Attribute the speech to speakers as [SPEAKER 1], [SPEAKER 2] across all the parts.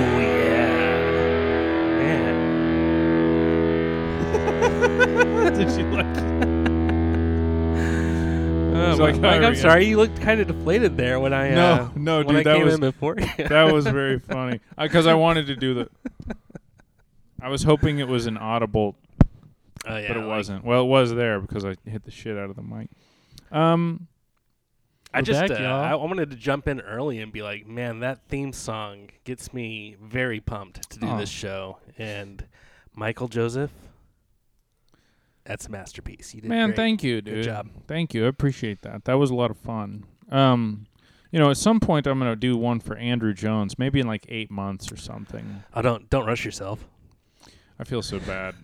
[SPEAKER 1] Did she like?
[SPEAKER 2] Oh,
[SPEAKER 1] She's
[SPEAKER 2] Mike, Mike, Oh I'm
[SPEAKER 1] like, "There we go."
[SPEAKER 2] sorry. You looked kind of deflated there when I
[SPEAKER 1] No,
[SPEAKER 2] uh,
[SPEAKER 1] no,
[SPEAKER 2] when
[SPEAKER 1] dude,
[SPEAKER 2] I
[SPEAKER 1] that
[SPEAKER 2] came
[SPEAKER 1] was-
[SPEAKER 2] in before. you.
[SPEAKER 1] That was very funny because I, wanted to do the. I was hoping it was an audible,
[SPEAKER 2] Oh, yeah,
[SPEAKER 1] but it
[SPEAKER 2] like,
[SPEAKER 1] wasn't. Well, it was there because I hit the shit out of the mic. Um,
[SPEAKER 2] I
[SPEAKER 1] We're
[SPEAKER 2] just
[SPEAKER 1] back,
[SPEAKER 2] uh,
[SPEAKER 1] y'all.
[SPEAKER 2] I I wanted to jump in early and be like, man, that theme song gets me very pumped to do
[SPEAKER 1] Oh.
[SPEAKER 2] this show. And Michael Joseph, that's a masterpiece. You did
[SPEAKER 1] man,
[SPEAKER 2] great.
[SPEAKER 1] thank you,
[SPEAKER 2] Good
[SPEAKER 1] dude.
[SPEAKER 2] job.
[SPEAKER 1] Thank you. I appreciate that. That was a lot of fun. Um, you know, at some point I'm gonna do one for Andrew Jones, maybe in like eight months or something.
[SPEAKER 2] Oh, don't don't rush yourself.
[SPEAKER 1] I feel so bad.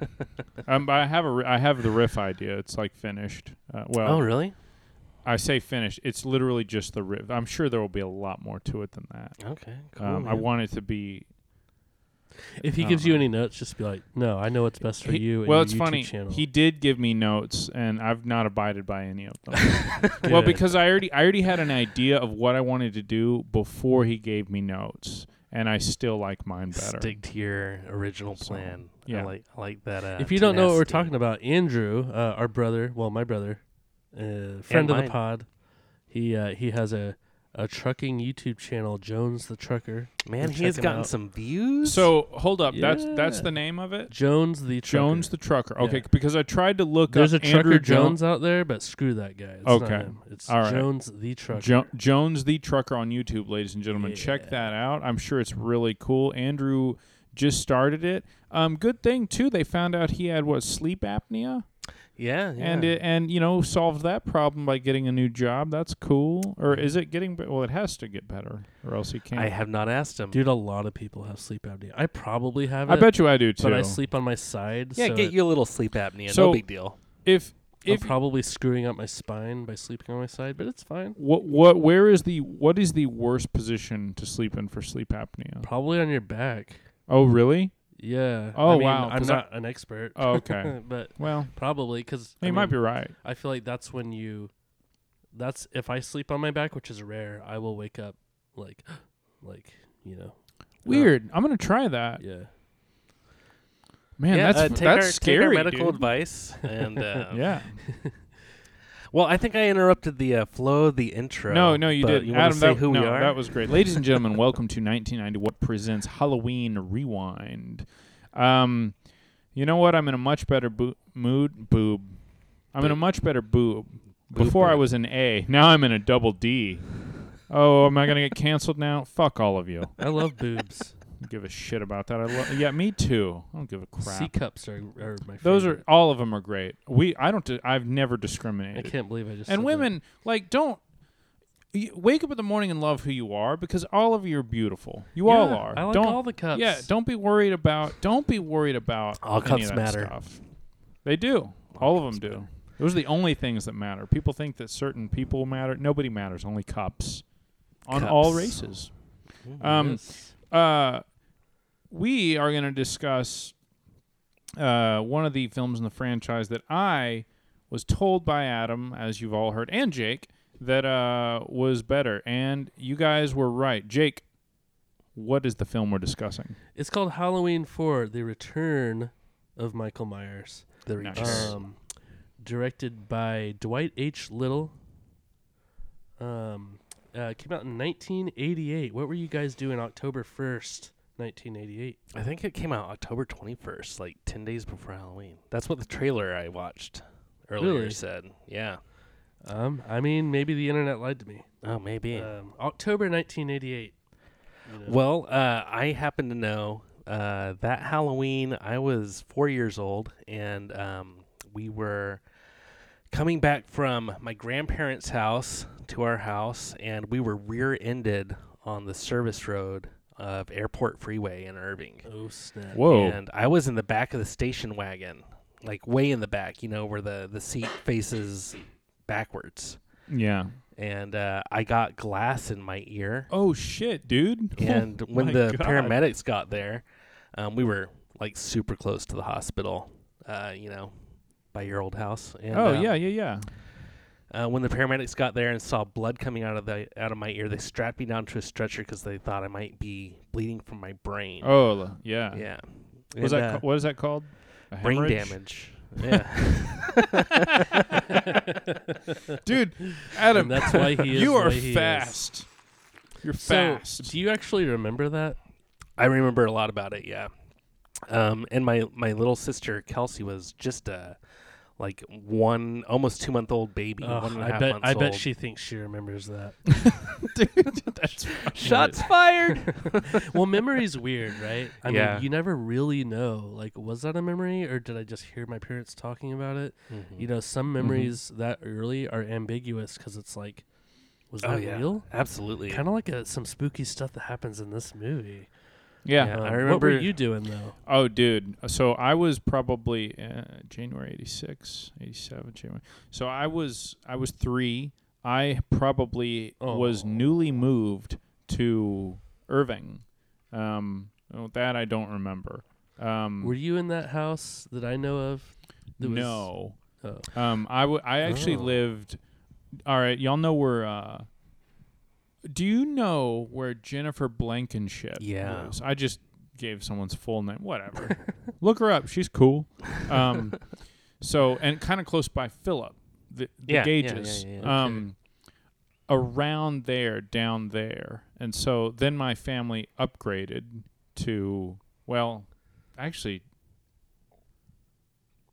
[SPEAKER 1] um, I have a ri- I have the riff idea. It's like finished. Uh, well,
[SPEAKER 2] oh, really?
[SPEAKER 1] I say finished. It's literally just the riff. I'm sure there will be a lot more to it than that.
[SPEAKER 2] Okay, cool.
[SPEAKER 1] Um, I
[SPEAKER 2] man.
[SPEAKER 1] want it to be.
[SPEAKER 3] If he
[SPEAKER 1] I
[SPEAKER 3] gives
[SPEAKER 1] don't
[SPEAKER 3] you
[SPEAKER 1] know.
[SPEAKER 3] any notes, just be like, "No, I know what's best for
[SPEAKER 1] He-
[SPEAKER 3] you." and
[SPEAKER 1] well,
[SPEAKER 3] your
[SPEAKER 1] it's
[SPEAKER 3] YouTube
[SPEAKER 1] funny.
[SPEAKER 3] Channel.
[SPEAKER 1] He did give me notes, and I've not abided by any of them. well,
[SPEAKER 3] Good.
[SPEAKER 1] because I already I already had an idea of what I wanted to do before he gave me notes, and I still like mine better.
[SPEAKER 2] stick to your original
[SPEAKER 1] So,
[SPEAKER 2] plan.
[SPEAKER 1] yeah.
[SPEAKER 2] I like I like that. Uh,
[SPEAKER 3] if you don't know what we're
[SPEAKER 2] tenacity.
[SPEAKER 3] talking about, Andrew, uh, our brother, well, my brother, uh, friend of
[SPEAKER 2] mine.
[SPEAKER 3] the pod, he uh, he has a a trucking YouTube channel, Jones the Trucker.
[SPEAKER 2] man,
[SPEAKER 3] Go
[SPEAKER 2] he has
[SPEAKER 3] check him
[SPEAKER 2] gotten
[SPEAKER 3] out.
[SPEAKER 2] some views.
[SPEAKER 1] So hold up, that's that's
[SPEAKER 3] Yeah.
[SPEAKER 1] the name of it.
[SPEAKER 3] Jones the Trucker.
[SPEAKER 1] Jones the trucker. Okay,
[SPEAKER 3] Yeah.
[SPEAKER 1] because I tried to look
[SPEAKER 3] There's a
[SPEAKER 1] up
[SPEAKER 3] trucker
[SPEAKER 1] Andrew Jo-
[SPEAKER 3] Jones out there, but screw that guy. It's not
[SPEAKER 1] Okay.
[SPEAKER 3] him. It's
[SPEAKER 1] All right.
[SPEAKER 3] Jones the Trucker.
[SPEAKER 1] Jo- Jones the Trucker on YouTube, ladies and gentlemen. Check
[SPEAKER 3] Yeah.
[SPEAKER 1] that out. I'm sure it's really cool. Andrew just started it. Um, good thing too. They found out he had what sleep apnea,
[SPEAKER 2] yeah, yeah.
[SPEAKER 1] and it, and you know solved that problem by getting a new job. That's cool. Or is it getting? be- Well, it has to get better, or else he can't.
[SPEAKER 2] I have not asked him.
[SPEAKER 3] Dude, a lot of people have sleep apnea. I probably have
[SPEAKER 1] I
[SPEAKER 3] it,
[SPEAKER 1] bet you I do too.
[SPEAKER 3] but I sleep on my side.
[SPEAKER 2] yeah,
[SPEAKER 3] so
[SPEAKER 2] get you a little sleep apnea.
[SPEAKER 1] So-
[SPEAKER 2] no big deal.
[SPEAKER 1] if if
[SPEAKER 3] I'm probably screwing up my spine by sleeping on my side, but it's fine.
[SPEAKER 1] what what where is the what is the worst position to sleep in for sleep apnea?
[SPEAKER 3] Probably on your back.
[SPEAKER 1] Oh really?
[SPEAKER 3] Yeah.
[SPEAKER 1] Oh,
[SPEAKER 3] I mean,
[SPEAKER 1] wow,
[SPEAKER 3] I'm
[SPEAKER 1] 'cause I-
[SPEAKER 3] not an expert.
[SPEAKER 1] Oh, okay.
[SPEAKER 3] but
[SPEAKER 1] well,
[SPEAKER 3] probably because
[SPEAKER 1] you might be right.
[SPEAKER 3] I feel like that's when you. That's if I sleep on my back, which is rare. I will wake up like, like you know.
[SPEAKER 1] Weird. I'm gonna try that.
[SPEAKER 3] Yeah.
[SPEAKER 1] Man,
[SPEAKER 2] yeah,
[SPEAKER 1] that's
[SPEAKER 2] uh,
[SPEAKER 1] f-
[SPEAKER 2] take
[SPEAKER 1] that's
[SPEAKER 2] our,
[SPEAKER 1] scary.
[SPEAKER 2] Take our medical
[SPEAKER 1] dude.
[SPEAKER 2] advice, and uh,
[SPEAKER 1] Yeah.
[SPEAKER 2] Well, I think I interrupted the uh, flow of the intro.
[SPEAKER 1] No, no, you
[SPEAKER 2] but
[SPEAKER 1] did.
[SPEAKER 2] You want
[SPEAKER 1] Adam,
[SPEAKER 2] to say
[SPEAKER 1] that,
[SPEAKER 2] who
[SPEAKER 1] no,
[SPEAKER 2] we are?
[SPEAKER 1] that was great. Ladies and gentlemen, welcome to 1991 Presents Halloween Rewind. Um, you know what? I'm in a much better boo- mood. Boob. I'm in a
[SPEAKER 2] Boob.
[SPEAKER 1] much better boob.
[SPEAKER 2] Boob
[SPEAKER 1] Before I
[SPEAKER 2] boob.
[SPEAKER 1] was an A. Now I'm in a double D. Oh, am I going to get canceled now? Fuck all of you. I
[SPEAKER 3] I love boobs.
[SPEAKER 1] don't give a shit about that. I lo- yeah, me too. I don't give a crap.
[SPEAKER 3] C cups are, are my. Favorite.
[SPEAKER 1] Those are all of them are great. We I don't di- I've never
[SPEAKER 3] I
[SPEAKER 1] discriminated
[SPEAKER 3] can't believe I just. said
[SPEAKER 1] and
[SPEAKER 3] that.
[SPEAKER 1] women like don't y- wake up in the morning and love who you are because all of you are beautiful. You all
[SPEAKER 3] Yeah,
[SPEAKER 1] are.
[SPEAKER 3] I like
[SPEAKER 1] don't,
[SPEAKER 3] all the cups.
[SPEAKER 1] Yeah, don't be worried about. Don't be worried about
[SPEAKER 2] All
[SPEAKER 1] any
[SPEAKER 2] cups
[SPEAKER 1] of that
[SPEAKER 2] matter.
[SPEAKER 1] Stuff. They do. All, of them do. Those are the only things that matter. People think that certain people matter. Nobody matters. Only cups, on all
[SPEAKER 2] Cups.
[SPEAKER 1] races. Um, uh, we are going to discuss uh, one of the films in the franchise that I was told by Adam, as you've all heard, and Jake, that uh, was better. And you guys were right. Jake, what is the film we're discussing?
[SPEAKER 3] It's called Halloween Four: The Return of Michael Myers.
[SPEAKER 2] the
[SPEAKER 1] Nice.
[SPEAKER 2] return.
[SPEAKER 3] Um, directed by Dwight H. Little. Um, uh, came out in 1988. What were you guys doing October 1st, 1988?
[SPEAKER 2] I think it came out October 21st, like 10 days before Halloween. That's what the trailer I watched earlier
[SPEAKER 3] Really?
[SPEAKER 2] said. Yeah.
[SPEAKER 3] Um, I mean, maybe the internet lied to me.
[SPEAKER 2] Oh, maybe.
[SPEAKER 3] Um, October 1988. you know.
[SPEAKER 2] well, uh, I happen to know uh, that Halloween, I was four years old, and um, we were coming back from my grandparents' house to our house, and we were rear ended on the service road of Airport Freeway in Irving.
[SPEAKER 3] oh snap!
[SPEAKER 1] Whoa.
[SPEAKER 2] And I was in the back of the station wagon, like way in the back, you know, where the, the seat faces backwards.
[SPEAKER 3] Um,
[SPEAKER 1] yeah.
[SPEAKER 2] And uh, I got glass in my ear.
[SPEAKER 1] Oh, shit, dude.
[SPEAKER 2] And
[SPEAKER 1] Oh
[SPEAKER 2] when
[SPEAKER 1] my
[SPEAKER 2] the
[SPEAKER 1] God.
[SPEAKER 2] paramedics got there, um, we were like super close to the hospital, uh, you know, by your old house. And,
[SPEAKER 1] Oh,
[SPEAKER 2] um,
[SPEAKER 1] yeah, yeah, yeah.
[SPEAKER 2] Uh, when the paramedics got there and saw blood coming out of the out of my ear, they strapped me down to a stretcher because they thought I might be bleeding from my brain.
[SPEAKER 1] Oh, yeah.
[SPEAKER 2] yeah.
[SPEAKER 1] Was
[SPEAKER 2] And,
[SPEAKER 1] that,
[SPEAKER 2] uh,
[SPEAKER 1] ca- what is that called? A
[SPEAKER 2] brain
[SPEAKER 1] hemorrhage?
[SPEAKER 2] damage? Yeah.
[SPEAKER 1] dude.
[SPEAKER 3] and
[SPEAKER 1] Adam,
[SPEAKER 3] that's why he is.
[SPEAKER 1] you
[SPEAKER 3] the
[SPEAKER 1] are
[SPEAKER 3] way he is.
[SPEAKER 1] fast. You're
[SPEAKER 3] So,
[SPEAKER 1] fast.
[SPEAKER 3] do you actually remember that?
[SPEAKER 2] I remember a lot about it. Yeah. Um, and my my little sister Kelsey was just a like one almost two month old baby.
[SPEAKER 3] Ugh,
[SPEAKER 2] one and a
[SPEAKER 3] Oh, I
[SPEAKER 2] half
[SPEAKER 3] bet.
[SPEAKER 2] months
[SPEAKER 3] I bet
[SPEAKER 2] old.
[SPEAKER 3] she thinks she remembers that.
[SPEAKER 1] Dude, that's
[SPEAKER 2] shots fired.
[SPEAKER 3] well, memory's weird, right? I
[SPEAKER 2] Yeah.
[SPEAKER 3] mean, you never really know. Like, was that a memory, or did I just hear my parents talking about it?
[SPEAKER 1] Mm-hmm.
[SPEAKER 3] You know, some memories that early are ambiguous because it's like, was that
[SPEAKER 2] Oh yeah,
[SPEAKER 3] real?
[SPEAKER 2] absolutely.
[SPEAKER 3] Kind of like a, some spooky stuff that happens in this movie. Um,
[SPEAKER 1] yeah.
[SPEAKER 2] Yeah. I
[SPEAKER 3] What were
[SPEAKER 2] remember-
[SPEAKER 3] you doing though?
[SPEAKER 1] Oh, dude. So I was probably uh, January 86, 87, January. So I was I was 3. I probably was
[SPEAKER 3] Oh.
[SPEAKER 1] newly moved to Irving. Um oh, that I don't remember. Um
[SPEAKER 3] Were you in that house that I know of? that was-
[SPEAKER 1] no.
[SPEAKER 3] Oh.
[SPEAKER 1] Um I w- I actually
[SPEAKER 3] Oh.
[SPEAKER 1] lived All right, y'all know where uh Do you know where Jennifer Blankenship
[SPEAKER 2] Yeah.
[SPEAKER 1] lives? I just gave someone's full name, whatever. Look her up. She's cool. Um so and kind of close by Philip, the,
[SPEAKER 2] Yeah,
[SPEAKER 1] the
[SPEAKER 2] yeah, yeah,
[SPEAKER 1] gauges.
[SPEAKER 2] yeah,
[SPEAKER 3] okay.
[SPEAKER 1] Um around there, down there. And so then my family upgraded to well, actually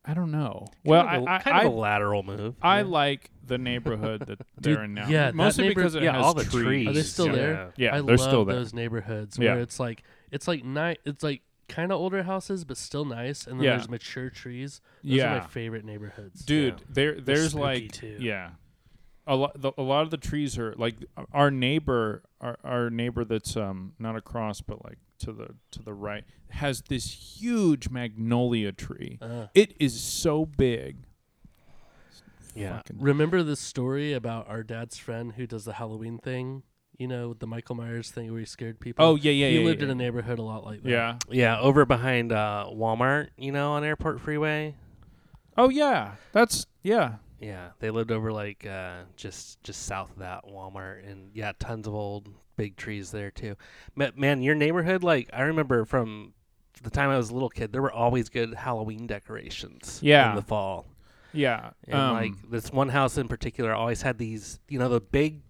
[SPEAKER 1] I don't know. well, I
[SPEAKER 2] kind of a-
[SPEAKER 1] I-
[SPEAKER 2] kind of
[SPEAKER 1] I-
[SPEAKER 2] a lateral move.
[SPEAKER 1] I
[SPEAKER 2] yeah.
[SPEAKER 1] like the neighborhood that
[SPEAKER 3] Dude,
[SPEAKER 1] they're in now.
[SPEAKER 3] yeah, that
[SPEAKER 1] mostly
[SPEAKER 3] neighbor-
[SPEAKER 1] because it
[SPEAKER 2] yeah,
[SPEAKER 1] has
[SPEAKER 2] all the
[SPEAKER 1] trees.
[SPEAKER 2] trees.
[SPEAKER 3] Are they still
[SPEAKER 2] yeah.
[SPEAKER 3] there?
[SPEAKER 1] Yeah,
[SPEAKER 3] I
[SPEAKER 1] they're
[SPEAKER 3] love
[SPEAKER 1] still there.
[SPEAKER 3] those neighborhoods
[SPEAKER 1] Yeah.
[SPEAKER 3] where it's like it's like ni- it's like kind of older houses but still nice, and then
[SPEAKER 1] Yeah.
[SPEAKER 3] there's mature trees. Those are
[SPEAKER 1] Yeah.
[SPEAKER 3] my favorite neighborhoods,
[SPEAKER 1] Dude, there there's
[SPEAKER 3] spooky,
[SPEAKER 1] like
[SPEAKER 3] too.
[SPEAKER 1] yeah. A lot the, a lot of the trees are like our neighbor our, our neighbor that's um not across but like to the to the right has this huge magnolia tree.
[SPEAKER 3] Uh,
[SPEAKER 1] It is so big.
[SPEAKER 2] Yeah.
[SPEAKER 1] Fucking-
[SPEAKER 3] remember this story about our dad's friend who does the Halloween thing? You know, with the Michael Myers thing where he scared people.
[SPEAKER 1] Oh yeah, yeah,
[SPEAKER 3] he
[SPEAKER 1] yeah,
[SPEAKER 3] lived
[SPEAKER 1] yeah.
[SPEAKER 3] in a neighborhood a lot like that.
[SPEAKER 1] Yeah.
[SPEAKER 2] Yeah, over behind uh, Walmart, you know, on Airport Freeway.
[SPEAKER 1] Oh yeah. That's yeah.
[SPEAKER 2] Yeah, they lived over like uh, just just south of that Walmart, and yeah, tons of old big trees there too. Ma- man, your neighborhood, like I remember from the time I was a little kid, there were always good Halloween decorations.
[SPEAKER 1] Yeah.
[SPEAKER 2] in the fall,
[SPEAKER 1] Yeah.
[SPEAKER 2] and
[SPEAKER 1] um,
[SPEAKER 2] like this one house in particular always had these, you know, the big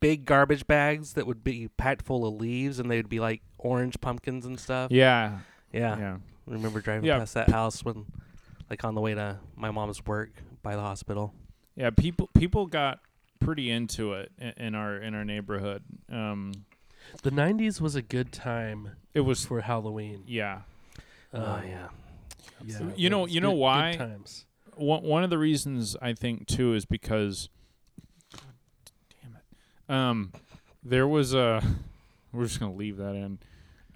[SPEAKER 2] big garbage bags that would be packed full of leaves, and they would be like orange pumpkins and stuff.
[SPEAKER 1] yeah.
[SPEAKER 2] yeah.
[SPEAKER 1] Yeah.
[SPEAKER 2] I remember driving
[SPEAKER 1] Yeah.
[SPEAKER 2] past that house when, like, on the way to my mom's work by the hospital.
[SPEAKER 1] Yeah, people people got pretty into it in, in our in our neighborhood. Um,
[SPEAKER 3] The '90s was a good time
[SPEAKER 1] it was
[SPEAKER 3] for Halloween.
[SPEAKER 1] Oh, yeah.
[SPEAKER 3] Um, yeah,
[SPEAKER 1] You
[SPEAKER 3] it
[SPEAKER 1] know-
[SPEAKER 3] was
[SPEAKER 1] you know
[SPEAKER 3] good- good
[SPEAKER 1] why?
[SPEAKER 3] times.
[SPEAKER 1] One one of the reasons I think too is because, damn it, um, there was a. We're just gonna leave that in.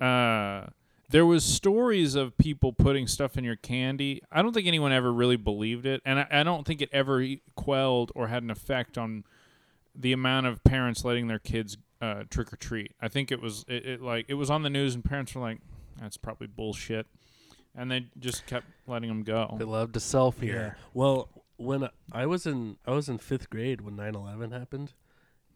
[SPEAKER 1] Uh, there was stories of people putting stuff in your candy. I don't think anyone ever really believed it, and I, I don't think it ever e- quelled or had an effect on the amount of parents letting their kids uh, trick or treat. I think it was it, it like it was on the news, and parents were like, "That's probably bullshit," and they just kept letting them go.
[SPEAKER 2] They love to sell fear.
[SPEAKER 3] Yeah. Well, when I- I was in I was in 5th grade when 9/11 happened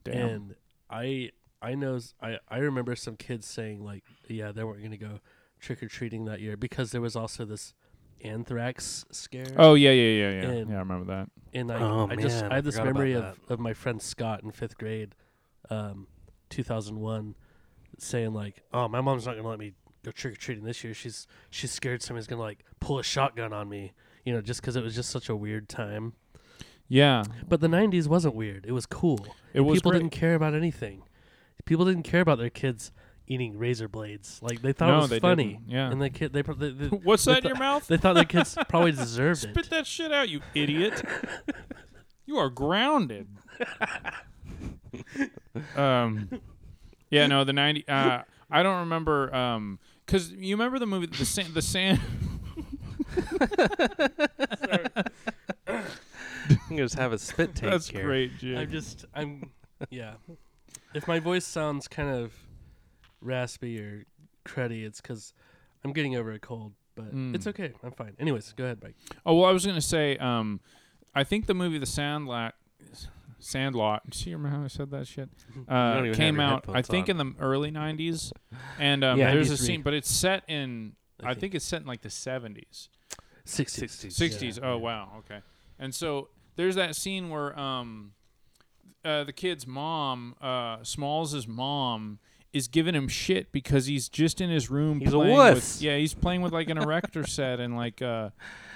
[SPEAKER 1] Damn.
[SPEAKER 3] and I I know s- I I remember some kids saying like yeah, they weren't going to go trick or treating that year because there was also this anthrax scare.
[SPEAKER 1] Oh yeah, yeah, yeah, yeah.
[SPEAKER 3] And-
[SPEAKER 1] yeah, I remember that.
[SPEAKER 3] And I,
[SPEAKER 2] Oh,
[SPEAKER 3] I just
[SPEAKER 2] man,
[SPEAKER 3] I
[SPEAKER 2] I
[SPEAKER 3] have this
[SPEAKER 2] forgot about
[SPEAKER 3] memory
[SPEAKER 2] that.
[SPEAKER 3] of, of my friend Scott in fifth grade, um, two thousand one, saying like, "Oh, my mom's not gonna let me go trick or treating this year. She's she's scared somebody's gonna like pull a shotgun on me." You know, just because it was just such a weird time.
[SPEAKER 1] Yeah,
[SPEAKER 3] But the '90s wasn't weird. It was cool.
[SPEAKER 1] it was
[SPEAKER 3] People
[SPEAKER 1] great.
[SPEAKER 3] didn't care about anything. People didn't care about their kids eating razor blades. Like they thought
[SPEAKER 1] no,
[SPEAKER 3] it was
[SPEAKER 1] they
[SPEAKER 3] funny.
[SPEAKER 1] didn't. Yeah.
[SPEAKER 3] And the kid, they, pro- they, they,
[SPEAKER 1] What's that in
[SPEAKER 3] the-
[SPEAKER 1] your mouth?
[SPEAKER 3] they thought their kids probably deserved
[SPEAKER 1] Spit
[SPEAKER 3] it.
[SPEAKER 1] that shit out, you idiot! you are grounded. um, yeah, no, the ninety. Uh, I don't remember. Um, cause you remember the movie the sand the sand.
[SPEAKER 2] You can just have a spit take
[SPEAKER 1] That's
[SPEAKER 2] here.
[SPEAKER 1] great,
[SPEAKER 3] I'm
[SPEAKER 1] Jim.
[SPEAKER 3] just I'm yeah. If my voice sounds kind of raspy or cruddy, it's because I'm getting over a cold. But
[SPEAKER 1] Mm.
[SPEAKER 3] it's okay. I'm fine. Anyways, go ahead, Mike.
[SPEAKER 1] Oh well, I was gonna say. Um, I think the movie The Sandlot. Sandlot. See, remember how I said that shit?
[SPEAKER 2] don't
[SPEAKER 1] Uh,
[SPEAKER 2] even
[SPEAKER 1] came
[SPEAKER 2] have your
[SPEAKER 1] out, I
[SPEAKER 2] headphones
[SPEAKER 1] think, in the early '90s, and um,
[SPEAKER 2] Yeah.
[SPEAKER 1] there's a
[SPEAKER 3] 93.
[SPEAKER 1] scene, but it's set in.
[SPEAKER 3] I
[SPEAKER 1] I think it's set in like the '70s.
[SPEAKER 3] 60s.
[SPEAKER 2] 60s.
[SPEAKER 1] 60s. Oh wow. Okay. And so there's that scene where um, uh, the kid's mom, uh, Smalls' mom, is giving him shit because he's just in his room.
[SPEAKER 2] He's a
[SPEAKER 1] playing
[SPEAKER 2] wuss.
[SPEAKER 1] With, yeah, he's playing with like an erector set and like uh,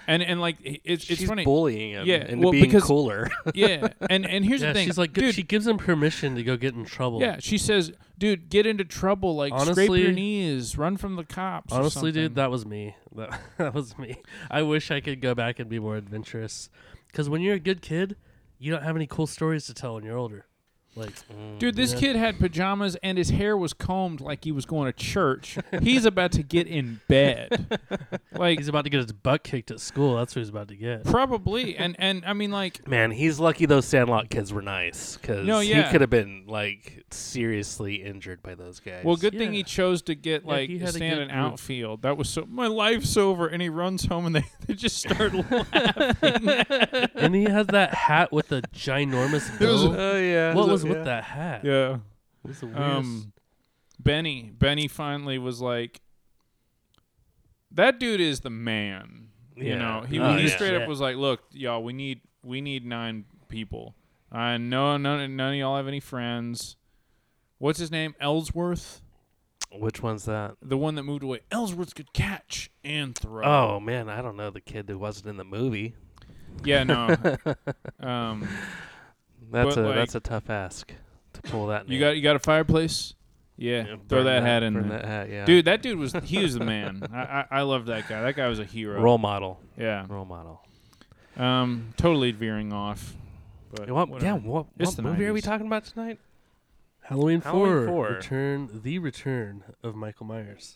[SPEAKER 1] and and like it, it's it's
[SPEAKER 2] She's
[SPEAKER 1] funny.
[SPEAKER 2] bullying him
[SPEAKER 1] Yeah,
[SPEAKER 2] into
[SPEAKER 1] well,
[SPEAKER 2] being
[SPEAKER 1] because-
[SPEAKER 2] cooler.
[SPEAKER 1] yeah. And and here's
[SPEAKER 3] Yeah,
[SPEAKER 1] the thing.
[SPEAKER 3] she's like,
[SPEAKER 1] dude.
[SPEAKER 3] she gives him permission to go get in trouble.
[SPEAKER 1] yeah, she says, dude, get into trouble. Like scrape your
[SPEAKER 3] Honestly-
[SPEAKER 1] knees, run from the cops. or
[SPEAKER 3] Honestly, dude,
[SPEAKER 1] something.
[SPEAKER 3] that was me. That, that was me. I wish I could go back and be more adventurous. Because when you're a good kid, you don't have any cool stories to tell when you're older. Like,
[SPEAKER 1] Dude, this
[SPEAKER 3] Yeah.
[SPEAKER 1] kid had pajamas and his hair was combed like he was going to church. he's about to get in bed. Like
[SPEAKER 3] he's about to get his butt kicked at school. That's what he's about to get.
[SPEAKER 1] probably and and I mean like
[SPEAKER 2] Man, he's lucky those Sandlot kids were nice because
[SPEAKER 1] No, yeah.
[SPEAKER 2] he could have been like seriously injured by those guys.
[SPEAKER 1] well, good thing he
[SPEAKER 3] Yeah.
[SPEAKER 1] chose to get
[SPEAKER 3] Yeah,
[SPEAKER 1] like
[SPEAKER 3] he had a
[SPEAKER 1] stand
[SPEAKER 3] good
[SPEAKER 1] in
[SPEAKER 3] group.
[SPEAKER 1] outfield. That was so my life's over and he runs home and they, they just start laughing.
[SPEAKER 3] and he has that hat with the ginormous
[SPEAKER 1] It was
[SPEAKER 3] bill.
[SPEAKER 1] a-
[SPEAKER 2] Oh yeah.
[SPEAKER 3] what was
[SPEAKER 2] Yeah.
[SPEAKER 3] with that hat?
[SPEAKER 1] yeah.
[SPEAKER 3] It was the
[SPEAKER 2] Uh,
[SPEAKER 3] weirdest.
[SPEAKER 1] Um Benny Benny finally was like that dude is the man. You
[SPEAKER 2] Yeah.
[SPEAKER 1] know, he,
[SPEAKER 2] Oh,
[SPEAKER 1] he
[SPEAKER 2] yeah.
[SPEAKER 1] straight up
[SPEAKER 3] Shit.
[SPEAKER 1] was like, "Look, y'all, we need we need nine people. I know none none of y'all have any friends. What's his name? Ellsworth,
[SPEAKER 2] Which one's that?
[SPEAKER 1] the one that moved away. Ellsworth could catch and throw.
[SPEAKER 2] Oh man, I don't know the kid who wasn't in the movie.
[SPEAKER 1] yeah, no. um,
[SPEAKER 2] That's
[SPEAKER 1] But,
[SPEAKER 2] a
[SPEAKER 1] like-
[SPEAKER 2] that's a tough ask to pull that.
[SPEAKER 1] you
[SPEAKER 2] name.
[SPEAKER 1] got you got a fireplace? Yeah,
[SPEAKER 2] Yeah,
[SPEAKER 1] throw
[SPEAKER 2] burn
[SPEAKER 1] that, hat in
[SPEAKER 2] burn
[SPEAKER 1] there,
[SPEAKER 2] That hat, yeah.
[SPEAKER 1] dude. That dude was he was the man. I, I I loved that guy. That guy was a hero.
[SPEAKER 2] role model,
[SPEAKER 1] Yeah.
[SPEAKER 2] role model.
[SPEAKER 1] Um, totally veering off. But
[SPEAKER 2] Yeah, What, yeah,
[SPEAKER 1] whatever.
[SPEAKER 2] what,
[SPEAKER 1] It's
[SPEAKER 2] what
[SPEAKER 1] the
[SPEAKER 2] movie are we
[SPEAKER 1] 90s.
[SPEAKER 2] talking about tonight?
[SPEAKER 3] Halloween,
[SPEAKER 2] Halloween
[SPEAKER 3] 4,
[SPEAKER 2] four.
[SPEAKER 3] Return, the return of Michael Myers.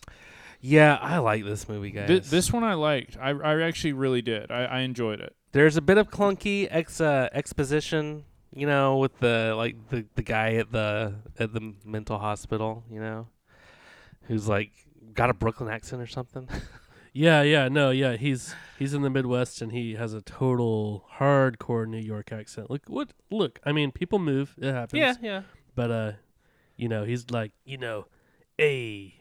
[SPEAKER 2] Yeah, I like this movie, guys.
[SPEAKER 1] Th- this one I liked. I I actually really did. I, I enjoyed it.
[SPEAKER 2] there's a bit of clunky ex uh, exposition, you know, with the like the, the guy at the at the m- mental hospital, you know, who's like got a Brooklyn accent or something.
[SPEAKER 3] Yeah, yeah, no, yeah. He's he's in the Midwest and he has a total hardcore New York accent. Look, what? Look, I mean, people move. It happens.
[SPEAKER 2] yeah.
[SPEAKER 3] But uh, you know, he's like, you know, hey,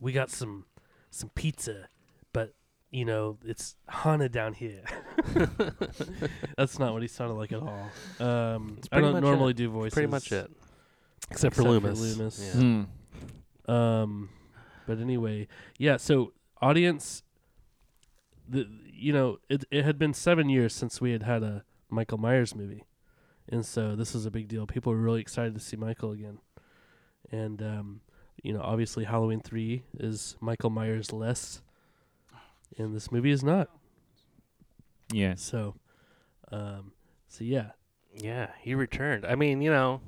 [SPEAKER 3] we got some some pizza, but you know, it's haunted down here. That's not what he sounded like at all. Um, I
[SPEAKER 2] pretty
[SPEAKER 3] don't
[SPEAKER 2] much
[SPEAKER 3] normally
[SPEAKER 2] it.
[SPEAKER 3] do voices.
[SPEAKER 2] Pretty much it. Except, for
[SPEAKER 3] Except for
[SPEAKER 2] Loomis.
[SPEAKER 3] Loomis.
[SPEAKER 2] Yeah.
[SPEAKER 1] Hmm.
[SPEAKER 3] Um, but anyway, yeah. So audience, the you know it it had been seven years since we had had a Michael Myers movie, and so this was a big deal. People were really excited to see Michael again, and um, you know obviously Halloween three is Michael Myers less, and this movie is not.
[SPEAKER 1] Yes.
[SPEAKER 3] So, um, so yeah,
[SPEAKER 2] Yeah, he returned. I mean, you know,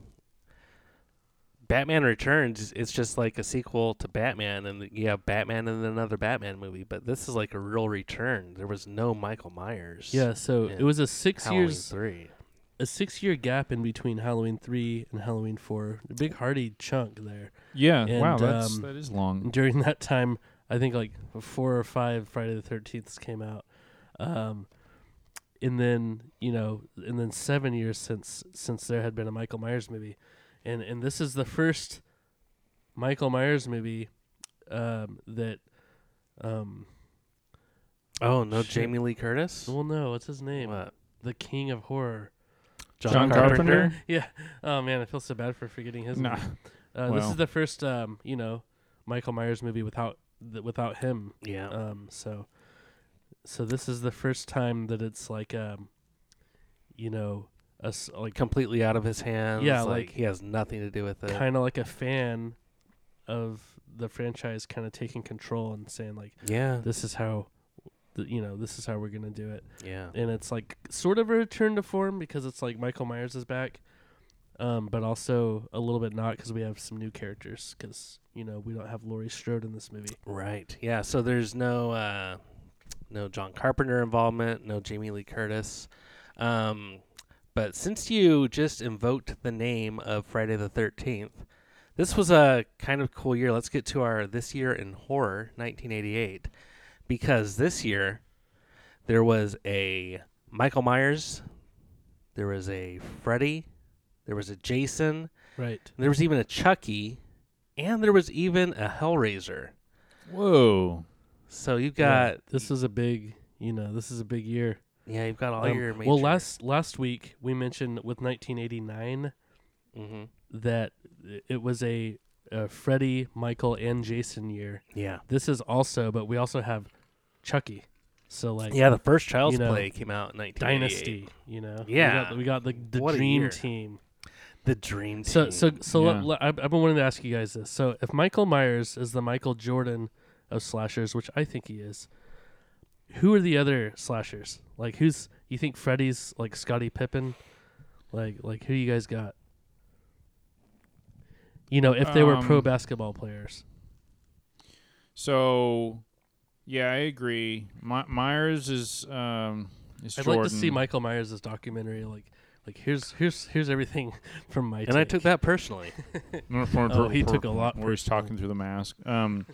[SPEAKER 2] Batman Returns. It's just like a sequel to Batman, and you have Batman and then another Batman movie. But this is like a real return. There was no Michael Myers.
[SPEAKER 3] yeah. So
[SPEAKER 2] Yeah.
[SPEAKER 3] it was a six
[SPEAKER 2] Halloween
[SPEAKER 3] years
[SPEAKER 2] three.
[SPEAKER 3] a six year gap in between Halloween three and Halloween four. A big hearty chunk there.
[SPEAKER 1] Yeah. wow.
[SPEAKER 3] And,
[SPEAKER 1] That's
[SPEAKER 3] um,
[SPEAKER 1] that is long.
[SPEAKER 3] And during that time, I think like four or five Friday the Thirteenth came out, um, and then you know, and then seven years since since there had been a Michael Myers movie, and and this is the first Michael Myers movie um, that, um,
[SPEAKER 2] Oh no,
[SPEAKER 3] Shit.
[SPEAKER 2] Jamie Lee Curtis.
[SPEAKER 3] well, no, what's his name?
[SPEAKER 2] What?
[SPEAKER 3] The King of Horror.
[SPEAKER 1] John Carpenter?
[SPEAKER 3] Yeah. Oh man, I feel so bad for forgetting his
[SPEAKER 1] Nah.
[SPEAKER 3] name. Uh, This
[SPEAKER 1] Well.
[SPEAKER 3] is the first, um, you know, Michael Myers movie without th- without him.
[SPEAKER 2] Yeah.
[SPEAKER 3] Um, so, so this is the first time that it's like, um, you know, a s like
[SPEAKER 2] Completely out of his hands.
[SPEAKER 3] Yeah,
[SPEAKER 2] like,
[SPEAKER 3] like-
[SPEAKER 2] he has nothing to do with it.
[SPEAKER 3] kind of like a fan of the franchise, kind of taking control and saying like,
[SPEAKER 2] yeah.
[SPEAKER 3] this is how, th- you know, this is how we're gonna do it.
[SPEAKER 2] Yeah.
[SPEAKER 3] And it's like sort of a return to form because it's like Michael Myers is back, um, but also a little bit not because we have some new characters because you know we don't have Laurie Strode in this movie.
[SPEAKER 2] Right. Yeah. So there's no uh, no John Carpenter involvement, no Jamie Lee Curtis. Um, but since you just invoked the name of Friday the Thirteenth, this was a kind of cool year. Let's get to our this year in horror, 1988, because this year there was a Michael Myers, there was a Freddy, there was a Jason,
[SPEAKER 3] Right.
[SPEAKER 2] there was even a Chucky, and there was even a Hellraiser.
[SPEAKER 1] Whoa.
[SPEAKER 2] So you've
[SPEAKER 3] Yeah,
[SPEAKER 2] got
[SPEAKER 3] this is a big you know, this is a big year.
[SPEAKER 2] Yeah, you've got all
[SPEAKER 3] Um,
[SPEAKER 2] your major.
[SPEAKER 3] well, last last week we mentioned with 1989
[SPEAKER 2] hmm
[SPEAKER 3] that it was a, a Freddie, Michael, and Jason year.
[SPEAKER 2] Yeah.
[SPEAKER 3] This is also, but we also have Chucky. So like
[SPEAKER 2] Yeah, the first Child's
[SPEAKER 3] you know,
[SPEAKER 2] Play came out in 1988.
[SPEAKER 3] Dynasty, you know.
[SPEAKER 2] Yeah.
[SPEAKER 3] we got, we got the,
[SPEAKER 2] What
[SPEAKER 3] the
[SPEAKER 2] a
[SPEAKER 3] dream
[SPEAKER 2] year.
[SPEAKER 3] team.
[SPEAKER 2] The Dream Team.
[SPEAKER 3] So so so let-
[SPEAKER 1] Yeah.
[SPEAKER 3] let- I've I've been wanting to ask you guys this. So if Michael Myers is the Michael Jordan of slashers, which I think he is, who are the other slashers? Like who's you think Freddy's like Scottie Pippen? Like like who you guys got? You know, if they were pro
[SPEAKER 1] Um,
[SPEAKER 3] basketball players.
[SPEAKER 1] So, yeah, I agree. My- Myers is um is
[SPEAKER 3] I'd
[SPEAKER 1] Jordan.
[SPEAKER 3] like to see Michael Myers' documentary like like here's here's here's everything from my
[SPEAKER 2] and I took that personally.
[SPEAKER 3] Oh, he took a lot
[SPEAKER 1] where he's
[SPEAKER 3] personally.
[SPEAKER 1] talking through the mask. Um,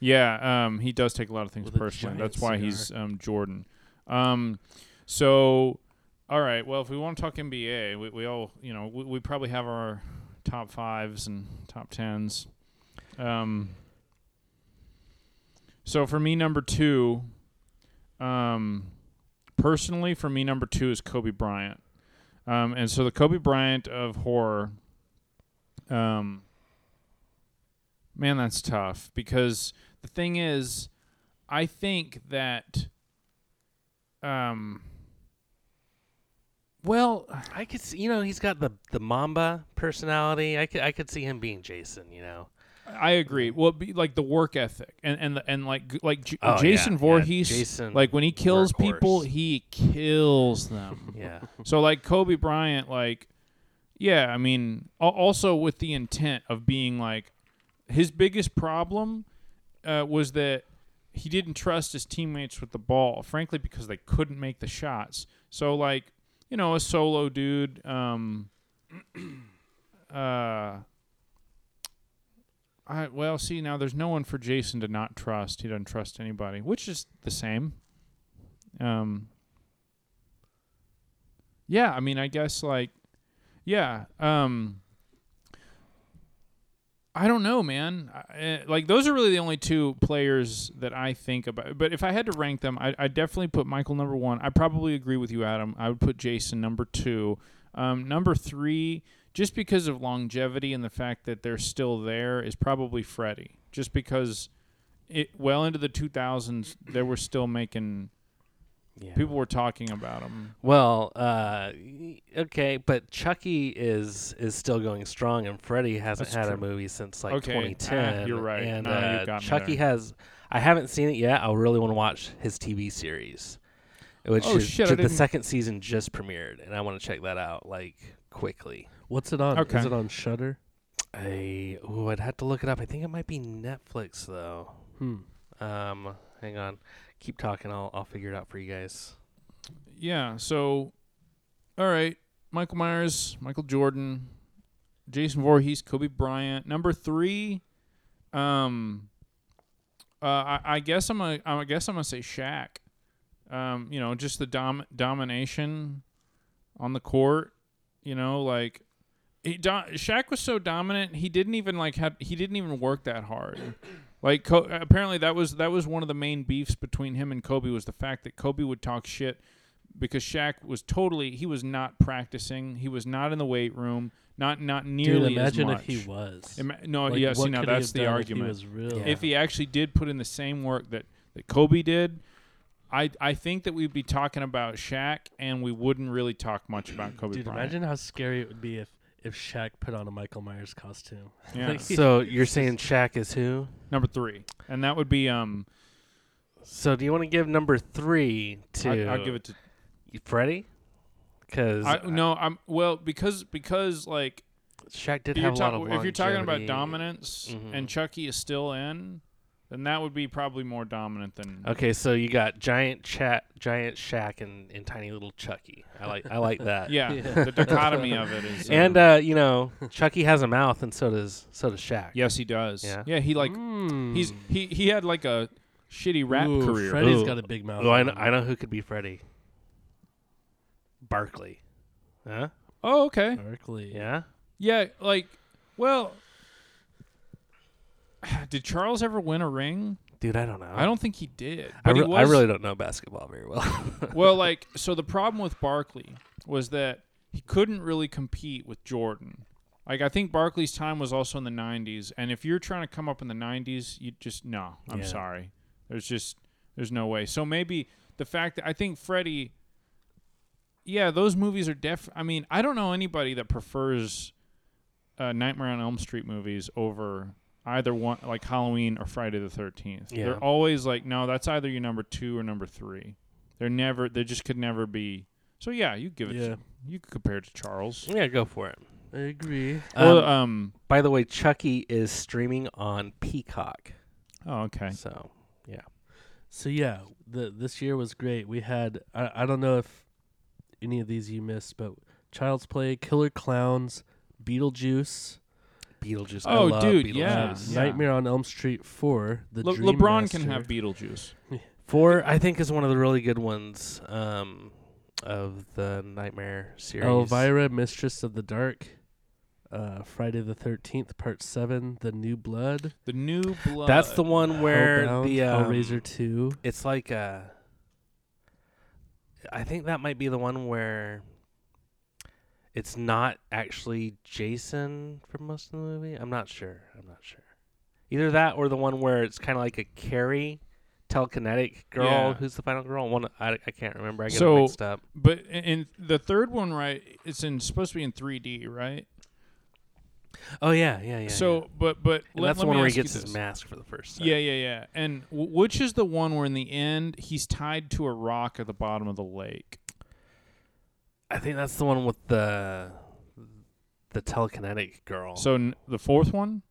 [SPEAKER 1] yeah, um, he does take a lot of things
[SPEAKER 3] With a
[SPEAKER 1] personally.
[SPEAKER 3] giant
[SPEAKER 1] That's why he's um, Jordan. Um, so, all right. Well, if we want to talk NBA, we, we all you know we, we probably have our top fives and top tens. Um, so for me, number two. Um, personally, for me, number two is Kobe Bryant. Um, and so the Kobe Bryant of horror. Um, man, that's tough because the thing is, I think that, um, well,
[SPEAKER 2] I could see, you know, he's got the the Mamba personality. I could I could see him being Jason, you know.
[SPEAKER 1] I agree. Well, it'd be like the work ethic and and the, and like like J-
[SPEAKER 2] Oh,
[SPEAKER 1] Jason
[SPEAKER 2] yeah, yeah.
[SPEAKER 1] Voorhees,
[SPEAKER 2] Jason
[SPEAKER 1] like when he kills people,
[SPEAKER 2] workhorse.
[SPEAKER 1] he kills them.
[SPEAKER 2] Yeah.
[SPEAKER 1] So like Kobe Bryant, like yeah, I mean, al- also with the intent of being like his biggest problem uh, was that he didn't trust his teammates with the ball, frankly, because they couldn't make the shots. So like you know, a solo dude, um, uh. I, well, see now. There's no one for Jason to not trust. He doesn't trust anybody, which is the same. Um, yeah, I mean, I guess like, yeah. Um, I don't know, man. I, uh, like, those are really the only two players that I think about. But if I had to rank them, I I definitely put Michael number one. I probably agree with you, Adam. I would put Jason number two. Um, number three, just because of longevity and the fact that they're still there, is probably Freddie. Just because it well into the 2000s, they were still making
[SPEAKER 2] Yeah.
[SPEAKER 1] people were talking about him.
[SPEAKER 2] Well, uh, y- okay, but Chucky is is still going strong, and Freddy hasn't
[SPEAKER 1] That's
[SPEAKER 2] had a
[SPEAKER 1] true.
[SPEAKER 2] movie since like
[SPEAKER 1] Okay, ah,
[SPEAKER 2] 2010.
[SPEAKER 1] you're right.
[SPEAKER 2] And
[SPEAKER 1] No, you
[SPEAKER 2] uh,
[SPEAKER 1] got me
[SPEAKER 2] Chucky
[SPEAKER 1] there.
[SPEAKER 2] has. I haven't seen it yet. I really want to watch his TV series, which
[SPEAKER 1] Oh,
[SPEAKER 2] is
[SPEAKER 1] shit, I
[SPEAKER 2] ju- the
[SPEAKER 1] didn't-
[SPEAKER 2] second season just premiered, and I want to check that out like quickly.
[SPEAKER 3] What's it on?
[SPEAKER 1] Okay.
[SPEAKER 3] Is it on Shutter?
[SPEAKER 2] I ooh, I'd have to look it up. I think it might be Netflix though.
[SPEAKER 3] Hmm.
[SPEAKER 2] Um, hang on, keep talking. I'll I'll figure it out for you guys.
[SPEAKER 1] Yeah. So, all right, Michael Myers, Michael Jordan, Jason Voorhees, Kobe Bryant. Number three, um, uh, I, I guess I'm a, I guess I'm gonna say Shaq. Um, you know, just the dom- domination on the court. You know, like he do- Shaq was so dominant, he didn't even like had he didn't even work that hard. Like Co- apparently that was that was one of the main beefs between him and Kobe was the fact that Kobe would talk shit because Shaq was totally he was not practicing, he was not in the weight room, not not
[SPEAKER 3] Dude,
[SPEAKER 1] nearly
[SPEAKER 3] imagine
[SPEAKER 1] as
[SPEAKER 3] if
[SPEAKER 1] much.
[SPEAKER 3] he was.
[SPEAKER 1] Ima- no,
[SPEAKER 3] Like,
[SPEAKER 1] Oh, yeah, see
[SPEAKER 3] what
[SPEAKER 1] now
[SPEAKER 3] could he
[SPEAKER 1] that's
[SPEAKER 3] have
[SPEAKER 1] the
[SPEAKER 3] done
[SPEAKER 1] argument.
[SPEAKER 3] If he was real.
[SPEAKER 2] Yeah.
[SPEAKER 1] If he actually did put in the same work that that Kobe did, I I think that we'd be talking about Shaq and we wouldn't really talk much about Kobe
[SPEAKER 3] Dude,
[SPEAKER 1] Bryant.
[SPEAKER 3] imagine how scary it would be if if Shaq put on a Michael Myers costume.
[SPEAKER 1] Yeah.
[SPEAKER 3] Like,
[SPEAKER 2] So you're saying Shaq is who?
[SPEAKER 1] Number 3. And that would be um
[SPEAKER 2] So do you want to give number three to?
[SPEAKER 1] I, I'll give it to
[SPEAKER 2] Freddie, because
[SPEAKER 1] I, no, I'm well because because like
[SPEAKER 2] Shaq did
[SPEAKER 1] you're
[SPEAKER 2] have a lot
[SPEAKER 1] talk-
[SPEAKER 2] of.
[SPEAKER 1] if you're talking about
[SPEAKER 2] longevity.
[SPEAKER 1] dominance
[SPEAKER 2] Mhm.
[SPEAKER 1] and Chucky is still in, then that would be probably more dominant than
[SPEAKER 2] Okay, so you got giant chat, giant Shaq, and, and tiny little Chucky. I like I like that.
[SPEAKER 1] yeah, the dichotomy of it is
[SPEAKER 2] And
[SPEAKER 1] uh,
[SPEAKER 2] uh, you know, Chucky has a mouth, and so does so does Shaq.
[SPEAKER 1] yes he does
[SPEAKER 2] Yeah.
[SPEAKER 1] yeah he like he's he he had like a shitty rap
[SPEAKER 3] Ooh,
[SPEAKER 1] career
[SPEAKER 3] Freddy's
[SPEAKER 2] Hmm. Ooh.
[SPEAKER 3] got a big mouth.
[SPEAKER 2] Oh, I know, I know who could be Freddy. Barkley. Huh?
[SPEAKER 1] oh okay
[SPEAKER 3] Berkeley.
[SPEAKER 2] Yeah.
[SPEAKER 1] yeah like well did Charles ever win a ring
[SPEAKER 2] dude. I don't know.
[SPEAKER 1] I don't think he did.
[SPEAKER 2] I,
[SPEAKER 1] But he
[SPEAKER 2] re- I
[SPEAKER 1] was-
[SPEAKER 2] really don't know basketball very well.
[SPEAKER 1] well, like so the problem with Barkley was that he couldn't really compete with Jordan. Like I think Barkley's time was also in the 90s, and if you're trying to come up in the 90s, you just no. I'm
[SPEAKER 2] Yeah.
[SPEAKER 1] sorry. There's just there's no way. So maybe the fact that I think Freddie yeah, those movies are def I mean, I don't know anybody that prefers uh, Nightmare on Elm Street movies over either one like Halloween or Friday the 13th.
[SPEAKER 2] Yeah.
[SPEAKER 1] They're always like no, that's either your number 2 or number 3. They're never. They just could never be. So yeah, you give it.
[SPEAKER 3] Yeah.
[SPEAKER 1] To, you could compare it to Charles.
[SPEAKER 2] yeah, go for it.
[SPEAKER 3] I agree.
[SPEAKER 1] Well,
[SPEAKER 2] Um,
[SPEAKER 1] um.
[SPEAKER 2] by the way, Chucky is streaming on Peacock.
[SPEAKER 1] Oh, okay.
[SPEAKER 2] So
[SPEAKER 3] So yeah, the this year was great. We had I, I don't know if any of these you missed, but Child's Play, Killer Clowns, Beetlejuice,
[SPEAKER 2] Beetlejuice. I
[SPEAKER 1] Oh,
[SPEAKER 2] love
[SPEAKER 1] dude,
[SPEAKER 2] Beetlejuice.
[SPEAKER 1] yeah.
[SPEAKER 3] uh, Nightmare on Elm Street Four, The
[SPEAKER 1] Le-
[SPEAKER 3] Dream
[SPEAKER 1] LeBron can
[SPEAKER 3] Master.
[SPEAKER 1] have Beetlejuice.
[SPEAKER 2] Four, I think, is one of the really good ones um, of the Nightmare series.
[SPEAKER 1] Oh,
[SPEAKER 3] Elvira, Mistress of the Dark, uh, Friday the Thirteenth Part Seven, The New Blood,
[SPEAKER 1] The new blood.
[SPEAKER 2] That's the one where
[SPEAKER 3] Hellbound,
[SPEAKER 2] the um,
[SPEAKER 3] Hellraiser Two.
[SPEAKER 2] It's like uh I think that might be the one where it's not actually Jason for most of the movie. I'm not sure. I'm not sure. Either that or the one where it's kind of like a Carrie telekinetic girl
[SPEAKER 1] Yeah.
[SPEAKER 2] who's the final girl. One I, I can't remember. I get
[SPEAKER 1] So-
[SPEAKER 2] it mixed up.
[SPEAKER 1] But in, in the third one, right? It's in supposed to be in 3D, right?
[SPEAKER 2] Oh yeah, yeah, yeah.
[SPEAKER 1] so,
[SPEAKER 2] yeah.
[SPEAKER 1] but but
[SPEAKER 2] And
[SPEAKER 1] let,
[SPEAKER 2] that's
[SPEAKER 1] let
[SPEAKER 2] the one
[SPEAKER 1] me
[SPEAKER 2] where he
[SPEAKER 1] ask you
[SPEAKER 2] gets his
[SPEAKER 1] this.
[SPEAKER 2] mask for the first time.
[SPEAKER 1] Yeah, yeah, yeah. And w- which is the one where in the end he's tied to a rock at the bottom of the lake?
[SPEAKER 2] I think that's the one with the the telekinetic girl.
[SPEAKER 1] So n- the fourth one.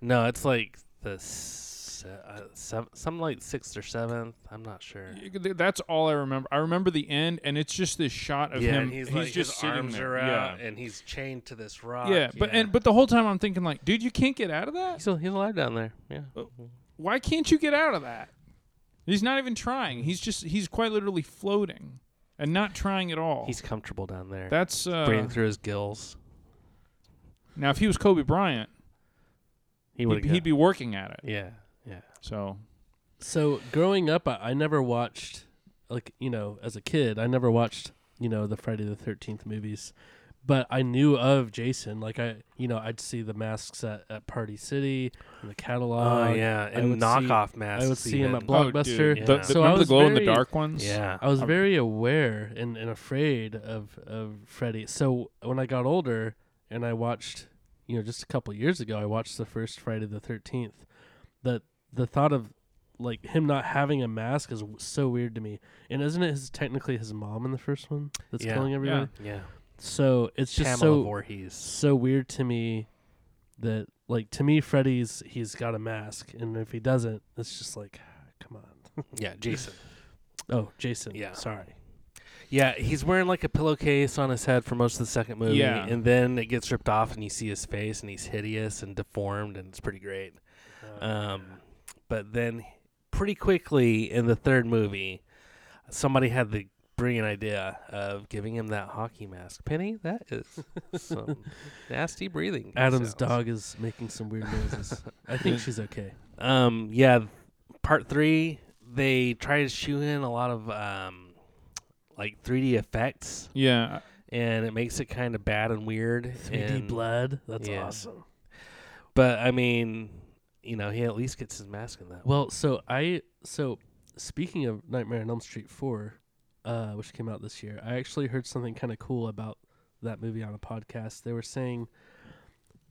[SPEAKER 2] No, it's like the se- uh, sev- some like sixth or seventh. I'm not sure.
[SPEAKER 1] Y- th- That's all I remember. I remember the end, and it's just this shot of
[SPEAKER 2] yeah,
[SPEAKER 1] him.
[SPEAKER 2] and he's, like
[SPEAKER 1] just
[SPEAKER 2] his
[SPEAKER 1] sitting
[SPEAKER 2] arms are
[SPEAKER 1] there. yeah.
[SPEAKER 2] out, and he's chained to this rock.
[SPEAKER 1] yeah, but and but the whole time I'm thinking like, dude, you can't get out of that.
[SPEAKER 2] he's, al- he's alive down there. Yeah,
[SPEAKER 1] Oh. Why can't you get out of that? He's not even trying. He's just he's quite literally floating and not trying at all.
[SPEAKER 2] he's comfortable down there,
[SPEAKER 1] that's uh,
[SPEAKER 2] breathing through his gills.
[SPEAKER 1] now if he was Kobe Bryant,
[SPEAKER 2] He
[SPEAKER 1] he'd,
[SPEAKER 2] would.
[SPEAKER 1] he'd be working at it.
[SPEAKER 2] Yeah, yeah.
[SPEAKER 1] So
[SPEAKER 3] So growing up, I, I never watched, like you know, as a kid, I never watched you know the Friday the Thirteenth movies, but I knew of Jason. Like I, you know, I'd see the masks at, at Party City and the
[SPEAKER 1] Uh,
[SPEAKER 3] catalog.
[SPEAKER 2] oh yeah, and
[SPEAKER 3] would see-
[SPEAKER 2] knockoff masks.
[SPEAKER 3] I would see him at
[SPEAKER 2] even.
[SPEAKER 1] Oh, dude.
[SPEAKER 3] Blockbuster.
[SPEAKER 2] Yeah.
[SPEAKER 1] the, the,
[SPEAKER 2] So I
[SPEAKER 1] remember the
[SPEAKER 3] was
[SPEAKER 1] glow in the
[SPEAKER 3] very-
[SPEAKER 1] dark ones.
[SPEAKER 2] Yeah,
[SPEAKER 3] I was very aware and, and afraid of of Freddy. So when I got older and I watched, you know, just a couple years ago, I watched the first Friday the Thirteenth. That the thought of like him not having a mask is w- so weird to me. And isn't it his technically his mom in the first one that's
[SPEAKER 2] Yeah.
[SPEAKER 3] killing everybody?
[SPEAKER 2] yeah.
[SPEAKER 3] So it's just
[SPEAKER 2] Pamela
[SPEAKER 3] so
[SPEAKER 2] Voorhees.
[SPEAKER 3] so weird to me that like to me Freddy's he's got a mask, and if he doesn't, it's just like, come on.
[SPEAKER 2] Yeah, Jason.
[SPEAKER 3] Oh, Jason.
[SPEAKER 2] Yeah.
[SPEAKER 3] Sorry.
[SPEAKER 2] Yeah, he's wearing like a pillowcase on his head for most of the second movie,
[SPEAKER 1] Yeah.
[SPEAKER 2] and then it gets ripped off, and you see his face, and he's hideous and deformed, and it's pretty great.
[SPEAKER 3] Uh,
[SPEAKER 2] Um, but then, pretty quickly in the third movie, somebody had the brilliant idea of giving him that hockey mask. Penny, that is some nasty breathing.
[SPEAKER 3] Adam's
[SPEAKER 2] sounds.
[SPEAKER 3] dog is making some weird noises. I think she's okay.
[SPEAKER 2] Um, yeah, th- part three, they try to shoe in a lot of um, like 3D effects.
[SPEAKER 1] yeah.
[SPEAKER 2] and it makes it kind of bad and weird.
[SPEAKER 3] 3D
[SPEAKER 2] and-
[SPEAKER 3] blood. That's
[SPEAKER 2] yeah.
[SPEAKER 3] awesome.
[SPEAKER 2] But I mean, you know, he at least gets his mask in that.
[SPEAKER 3] Well, so I so speaking of Nightmare on Elm Street four, uh, which came out this year, I actually heard something kind of cool about that movie on a podcast. They were saying,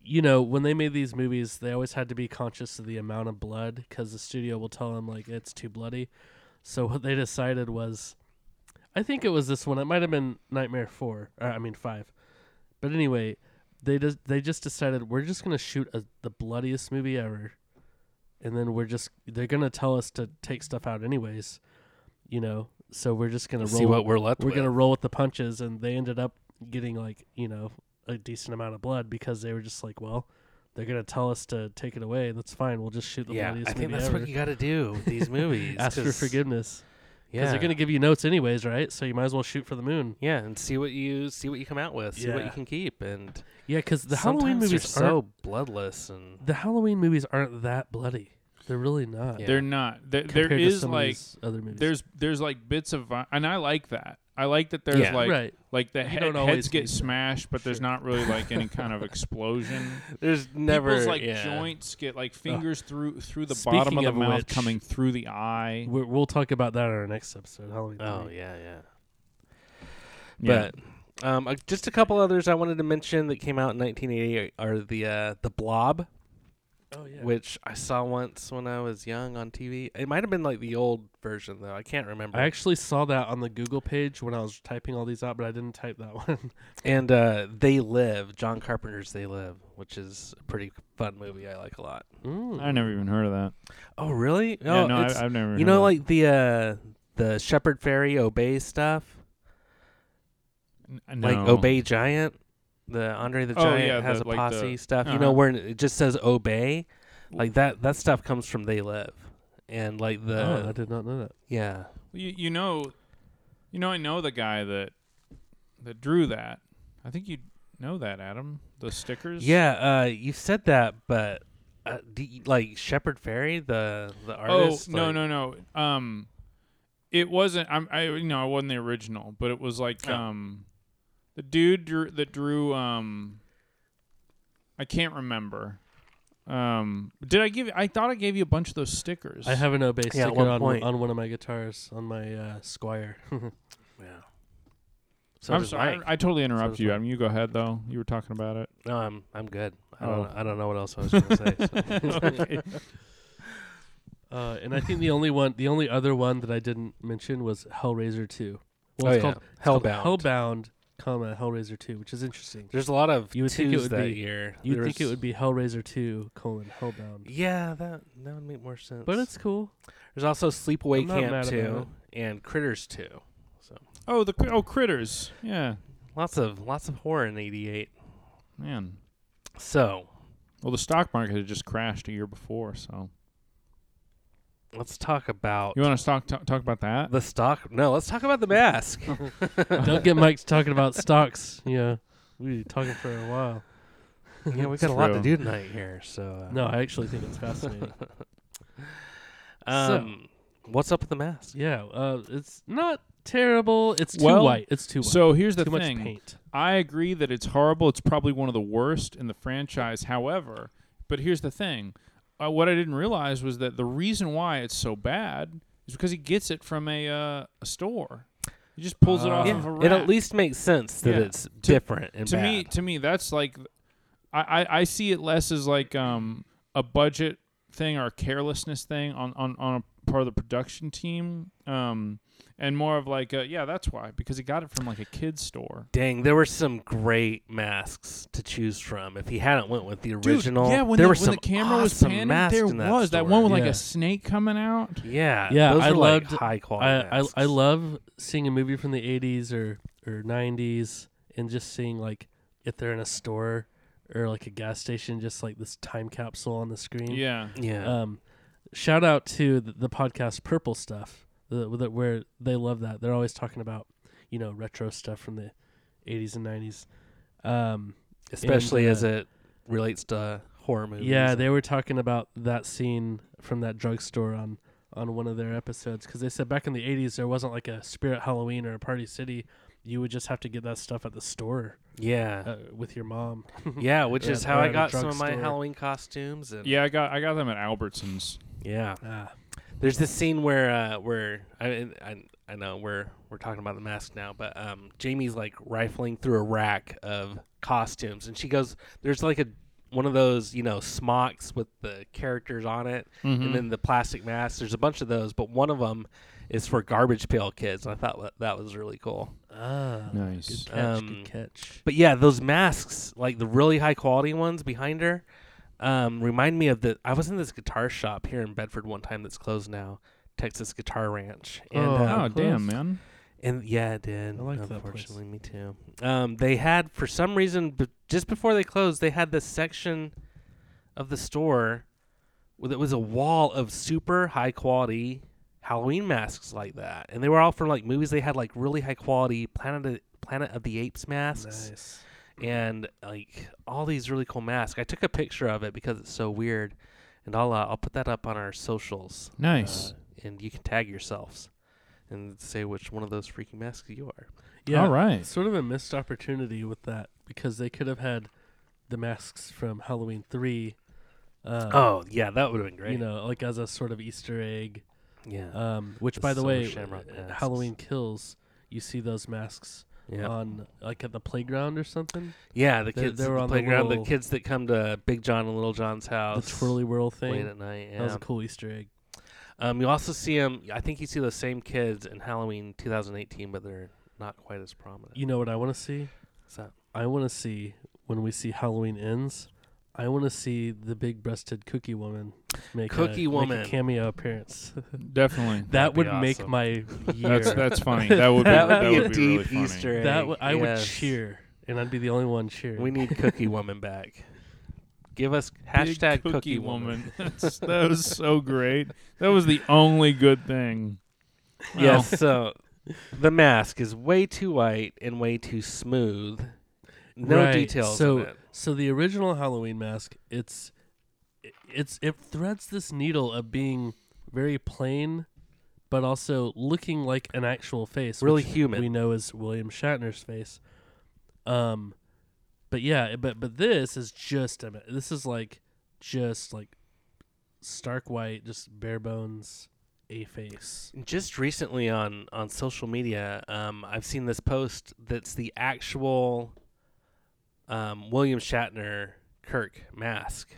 [SPEAKER 3] you know, when they made these movies, they always had to be conscious of the amount of blood because the studio will tell them like it's too bloody. So what they decided was, I think it was this one. It might have been Nightmare Four. Or, I mean Five. But anyway, they just they just decided we're just gonna shoot a, the bloodiest movie ever, and then we're just they're gonna tell us to take stuff out anyways, you know. So we're just gonna roll
[SPEAKER 2] See what we're left
[SPEAKER 3] we're
[SPEAKER 2] with.
[SPEAKER 3] gonna roll with the punches and they ended up getting like you know a decent amount of blood because they were just like well they're gonna tell us to take it away that's fine we'll just shoot the
[SPEAKER 2] yeah,
[SPEAKER 3] bloodiest
[SPEAKER 2] I think
[SPEAKER 3] movie
[SPEAKER 2] that's
[SPEAKER 3] ever
[SPEAKER 2] what you got to do with these movies.
[SPEAKER 3] ask for
[SPEAKER 2] 'cause-
[SPEAKER 3] forgiveness because
[SPEAKER 2] Yeah,
[SPEAKER 3] they're gonna give you notes anyways right so you might as well shoot for the moon
[SPEAKER 2] yeah, and see what you see what you come out with, see what you
[SPEAKER 3] Yeah.
[SPEAKER 2] can keep, and
[SPEAKER 3] yeah because the
[SPEAKER 2] sometimes
[SPEAKER 3] halloween
[SPEAKER 2] they're
[SPEAKER 3] movies
[SPEAKER 2] so bloodless and
[SPEAKER 3] aren't the halloween movies aren't that bloody They're really not.
[SPEAKER 2] Yeah.
[SPEAKER 1] They're not. There, there
[SPEAKER 3] compared to
[SPEAKER 1] is
[SPEAKER 3] some of
[SPEAKER 1] like
[SPEAKER 3] these other movies.
[SPEAKER 1] there's there's like bits of vi- and I like that. I like that there's
[SPEAKER 2] Yeah.
[SPEAKER 1] like
[SPEAKER 3] right.
[SPEAKER 1] like the he-
[SPEAKER 3] don't
[SPEAKER 1] heads
[SPEAKER 3] always
[SPEAKER 1] get
[SPEAKER 3] need that.
[SPEAKER 1] smashed, but there's
[SPEAKER 3] Sure.
[SPEAKER 1] not really like any kind of explosion.
[SPEAKER 2] There's never
[SPEAKER 1] People's like
[SPEAKER 2] yeah.
[SPEAKER 1] joints get like fingers through through the
[SPEAKER 3] Speaking
[SPEAKER 1] bottom of the
[SPEAKER 3] of
[SPEAKER 1] mouth
[SPEAKER 3] which-
[SPEAKER 1] coming through the eye.
[SPEAKER 3] We're, we'll talk about that in our next episode. Halloween.
[SPEAKER 2] Oh
[SPEAKER 3] three.
[SPEAKER 2] yeah, yeah.
[SPEAKER 1] Yeah.
[SPEAKER 2] But um, uh, just a couple others I wanted to mention that came out in 1980 are the uh, the Blob,
[SPEAKER 3] Oh yeah.
[SPEAKER 2] which I saw once when I was young on TV. It might have been like the old version though. I can't remember.
[SPEAKER 3] I actually saw that on the Google page when I was typing all these out, but I didn't type that one.
[SPEAKER 2] and uh, They Live, John Carpenter's They Live, which is a pretty fun movie. I like a lot.
[SPEAKER 3] Mm.
[SPEAKER 1] I never even heard of that.
[SPEAKER 2] Oh really?
[SPEAKER 1] yeah, no, I, I've never.
[SPEAKER 2] you
[SPEAKER 1] heard
[SPEAKER 2] know
[SPEAKER 1] of
[SPEAKER 2] like the uh, the Shepherd Fairy Obey stuff.
[SPEAKER 1] that. N- no.
[SPEAKER 2] like obey giant the andre the
[SPEAKER 1] Oh,
[SPEAKER 2] giant
[SPEAKER 1] yeah,
[SPEAKER 2] has
[SPEAKER 1] the-
[SPEAKER 2] a
[SPEAKER 1] like the-
[SPEAKER 2] posse stuff you know
[SPEAKER 1] uh-huh.
[SPEAKER 2] where it just says obey
[SPEAKER 1] W-
[SPEAKER 2] like that that stuff comes from they live and like the
[SPEAKER 3] oh, I did not know that.
[SPEAKER 2] yeah
[SPEAKER 1] You, you know, you know, I know the guy that that drew that. I think you know that Adam. The stickers.
[SPEAKER 2] yeah uh you said that but uh, do you- like shepherd Fairey, the the
[SPEAKER 1] Oh
[SPEAKER 2] artist
[SPEAKER 1] no
[SPEAKER 2] like-
[SPEAKER 1] no no. Um, it wasn't. I'm. I you know I wasn't the original, but it was like
[SPEAKER 2] Oh.
[SPEAKER 1] um, the dude drew, that drew um. I can't remember. Um, did I give? I thought I gave you a bunch of those stickers.
[SPEAKER 3] I have an obey sticker
[SPEAKER 2] one
[SPEAKER 3] on,
[SPEAKER 2] point.
[SPEAKER 3] on one of my guitars on my uh, Squire.
[SPEAKER 2] yeah so
[SPEAKER 1] I'm
[SPEAKER 2] does
[SPEAKER 1] sorry.
[SPEAKER 2] Mike.
[SPEAKER 1] I, I totally interrupted
[SPEAKER 2] does
[SPEAKER 1] you.
[SPEAKER 2] Mike.
[SPEAKER 1] Adam. you go ahead though. You were talking about it.
[SPEAKER 2] no i'm Um, i'm good i
[SPEAKER 1] Oh.
[SPEAKER 2] don't i don't know what else i was gonna say so.
[SPEAKER 1] Okay.
[SPEAKER 3] uh, and I think the only one, the only other one that I didn't mention was Hellraiser Two. Well,
[SPEAKER 2] Oh,
[SPEAKER 3] it's
[SPEAKER 2] yeah.
[SPEAKER 3] called it's called
[SPEAKER 2] Hellbound.
[SPEAKER 3] Hellbound, comma Hellraiser Two, which is interesting.
[SPEAKER 2] there's a lot of
[SPEAKER 3] You would think it
[SPEAKER 2] twos
[SPEAKER 3] would
[SPEAKER 2] that
[SPEAKER 3] be-
[SPEAKER 2] year
[SPEAKER 3] You'd
[SPEAKER 2] There
[SPEAKER 3] think it
[SPEAKER 2] was-
[SPEAKER 3] would be Hellraiser Two colon Hellbound,
[SPEAKER 2] yeah that that would make more sense
[SPEAKER 3] but it's cool.
[SPEAKER 2] There's also Sleepaway
[SPEAKER 3] I'm not
[SPEAKER 2] Camp
[SPEAKER 3] mad about
[SPEAKER 2] 2 and Critters 2.
[SPEAKER 1] oh the cri- oh critters. Yeah,
[SPEAKER 2] Lots of lots of horror in 88.
[SPEAKER 1] man.
[SPEAKER 2] So,
[SPEAKER 1] Well, the stock market had just crashed a year before, so
[SPEAKER 2] let's talk about
[SPEAKER 1] you want to talk talk talk about that?
[SPEAKER 2] the stock. No, let's talk about the mask.
[SPEAKER 3] Don't get Mike to talking about stocks. Yeah, we were talking for a while.
[SPEAKER 2] yeah, we've got a lot to do
[SPEAKER 1] True.
[SPEAKER 2] tonight here. So, uh,
[SPEAKER 3] No, I actually think it's fascinating.
[SPEAKER 2] um what's up with the mask?
[SPEAKER 3] yeah, uh, it's not terrible. It's too
[SPEAKER 1] Well,
[SPEAKER 3] white. It's too white.
[SPEAKER 1] So here's the
[SPEAKER 3] too
[SPEAKER 1] thing.
[SPEAKER 3] much paint.
[SPEAKER 1] I agree that it's horrible. It's probably one of the worst in the franchise. However, but here's the thing. Uh, what I didn't realize was that the reason why it's so bad is because he gets it from a, uh, a store. He just pulls it off
[SPEAKER 3] Yeah.
[SPEAKER 1] of a rack.
[SPEAKER 2] It at least makes sense that
[SPEAKER 1] Yeah.
[SPEAKER 2] it's different and
[SPEAKER 1] Uh, to me,
[SPEAKER 2] bad.
[SPEAKER 1] to me, that's like, I, I, I see it less as like um, a budget thing or a carelessness thing on, on, on a part of the production team, um, and more of like, a, yeah, that's why because he got it from like a kid's store.
[SPEAKER 2] Dang, there were some great masks to choose from. If he hadn't went with the
[SPEAKER 1] Dude,
[SPEAKER 2] original,
[SPEAKER 1] yeah, when
[SPEAKER 2] there
[SPEAKER 1] the,
[SPEAKER 2] were
[SPEAKER 1] when
[SPEAKER 2] some
[SPEAKER 1] the camera was
[SPEAKER 2] awesome
[SPEAKER 1] panning,
[SPEAKER 2] masks
[SPEAKER 1] there
[SPEAKER 2] in that
[SPEAKER 1] was that
[SPEAKER 2] store.
[SPEAKER 1] one with like
[SPEAKER 3] Yeah.
[SPEAKER 1] a snake coming out.
[SPEAKER 2] Yeah,
[SPEAKER 3] Yeah,
[SPEAKER 2] Those
[SPEAKER 3] I
[SPEAKER 2] are like
[SPEAKER 3] loved-
[SPEAKER 2] high quality.
[SPEAKER 3] I, I
[SPEAKER 2] masks.
[SPEAKER 3] I love seeing a movie from the '80s or or '90s and just seeing like if they're in a store or like a gas station, just like this time capsule on the screen.
[SPEAKER 1] Yeah,
[SPEAKER 2] Yeah.
[SPEAKER 3] Um, shout out to the, the podcast Purple Stuff, the, the, where they love that. They're always talking about you know retro stuff from the '80s and '90s. Um,
[SPEAKER 2] especially
[SPEAKER 3] and,
[SPEAKER 2] as
[SPEAKER 3] uh,
[SPEAKER 2] it relates to horror movies.
[SPEAKER 3] Yeah, they were talking about that scene from that drugstore on on one of their episodes because they said back in the '80s there wasn't like a Spirit Halloween or a Party City. You would just have to get that stuff at the store
[SPEAKER 2] yeah,
[SPEAKER 3] uh, with your mom.
[SPEAKER 2] yeah, which
[SPEAKER 3] Yeah,
[SPEAKER 2] is
[SPEAKER 3] they're
[SPEAKER 2] how
[SPEAKER 3] at
[SPEAKER 2] I
[SPEAKER 3] a
[SPEAKER 2] got some of my
[SPEAKER 3] drugstore.
[SPEAKER 2] Halloween costumes. And
[SPEAKER 1] yeah. I got I got them at Albertsons.
[SPEAKER 2] yeah.
[SPEAKER 3] Ah,
[SPEAKER 2] There's this scene where uh, where I, I I know we're we're talking about the mask now, but um, Jamie's like rifling through a rack of costumes, and she goes, "There's like a." One of those, you know, smocks with the characters on it,
[SPEAKER 1] Mhm.
[SPEAKER 2] and then the plastic masks. There's a bunch of those, but one of them is for garbage pail kids, and I thought that- that was really cool.
[SPEAKER 3] ah,
[SPEAKER 1] Nice.
[SPEAKER 3] Good catch.
[SPEAKER 2] Um,
[SPEAKER 3] good catch.
[SPEAKER 2] But yeah, those masks, like the really high quality ones behind her, um, remind me of the. I was in this guitar shop here in Bedford one time that's closed now, Texas Guitar Ranch, and
[SPEAKER 3] Oh,
[SPEAKER 1] Oh
[SPEAKER 2] um,
[SPEAKER 1] damn, man!
[SPEAKER 2] and yeah, it did.
[SPEAKER 3] I like that place.
[SPEAKER 2] unfortunately, me too. Um, they had for some reason, b- just before they closed, they had this section of the store where it was a wall of super high quality Halloween masks like that, and they were all from like movies. They had like really high quality Planet of, Planet of the Apes masks
[SPEAKER 3] Nice.
[SPEAKER 2] and like all these really cool masks. I took a picture of it because it's so weird, and I'll uh, I'll put that up on our socials.
[SPEAKER 1] Nice.
[SPEAKER 2] uh, and you can tag yourselves and say which one of those freaking masks you are.
[SPEAKER 3] Yeah.
[SPEAKER 1] All right.
[SPEAKER 3] Sort of a missed opportunity with that because they could have had the masks from Halloween three. Uh,
[SPEAKER 2] Oh yeah, that would have been great.
[SPEAKER 3] You know, like as a sort of Easter egg.
[SPEAKER 2] yeah,
[SPEAKER 3] Um, which,
[SPEAKER 2] The
[SPEAKER 3] by the
[SPEAKER 2] Silver
[SPEAKER 3] way,
[SPEAKER 2] Shamrock
[SPEAKER 3] uh,
[SPEAKER 2] masks.
[SPEAKER 3] Halloween Kills, you see those masks
[SPEAKER 2] yeah,
[SPEAKER 3] on like at the playground or something.
[SPEAKER 2] yeah. The
[SPEAKER 3] they-
[SPEAKER 2] kids
[SPEAKER 3] they
[SPEAKER 2] at
[SPEAKER 3] uh, were
[SPEAKER 2] the
[SPEAKER 3] on the
[SPEAKER 2] playground, the,
[SPEAKER 3] little-
[SPEAKER 2] kids that come to Big John and Little John's house,
[SPEAKER 3] the twirly whirl thing.
[SPEAKER 2] late at night. Yeah.
[SPEAKER 3] That was a cool Easter egg.
[SPEAKER 2] Um, you also see them. I think you see those same kids in Halloween 2018, but they're not quite as prominent.
[SPEAKER 3] You know what I want to see?
[SPEAKER 2] So,
[SPEAKER 3] I want to see when we see Halloween ends. I want to see the big-breasted cookie woman make a-
[SPEAKER 2] Cookie
[SPEAKER 3] make a,
[SPEAKER 2] woman.
[SPEAKER 3] cameo appearance.
[SPEAKER 1] Definitely.
[SPEAKER 3] that
[SPEAKER 2] be
[SPEAKER 3] would make
[SPEAKER 2] awesome.
[SPEAKER 3] my year.
[SPEAKER 1] That's that's funny. That would be
[SPEAKER 2] that would be a
[SPEAKER 1] be really
[SPEAKER 2] deep
[SPEAKER 1] funny.
[SPEAKER 2] Easter egg.
[SPEAKER 3] That w- I
[SPEAKER 2] yes.
[SPEAKER 3] would cheer, and I'd be the only one cheering.
[SPEAKER 2] We need Cookie Woman back. Give us
[SPEAKER 1] Big
[SPEAKER 2] hashtag Cookie, Woman.
[SPEAKER 1] That's- that was so great. That was the only good thing. Well,
[SPEAKER 2] Yes. So the mask is way too white and way too smooth. No
[SPEAKER 3] Right,
[SPEAKER 2] details.
[SPEAKER 3] So,
[SPEAKER 2] in it.
[SPEAKER 3] so the original Halloween mask, it's, it- it's it threads this needle of being very plain, but also looking like an actual face,
[SPEAKER 2] really
[SPEAKER 3] which
[SPEAKER 2] human.
[SPEAKER 3] we know is William Shatner's face. Um, but yeah, but but this is just I mean, this is like just like stark white, just bare bones, a face.
[SPEAKER 2] Just recently on on social media, um, I've seen this post that's the actual um, William Shatner Kirk mask,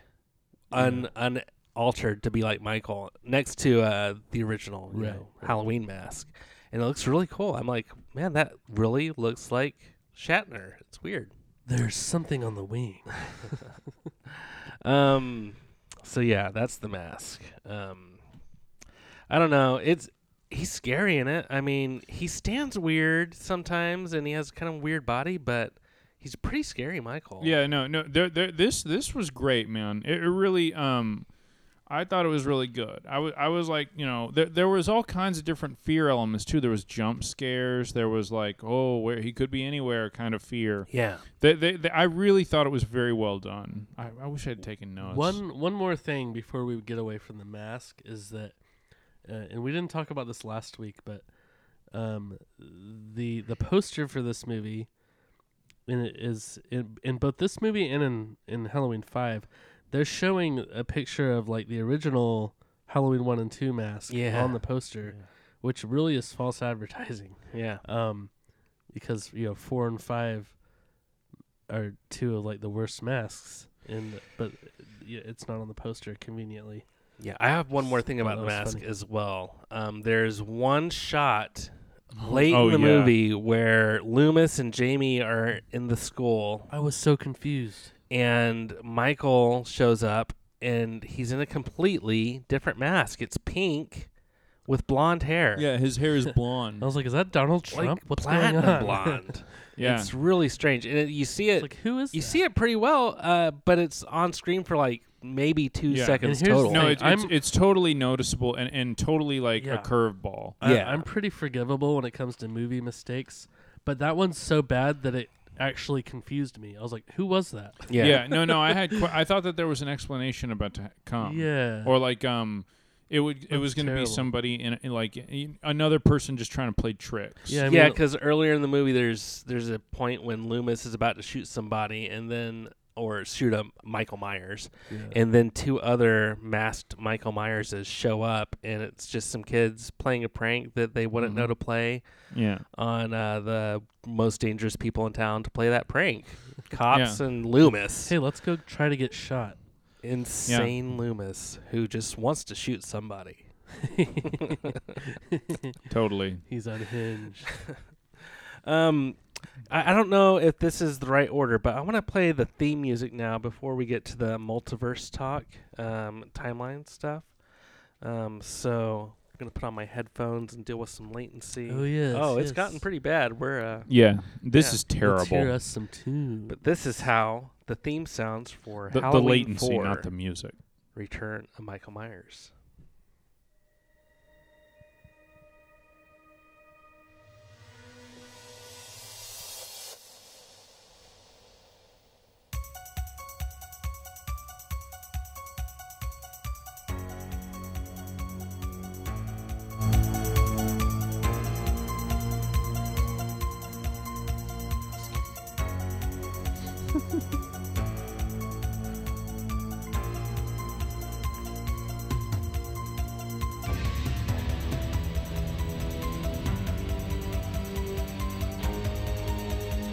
[SPEAKER 2] un unaltered to be like Michael, next to uh, the original you
[SPEAKER 3] Right,
[SPEAKER 2] know,
[SPEAKER 3] right.
[SPEAKER 2] Halloween mask, and it looks really cool. I'm like, man, that really looks like Shatner. It's weird.
[SPEAKER 3] There's something on the wing.
[SPEAKER 2] Um, so yeah, that's the mask. Um, I don't know. It's he's scary in it. I mean, he stands weird sometimes, and he has kind of weird body, but he's pretty scary, Michael.
[SPEAKER 1] Yeah, no, no. There, there, this, this was great, man. It, it really, um, I thought it was really good. I was, I was like, you know, there, there was all kinds of different fear elements too. There was jump scares. There was like, oh, where he could be anywhere kind of fear.
[SPEAKER 2] yeah.
[SPEAKER 1] They, they, they, I really thought it was very well done. I, I wish I had taken notes.
[SPEAKER 3] One one more thing before we get away from the mask is that, uh, and we didn't talk about this last week, but um, the the poster for this movie, and it is in, in both this movie and in in Halloween Five, they're showing a picture of like the original Halloween One and Two mask
[SPEAKER 2] Yeah.
[SPEAKER 3] on the poster, which really is false advertising
[SPEAKER 2] Yeah.
[SPEAKER 3] um, because you know four and five are two of like the worst masks, and but yeah, it's not on the poster conveniently.
[SPEAKER 2] Yeah. I have one more thing
[SPEAKER 3] Oh,
[SPEAKER 2] about
[SPEAKER 3] that
[SPEAKER 2] the
[SPEAKER 3] was
[SPEAKER 2] mask
[SPEAKER 3] funny.
[SPEAKER 2] as well. Um, there's one shot late
[SPEAKER 1] Oh,
[SPEAKER 2] in the
[SPEAKER 1] yeah.
[SPEAKER 2] movie where Loomis and Jamie are in the school
[SPEAKER 3] I was so confused.
[SPEAKER 2] and Michael shows up and he's in a completely different mask. It's pink with blonde hair.
[SPEAKER 1] Yeah, his hair is blonde.
[SPEAKER 3] I was like, is that Donald
[SPEAKER 2] Like
[SPEAKER 3] Trump? What's going
[SPEAKER 2] platinum
[SPEAKER 3] on?
[SPEAKER 2] blonde.
[SPEAKER 1] yeah,
[SPEAKER 2] It's really strange. And it, you see
[SPEAKER 3] It's
[SPEAKER 2] it
[SPEAKER 3] like who is
[SPEAKER 2] you
[SPEAKER 3] that?
[SPEAKER 2] see it pretty well, uh, but it's on screen for like maybe two
[SPEAKER 1] Yeah.
[SPEAKER 2] seconds
[SPEAKER 3] And here's
[SPEAKER 2] total.
[SPEAKER 3] the
[SPEAKER 1] no,
[SPEAKER 3] thing,
[SPEAKER 1] it's, it's
[SPEAKER 3] I'm-
[SPEAKER 1] it's totally noticeable and, and totally like
[SPEAKER 3] Yeah.
[SPEAKER 1] a curveball.
[SPEAKER 3] I,
[SPEAKER 2] Yeah.
[SPEAKER 3] I'm pretty forgivable when it comes to movie mistakes, but that one's so bad that it actually confused me. I was like, who was that?
[SPEAKER 1] Yeah.
[SPEAKER 2] yeah.
[SPEAKER 1] no, no. I had. Qu- I thought that there was an explanation about to come.
[SPEAKER 3] yeah.
[SPEAKER 1] Or like um, it would. it
[SPEAKER 3] That's
[SPEAKER 1] was going to be
[SPEAKER 3] terrible.
[SPEAKER 1] somebody in, in like in- another person just trying to play tricks.
[SPEAKER 3] yeah, I mean,
[SPEAKER 2] yeah, because earlier in the movie, there's there's a point when Loomis is about to shoot somebody, and then or shoot a Michael Myers,
[SPEAKER 3] yeah.
[SPEAKER 2] and then two other masked Michael Myerses show up, and it's just some kids playing a prank that they wouldn't
[SPEAKER 3] Mm-hmm.
[SPEAKER 2] know to play
[SPEAKER 1] Yeah.
[SPEAKER 2] on uh, the most dangerous people in town to play that prank. Cops and Loomis,
[SPEAKER 3] hey, let's go try to get shot.
[SPEAKER 2] insane Loomis, who just wants to shoot somebody.
[SPEAKER 1] Totally.
[SPEAKER 3] He's unhinged.
[SPEAKER 2] Um, I, I don't know if this is the right order, but I want to play the theme music now before we get to the multiverse talk, um, timeline stuff. Um, so I'm gonna put on my headphones and deal with some latency.
[SPEAKER 3] Oh yes.
[SPEAKER 2] oh, it's
[SPEAKER 3] yes.
[SPEAKER 2] gotten pretty bad. We're uh,
[SPEAKER 1] Yeah. This
[SPEAKER 2] Yeah.
[SPEAKER 1] is
[SPEAKER 3] Let's hear
[SPEAKER 1] terrible.
[SPEAKER 3] us some tunes.
[SPEAKER 2] but this is how the theme sounds for
[SPEAKER 1] The, the
[SPEAKER 2] Halloween
[SPEAKER 1] latency,
[SPEAKER 2] 4,
[SPEAKER 1] not the music.
[SPEAKER 2] Return of Michael Myers.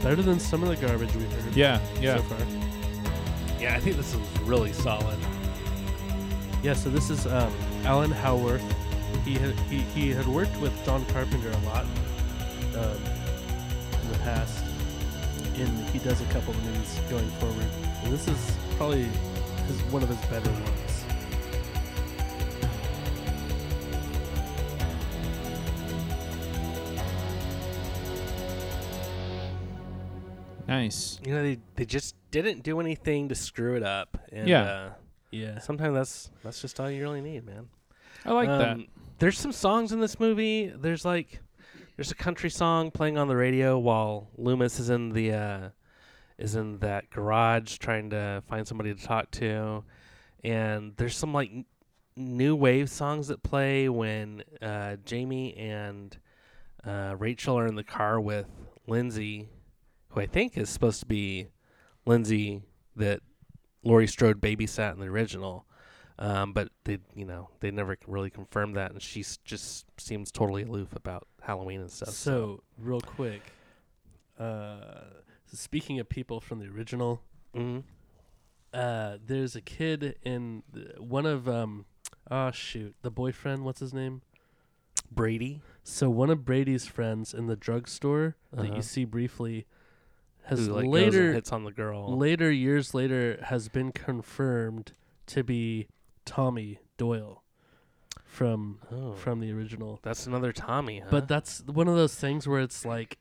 [SPEAKER 3] Better than some of the garbage we've heard
[SPEAKER 1] Yeah, yeah.
[SPEAKER 3] so far.
[SPEAKER 2] Yeah, I think this is really solid.
[SPEAKER 3] Yeah, so this is um, Alan Howarth. He had he, he had worked with John Carpenter a lot um, in the past, and he does a couple of movies going forward. And this is probably his, one of his better ones.
[SPEAKER 1] Nice.
[SPEAKER 2] You know, they, they just didn't do anything to screw it up. And,
[SPEAKER 1] Yeah.
[SPEAKER 3] Yeah,
[SPEAKER 2] Uh, sometimes that's that's just all you really need, man.
[SPEAKER 1] I like that.
[SPEAKER 2] Um, There's some songs in this movie. There's like, there's a country song playing on the radio while Loomis is in the, uh, is in that garage trying to find somebody to talk to, and there's some like n- new wave songs that play when uh, Jamie and uh, Rachel are in the car with Lindsay, who I think is supposed to be Lindsay that Laurie Strode babysat in the original. Um, but they, you know, they never really confirmed that, and she s- just seems totally aloof about Halloween and stuff.
[SPEAKER 3] So, real quick, uh, speaking of people from the original,
[SPEAKER 2] mm-hmm.
[SPEAKER 3] uh, there's a kid in the, one of um, oh shoot, the boyfriend. What's his name?
[SPEAKER 2] Brady
[SPEAKER 3] So one of Brady's friends in the drugstore that
[SPEAKER 2] Uh-huh.
[SPEAKER 3] you see briefly
[SPEAKER 2] who,
[SPEAKER 3] has
[SPEAKER 2] like, goes and
[SPEAKER 3] later
[SPEAKER 2] hits on the girl.
[SPEAKER 3] later years later has been confirmed to be Tommy Doyle from
[SPEAKER 2] oh,
[SPEAKER 3] from the original.
[SPEAKER 2] that's another Tommy. Huh?
[SPEAKER 3] But that's one of those things where it's like,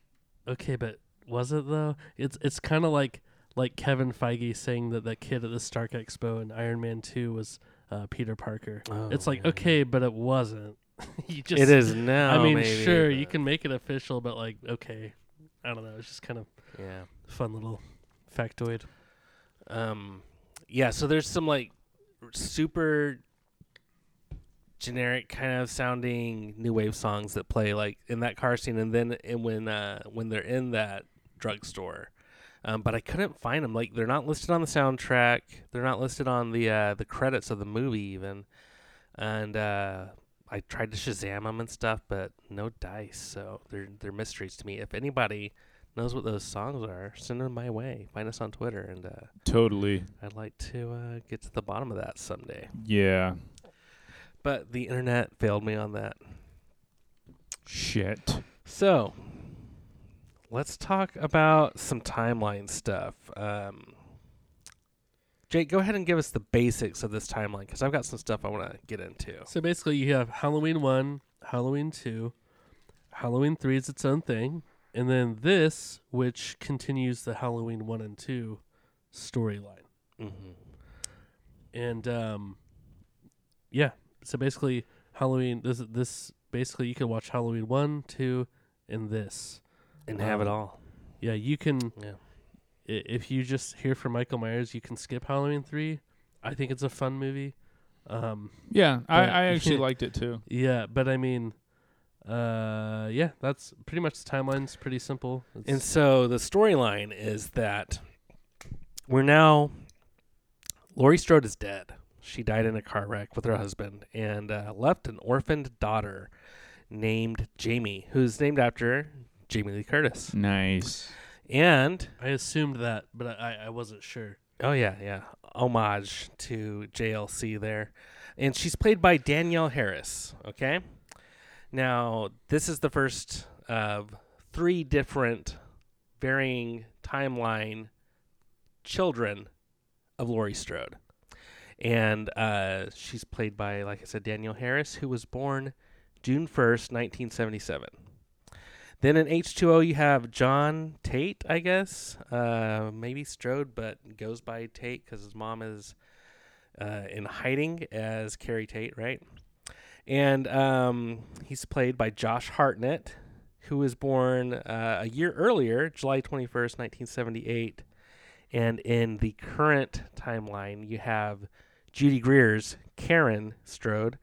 [SPEAKER 3] okay, but was it though? It's it's kind of like like Kevin Feige saying that that kid at the Stark Expo in Iron Man Two was uh, Peter Parker.
[SPEAKER 2] Oh,
[SPEAKER 3] it's like
[SPEAKER 2] yeah,
[SPEAKER 3] okay, but it wasn't. you just
[SPEAKER 2] it is now.
[SPEAKER 3] I mean,
[SPEAKER 2] Oh, maybe,
[SPEAKER 3] sure,
[SPEAKER 2] but-
[SPEAKER 3] you can make it official, but like, okay, I don't know. It's just kind of
[SPEAKER 2] Yeah.
[SPEAKER 3] fun little factoid.
[SPEAKER 2] Um, yeah. So there's some like r- super generic kind of sounding new wave songs that play like in that car scene, and then and when uh, when they're in that drugstore. Um, but I couldn't find them. Like they're not listed on the soundtrack. They're not listed on the uh, the credits of the movie even. And uh, I tried to Shazam them and stuff, but no dice. So they're they're mysteries to me. If anybody knows what those songs are, send them my way. Find us on Twitter and uh,
[SPEAKER 1] Totally.
[SPEAKER 2] I'd like to uh, get to the bottom of that someday.
[SPEAKER 1] Yeah.
[SPEAKER 2] But the internet failed me on that.
[SPEAKER 1] Shit.
[SPEAKER 2] So, let's talk about some timeline stuff. Um, Jake, go ahead and give us the basics of this timeline because I've got some stuff I want to get into.
[SPEAKER 3] So basically, you have Halloween one, Halloween two, Halloween three is its own thing, and then this, which continues the Halloween one and two storyline.
[SPEAKER 2] Mm-hmm.
[SPEAKER 3] and um, yeah. So basically, Halloween. This this basically you can watch Halloween one, two, and this.
[SPEAKER 2] And have it
[SPEAKER 3] Um,
[SPEAKER 2] all.
[SPEAKER 3] Yeah, you can.
[SPEAKER 2] Yeah.
[SPEAKER 3] i- If you just hear from Michael Myers, you can skip Halloween three. I think it's a fun movie. Um,
[SPEAKER 1] Yeah, I,
[SPEAKER 3] But-
[SPEAKER 1] I actually liked it too.
[SPEAKER 3] yeah, but I mean, uh, yeah, that's pretty much the timeline's pretty simple. It's,
[SPEAKER 2] And so the storyline is that we're now Laurie Strode is dead. She died in a car wreck with her husband and uh, left an orphaned daughter named Jamie, who's named after Jamie Lee Curtis.
[SPEAKER 1] Nice.
[SPEAKER 2] And
[SPEAKER 3] I assumed that, but I, I- I wasn't sure.
[SPEAKER 2] oh yeah, yeah, homage to JLC there. And she's played by Danielle Harris. Okay, now this is the first of three different varying timeline children of Laurie Strode. And uh, she's played by, like I said, Daniel Harris, who was born June 1st, 1977. Then in H2O, you have John Tate, I guess. Uh, maybe Strode, but goes by Tate because his mom is uh, in hiding as Carrie Tate, right? And um, he's played by Josh Hartnett, who was born uh, a year earlier, July 21st, 1978. And in the current timeline, you have Judy Greer's Karen Strode.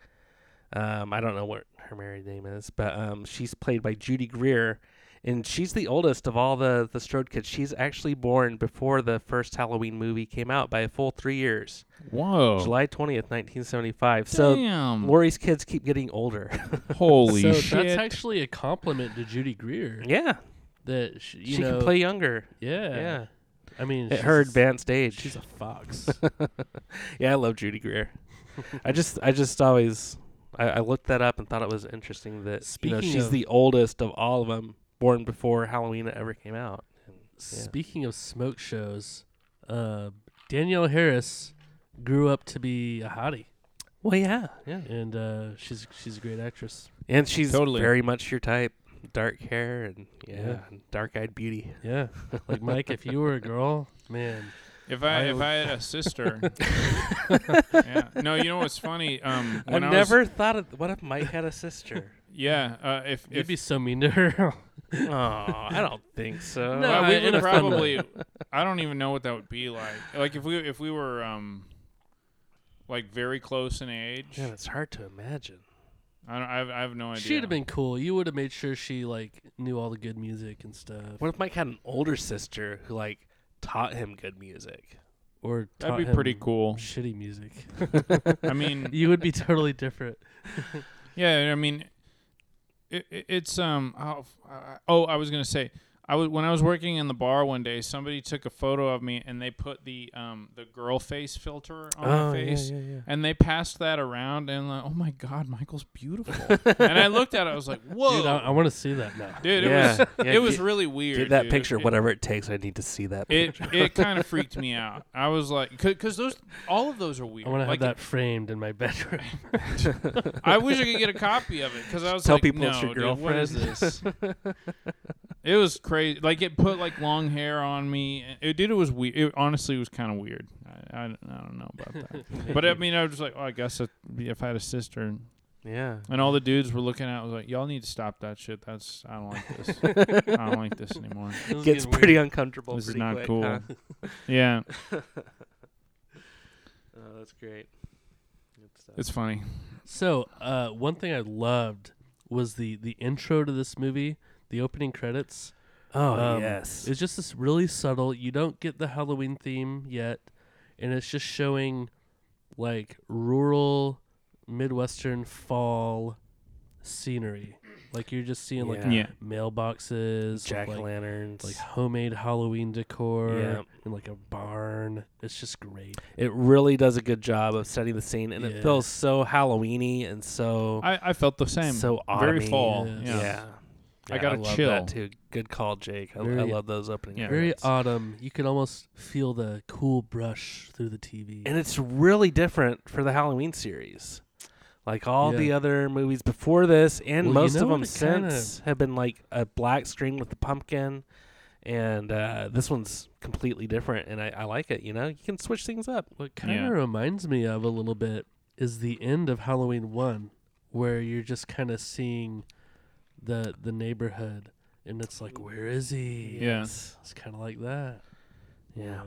[SPEAKER 2] Um, I don't know what her married name is, but um, she's played by Judy Greer and she's the oldest of all the the Strode kids. She's actually born before the first Halloween movie came out by a full three years,
[SPEAKER 3] Oh.
[SPEAKER 1] Whoa.
[SPEAKER 2] July twentieth, nineteen seventy five. So
[SPEAKER 1] Damn.
[SPEAKER 2] Lori's kids keep getting older.
[SPEAKER 1] Holy
[SPEAKER 3] so
[SPEAKER 1] shit.
[SPEAKER 3] that's actually a compliment to Judy Greer.
[SPEAKER 2] yeah,
[SPEAKER 3] That she, you
[SPEAKER 2] she
[SPEAKER 3] know,
[SPEAKER 2] can play younger.
[SPEAKER 3] Yeah,
[SPEAKER 2] Yeah,
[SPEAKER 3] I mean,
[SPEAKER 2] at
[SPEAKER 3] she's
[SPEAKER 2] her
[SPEAKER 3] a-
[SPEAKER 2] advanced age.
[SPEAKER 3] She's a fox.
[SPEAKER 2] yeah, I love Judy Greer. I just, I just always, I, I looked that up and thought it was interesting that you know,
[SPEAKER 3] Speaking
[SPEAKER 2] she's
[SPEAKER 3] of-
[SPEAKER 2] the oldest of all of them, born before Halloween ever came out.
[SPEAKER 3] Speaking of smoke shows, uh, Danielle Harris grew up to be a hottie,
[SPEAKER 2] Well, yeah, yeah,
[SPEAKER 3] and uh, she's she's a great actress.
[SPEAKER 2] and she's
[SPEAKER 1] Totally.
[SPEAKER 2] very much your type, dark hair and yeah,
[SPEAKER 3] Yeah.
[SPEAKER 2] dark eyed beauty.
[SPEAKER 3] Yeah, like Mike, if you were a girl, man,
[SPEAKER 1] If I,
[SPEAKER 3] I
[SPEAKER 1] if
[SPEAKER 3] would-
[SPEAKER 1] I had a sister, yeah. no, you know what's funny? Um, when
[SPEAKER 2] I
[SPEAKER 1] I was-
[SPEAKER 2] never thought of what if Mike had a sister.
[SPEAKER 1] yeah, uh, if
[SPEAKER 3] you'd
[SPEAKER 1] if
[SPEAKER 3] be so mean to her.
[SPEAKER 2] oh, I don't think so.
[SPEAKER 3] No,
[SPEAKER 1] well,
[SPEAKER 3] I-
[SPEAKER 1] we
[SPEAKER 3] in
[SPEAKER 1] would
[SPEAKER 3] a fun
[SPEAKER 1] probably. I don't even know what that would be like. Like if we if we were um, like very close in age.
[SPEAKER 2] Man, it's hard to imagine.
[SPEAKER 1] I don't. I have, I have no idea.
[SPEAKER 3] She'd have been cool. You would have made sure she like knew all the good music and stuff,
[SPEAKER 2] What if Mike had an older sister who like taught him good music?
[SPEAKER 3] or
[SPEAKER 1] That'd
[SPEAKER 3] taught
[SPEAKER 1] be
[SPEAKER 3] him
[SPEAKER 1] pretty cool.
[SPEAKER 3] Shitty music.
[SPEAKER 1] I mean,
[SPEAKER 3] you would be totally different.
[SPEAKER 1] yeah. I mean, it, it- it's um. Oh, I- oh, I was gonna say. I was when I was working in the bar one day. Somebody took a photo of me and they put the um the girl face filter on
[SPEAKER 3] Oh,
[SPEAKER 1] my face.
[SPEAKER 2] Oh, yeah, yeah.
[SPEAKER 1] And they passed that around and like, oh my god, Michael's beautiful. and I looked at it, I was like, whoa,
[SPEAKER 3] Dude, I, I want to see that now.
[SPEAKER 1] Dude, it
[SPEAKER 2] Yeah,
[SPEAKER 1] was
[SPEAKER 2] yeah,
[SPEAKER 1] it was
[SPEAKER 2] get-
[SPEAKER 1] really weird.
[SPEAKER 2] Get that
[SPEAKER 1] dude.
[SPEAKER 2] picture,
[SPEAKER 1] It-
[SPEAKER 2] whatever it takes. I need to see that.
[SPEAKER 1] It it kind of freaked me out. I was like, because those all of those are weird.
[SPEAKER 3] I want to
[SPEAKER 1] like,
[SPEAKER 3] have that framed in my bedroom.
[SPEAKER 1] I wish I could get a copy of it because I was
[SPEAKER 2] Tell
[SPEAKER 1] like,
[SPEAKER 2] people
[SPEAKER 1] no,
[SPEAKER 2] it's your
[SPEAKER 1] dude, what is this? it was crazy. Like it put like long hair on me. It did. It was weird. It honestly was kind of weird. I, I, I don't know about that. but I mean, I was just like, oh, I guess it- if I had a sister
[SPEAKER 2] yeah.
[SPEAKER 1] and all the dudes were looking at, it, I was like, y'all need to stop that shit. That's I don't like this. I don't like this anymore.
[SPEAKER 3] This is
[SPEAKER 2] Gets
[SPEAKER 3] getting
[SPEAKER 2] pretty
[SPEAKER 3] weird.
[SPEAKER 2] uncomfortable.
[SPEAKER 1] This is
[SPEAKER 2] pretty
[SPEAKER 1] not
[SPEAKER 2] quick,
[SPEAKER 1] cool.
[SPEAKER 2] huh?
[SPEAKER 1] Yeah,
[SPEAKER 2] Oh, that's great. Good stuff.
[SPEAKER 1] it's funny.
[SPEAKER 3] So, uh, one thing I loved was the the intro to this movie, the opening credits.
[SPEAKER 2] oh
[SPEAKER 3] um,
[SPEAKER 2] yes.
[SPEAKER 3] It's just this really subtle. You don't get the Halloween theme yet, and it's just showing like rural Midwestern fall scenery. Like you're just seeing like
[SPEAKER 2] Yeah.
[SPEAKER 1] Yeah.
[SPEAKER 3] mailboxes, with,
[SPEAKER 2] Jack
[SPEAKER 3] like,
[SPEAKER 2] o' lanterns.
[SPEAKER 3] like homemade Halloween decor,
[SPEAKER 2] Yeah.
[SPEAKER 3] and like a barn. It's just great.
[SPEAKER 2] it really does a good job of setting the scene, and
[SPEAKER 3] Yeah.
[SPEAKER 2] it feels so Halloweeny and so
[SPEAKER 1] I, I felt the same.
[SPEAKER 2] so
[SPEAKER 1] very
[SPEAKER 2] autumny.
[SPEAKER 1] fall.
[SPEAKER 3] Yes.
[SPEAKER 1] Yeah.
[SPEAKER 2] yeah.
[SPEAKER 1] I gotta
[SPEAKER 2] love
[SPEAKER 1] chill.
[SPEAKER 2] that too. Good call, Jake. I, I
[SPEAKER 3] Very-
[SPEAKER 2] love those opening.
[SPEAKER 1] yeah.
[SPEAKER 3] Very
[SPEAKER 2] credits.
[SPEAKER 3] autumn. You can almost feel the cool brush through the TV.
[SPEAKER 2] and it's really different for the Halloween series. Like all
[SPEAKER 3] Yeah.
[SPEAKER 2] the other movies before this, and
[SPEAKER 3] Well, you
[SPEAKER 2] most
[SPEAKER 3] know
[SPEAKER 2] of them
[SPEAKER 3] what it kinda-
[SPEAKER 2] since, have been like a black screen with the pumpkin, and uh, this one's completely different. And I, I like it. You know, you can switch things up.
[SPEAKER 3] what kind of
[SPEAKER 1] Yeah.
[SPEAKER 3] reminds me of a little bit is the end of Halloween 1 where you're just kind of seeing the the neighborhood and it's like where is he?
[SPEAKER 1] Yeah.
[SPEAKER 3] It's kind of like that.
[SPEAKER 2] yeah.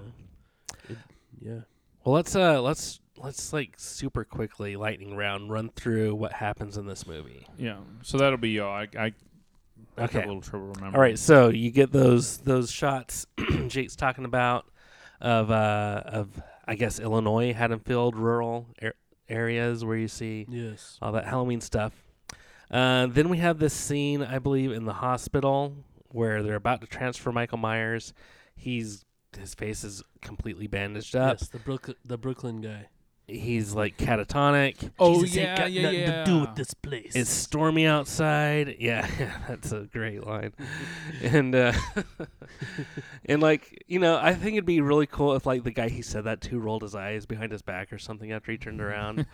[SPEAKER 3] Yeah.
[SPEAKER 2] Well, let's uh, let's let's like super quickly lightning round run through what happens in this movie.
[SPEAKER 1] Yeah, so that'll be y'all. I, I, I have
[SPEAKER 2] Okay.
[SPEAKER 1] a little trouble remembering.
[SPEAKER 2] All right, so you get those those shots Jake's talking about of uh, of I guess Illinois, Haddonfield, rural ar- areas where you see
[SPEAKER 3] Yes.
[SPEAKER 2] all that Halloween stuff. Uh, then we have this scene, I believe, in the hospital where they're about to transfer Michael Myers. He's his face is completely bandaged up.
[SPEAKER 3] yes, the Brook the Brooklyn guy.
[SPEAKER 2] He's like catatonic.
[SPEAKER 1] Oh
[SPEAKER 3] Jesus ain't
[SPEAKER 1] yeah,
[SPEAKER 3] got
[SPEAKER 1] yeah,
[SPEAKER 3] nothing
[SPEAKER 1] yeah.
[SPEAKER 3] to do with this place.
[SPEAKER 2] It's stormy outside. Yeah, that's a great line. and uh, and like you know, I think it'd be really cool if like the guy he said that to rolled his eyes behind his back or something after he turned around.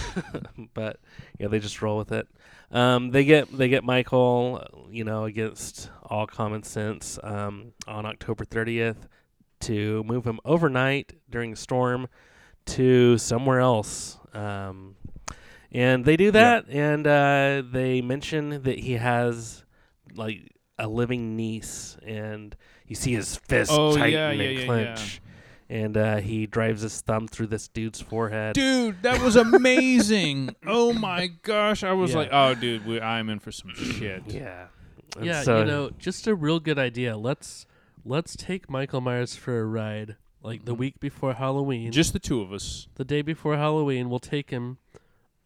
[SPEAKER 2] but yeah, they just roll with it. Um, they get they get Michael, you know, against all common sense um, on October thirtieth to move him overnight during a storm to somewhere else. Um, and they do that, and uh, they mention that he has like a living niece, and you see his fist
[SPEAKER 1] Oh,
[SPEAKER 2] tighten
[SPEAKER 1] yeah,
[SPEAKER 2] and
[SPEAKER 1] yeah, yeah, yeah.
[SPEAKER 2] clench, and uh, he drives his thumb through this dude's forehead.
[SPEAKER 1] Dude, that was amazing. oh my gosh, I was
[SPEAKER 2] Yeah.
[SPEAKER 1] like, oh dude, we, I'm in for some shit.
[SPEAKER 2] Yeah. And
[SPEAKER 3] Yeah,
[SPEAKER 2] so-
[SPEAKER 3] you know, just a real good idea. Let's let's take Michael Myers for a ride, like
[SPEAKER 1] Mm-hmm.
[SPEAKER 3] the week before Halloween,
[SPEAKER 1] Just the two of us.
[SPEAKER 3] the day before Halloween. We'll take him,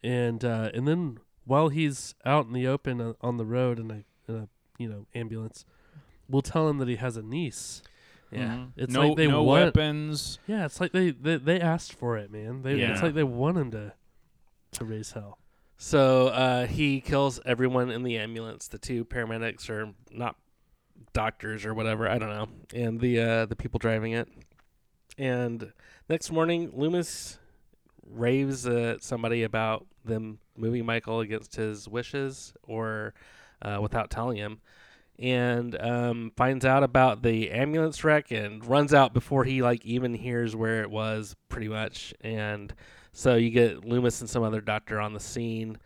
[SPEAKER 3] and uh, and then while he's out in the open uh, on the road in a, in a you know ambulance, we'll tell him that he has a niece.
[SPEAKER 2] Yeah.
[SPEAKER 1] Mhm.
[SPEAKER 3] It's
[SPEAKER 1] no,
[SPEAKER 3] like they
[SPEAKER 1] no
[SPEAKER 3] want-
[SPEAKER 1] weapons.
[SPEAKER 3] Yeah, it's like they they, they asked for it, man. They,
[SPEAKER 1] Yeah.
[SPEAKER 3] It's like they want him to to raise hell.
[SPEAKER 2] So uh, he kills everyone in the ambulance. The two paramedics are not doctors or whatever. I don't know. And the uh, the people driving it. And next morning, Loomis raves at somebody about them moving Michael against his wishes or uh, without telling him, and um, finds out about the ambulance wreck and runs out before he like even hears where it was, pretty much. And so you get Loomis and some other doctor on the scene.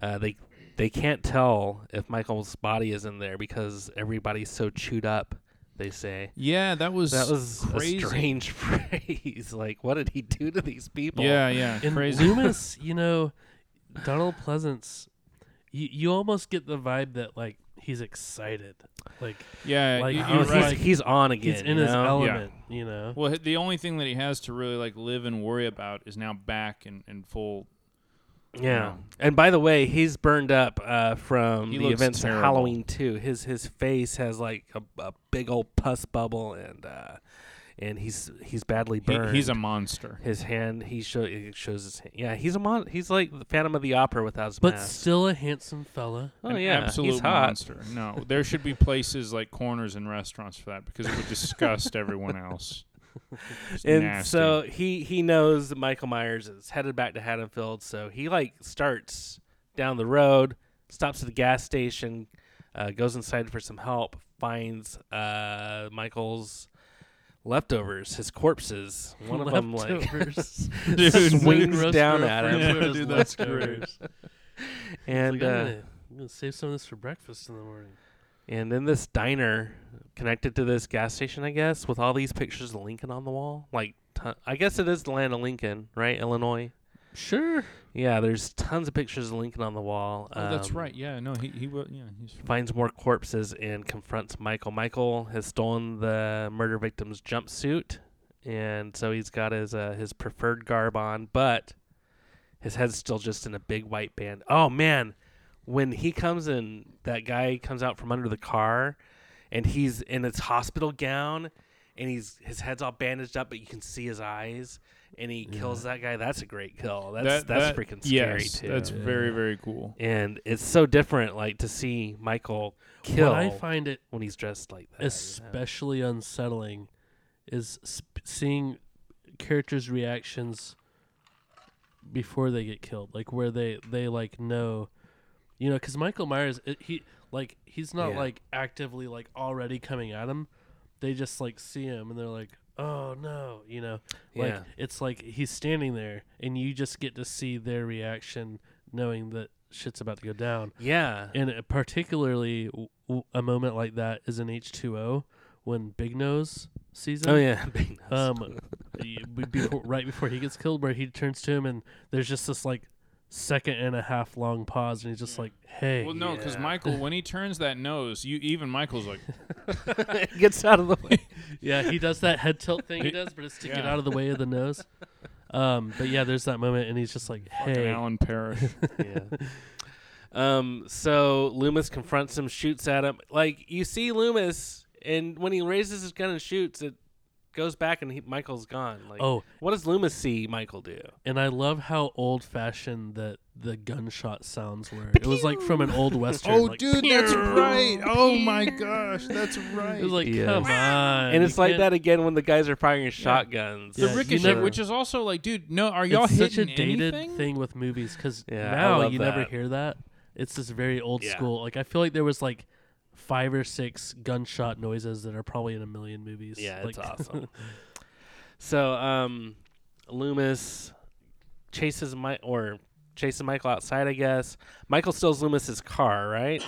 [SPEAKER 2] Uh, they they can't tell if Michael's body is in there because everybody's so chewed up. They say
[SPEAKER 1] Yeah, that was
[SPEAKER 2] that was
[SPEAKER 1] crazy.
[SPEAKER 2] a strange phrase. Like, what did he do to these people?
[SPEAKER 1] Yeah, yeah,
[SPEAKER 3] And
[SPEAKER 1] crazy.
[SPEAKER 3] Loomis, you know, Donald Pleasance, you, you almost get the vibe that like he's excited, like
[SPEAKER 1] yeah,
[SPEAKER 3] Like,
[SPEAKER 1] you-
[SPEAKER 3] I
[SPEAKER 1] you're
[SPEAKER 2] he's,
[SPEAKER 3] was
[SPEAKER 1] right.
[SPEAKER 3] like-
[SPEAKER 2] he's on again.
[SPEAKER 3] he's in
[SPEAKER 2] you
[SPEAKER 3] his
[SPEAKER 2] know?
[SPEAKER 3] element, you know.
[SPEAKER 1] Well, h- the only thing that he has to really like live and worry about is now back and, and full.
[SPEAKER 2] Yeah.
[SPEAKER 1] know.
[SPEAKER 2] And by the way, he's burned up uh, from
[SPEAKER 1] He
[SPEAKER 2] the
[SPEAKER 1] looks
[SPEAKER 2] events of
[SPEAKER 1] terrible.
[SPEAKER 2] Halloween 2. His his face has like a, a big old pus bubble and uh, and he's he's badly
[SPEAKER 1] He,
[SPEAKER 2] burned.
[SPEAKER 1] he's a monster.
[SPEAKER 2] his hand he show it shows his hand. Yeah, he's a mon- he's like the Phantom of the Opera without his
[SPEAKER 3] but
[SPEAKER 2] mask.
[SPEAKER 3] still a handsome fella.
[SPEAKER 2] Oh
[SPEAKER 1] An
[SPEAKER 2] yeah,
[SPEAKER 1] absolute
[SPEAKER 2] he's hot.
[SPEAKER 1] monster. No, there should be places like corners and restaurants for that because it would disgust everyone else. It's
[SPEAKER 2] And
[SPEAKER 1] nasty.
[SPEAKER 2] so he he knows that Michael Myers is headed back to Haddonfield, so he like starts down the road, stops at the gas station, uh, goes inside for some help, finds uh, Michael's leftovers, his corpses. One of them like
[SPEAKER 3] Leftovers.
[SPEAKER 1] Dude,
[SPEAKER 2] swings
[SPEAKER 3] Roast
[SPEAKER 2] down
[SPEAKER 3] for a
[SPEAKER 2] at
[SPEAKER 3] French
[SPEAKER 1] Yeah,
[SPEAKER 2] him,
[SPEAKER 3] fry with
[SPEAKER 1] dude, that's
[SPEAKER 3] leftovers.
[SPEAKER 2] and
[SPEAKER 3] Like, I'm,
[SPEAKER 2] uh,
[SPEAKER 3] gonna, I'm gonna save some of this for breakfast in the morning.
[SPEAKER 2] and in this diner connected to this gas station, I guess, with all these pictures of Lincoln on the wall, like. ton- I guess it is the land of Lincoln, right? Illinois.
[SPEAKER 3] Sure.
[SPEAKER 2] Yeah, there's tons of pictures of Lincoln on the wall.
[SPEAKER 1] oh, that's
[SPEAKER 2] Um,
[SPEAKER 1] right. Yeah, no, he he will. Yeah, he's from-
[SPEAKER 2] finds more corpses and confronts Michael. Michael has stolen the murder victim's jumpsuit, and so he's got his uh, his preferred garb on, but his head's still just in a big white band. Oh man, when he comes in, that guy comes out from under the car, and he's in his hospital gown, and he's his head's all bandaged up, but you can see his eyes. And he kills that guy. That's a great kill. That's
[SPEAKER 1] that,
[SPEAKER 2] that's
[SPEAKER 1] that-
[SPEAKER 2] freaking scary
[SPEAKER 1] yes,
[SPEAKER 2] too
[SPEAKER 1] That's
[SPEAKER 3] Yeah.
[SPEAKER 1] very very cool.
[SPEAKER 2] and it's so different like to see michael kill
[SPEAKER 3] What I find it
[SPEAKER 2] when he's dressed like that you know?
[SPEAKER 3] especially unsettling is sp- seeing characters' reactions before they get killed, like where they they like know, you know, because Michael Myers it, he like he's not
[SPEAKER 2] Yeah.
[SPEAKER 3] like actively like already coming at him, they just like see him and they're like, oh no, you know, like
[SPEAKER 2] Yeah.
[SPEAKER 3] it's like he's standing there and you just get to see their reaction, knowing that shit's about to go down
[SPEAKER 2] yeah
[SPEAKER 3] and uh, particularly w- w- a moment like that is in H2O when Big Nose sees him.
[SPEAKER 2] oh yeah Big nose.
[SPEAKER 3] Um, y- be- before, right before he gets killed, where he turns to him and there's just this like second and a half long pause, and he's just like, "Hey,
[SPEAKER 1] Well, no, because
[SPEAKER 2] Yeah.
[SPEAKER 1] Michael, when he turns that nose, you even Michael's like,
[SPEAKER 2] He gets out of the way
[SPEAKER 3] yeah." He does that head tilt thing he does, but it's to get
[SPEAKER 1] Yeah.
[SPEAKER 3] out of the way of the nose. Um, but yeah, there's that moment, and he's just like,
[SPEAKER 1] "Fucking
[SPEAKER 3] "Hey,
[SPEAKER 1] Alan Parrish.
[SPEAKER 2] yeah. Um. So Loomis confronts him, shoots at him. Like you see Loomis, and when he raises his gun and shoots, it goes back, and he, Michael's gone. Like,
[SPEAKER 3] oh,
[SPEAKER 2] what does Loomis see Michael do?
[SPEAKER 3] And I love how old fashioned that the gunshot sounds were. It was like from an old western. like, "Pew!"
[SPEAKER 1] Oh my gosh, that's right.
[SPEAKER 3] It was like,
[SPEAKER 2] Yes.
[SPEAKER 3] come on.
[SPEAKER 2] And it's
[SPEAKER 3] you
[SPEAKER 2] like
[SPEAKER 3] Uh, can't-
[SPEAKER 2] that again when the guys are firing shotguns.
[SPEAKER 1] the
[SPEAKER 3] Yeah, you
[SPEAKER 1] ricochet,
[SPEAKER 3] never-
[SPEAKER 1] which is also like, dude, no, are
[SPEAKER 3] It's
[SPEAKER 1] y'all
[SPEAKER 3] such a
[SPEAKER 1] hitting
[SPEAKER 3] dated
[SPEAKER 1] anything?
[SPEAKER 3] thing with movies because
[SPEAKER 2] Yeah, I
[SPEAKER 3] now
[SPEAKER 2] love
[SPEAKER 3] you never
[SPEAKER 2] that.
[SPEAKER 3] hear that. It's this very old
[SPEAKER 2] Yeah.
[SPEAKER 3] school. Like I feel like there was like five or six gunshot noises that are probably in a million movies.
[SPEAKER 2] Yeah,
[SPEAKER 3] like,
[SPEAKER 2] it's awesome. So um, Loomis chases Mike or chases Michael outside. I guess Michael steals Loomis's car, right?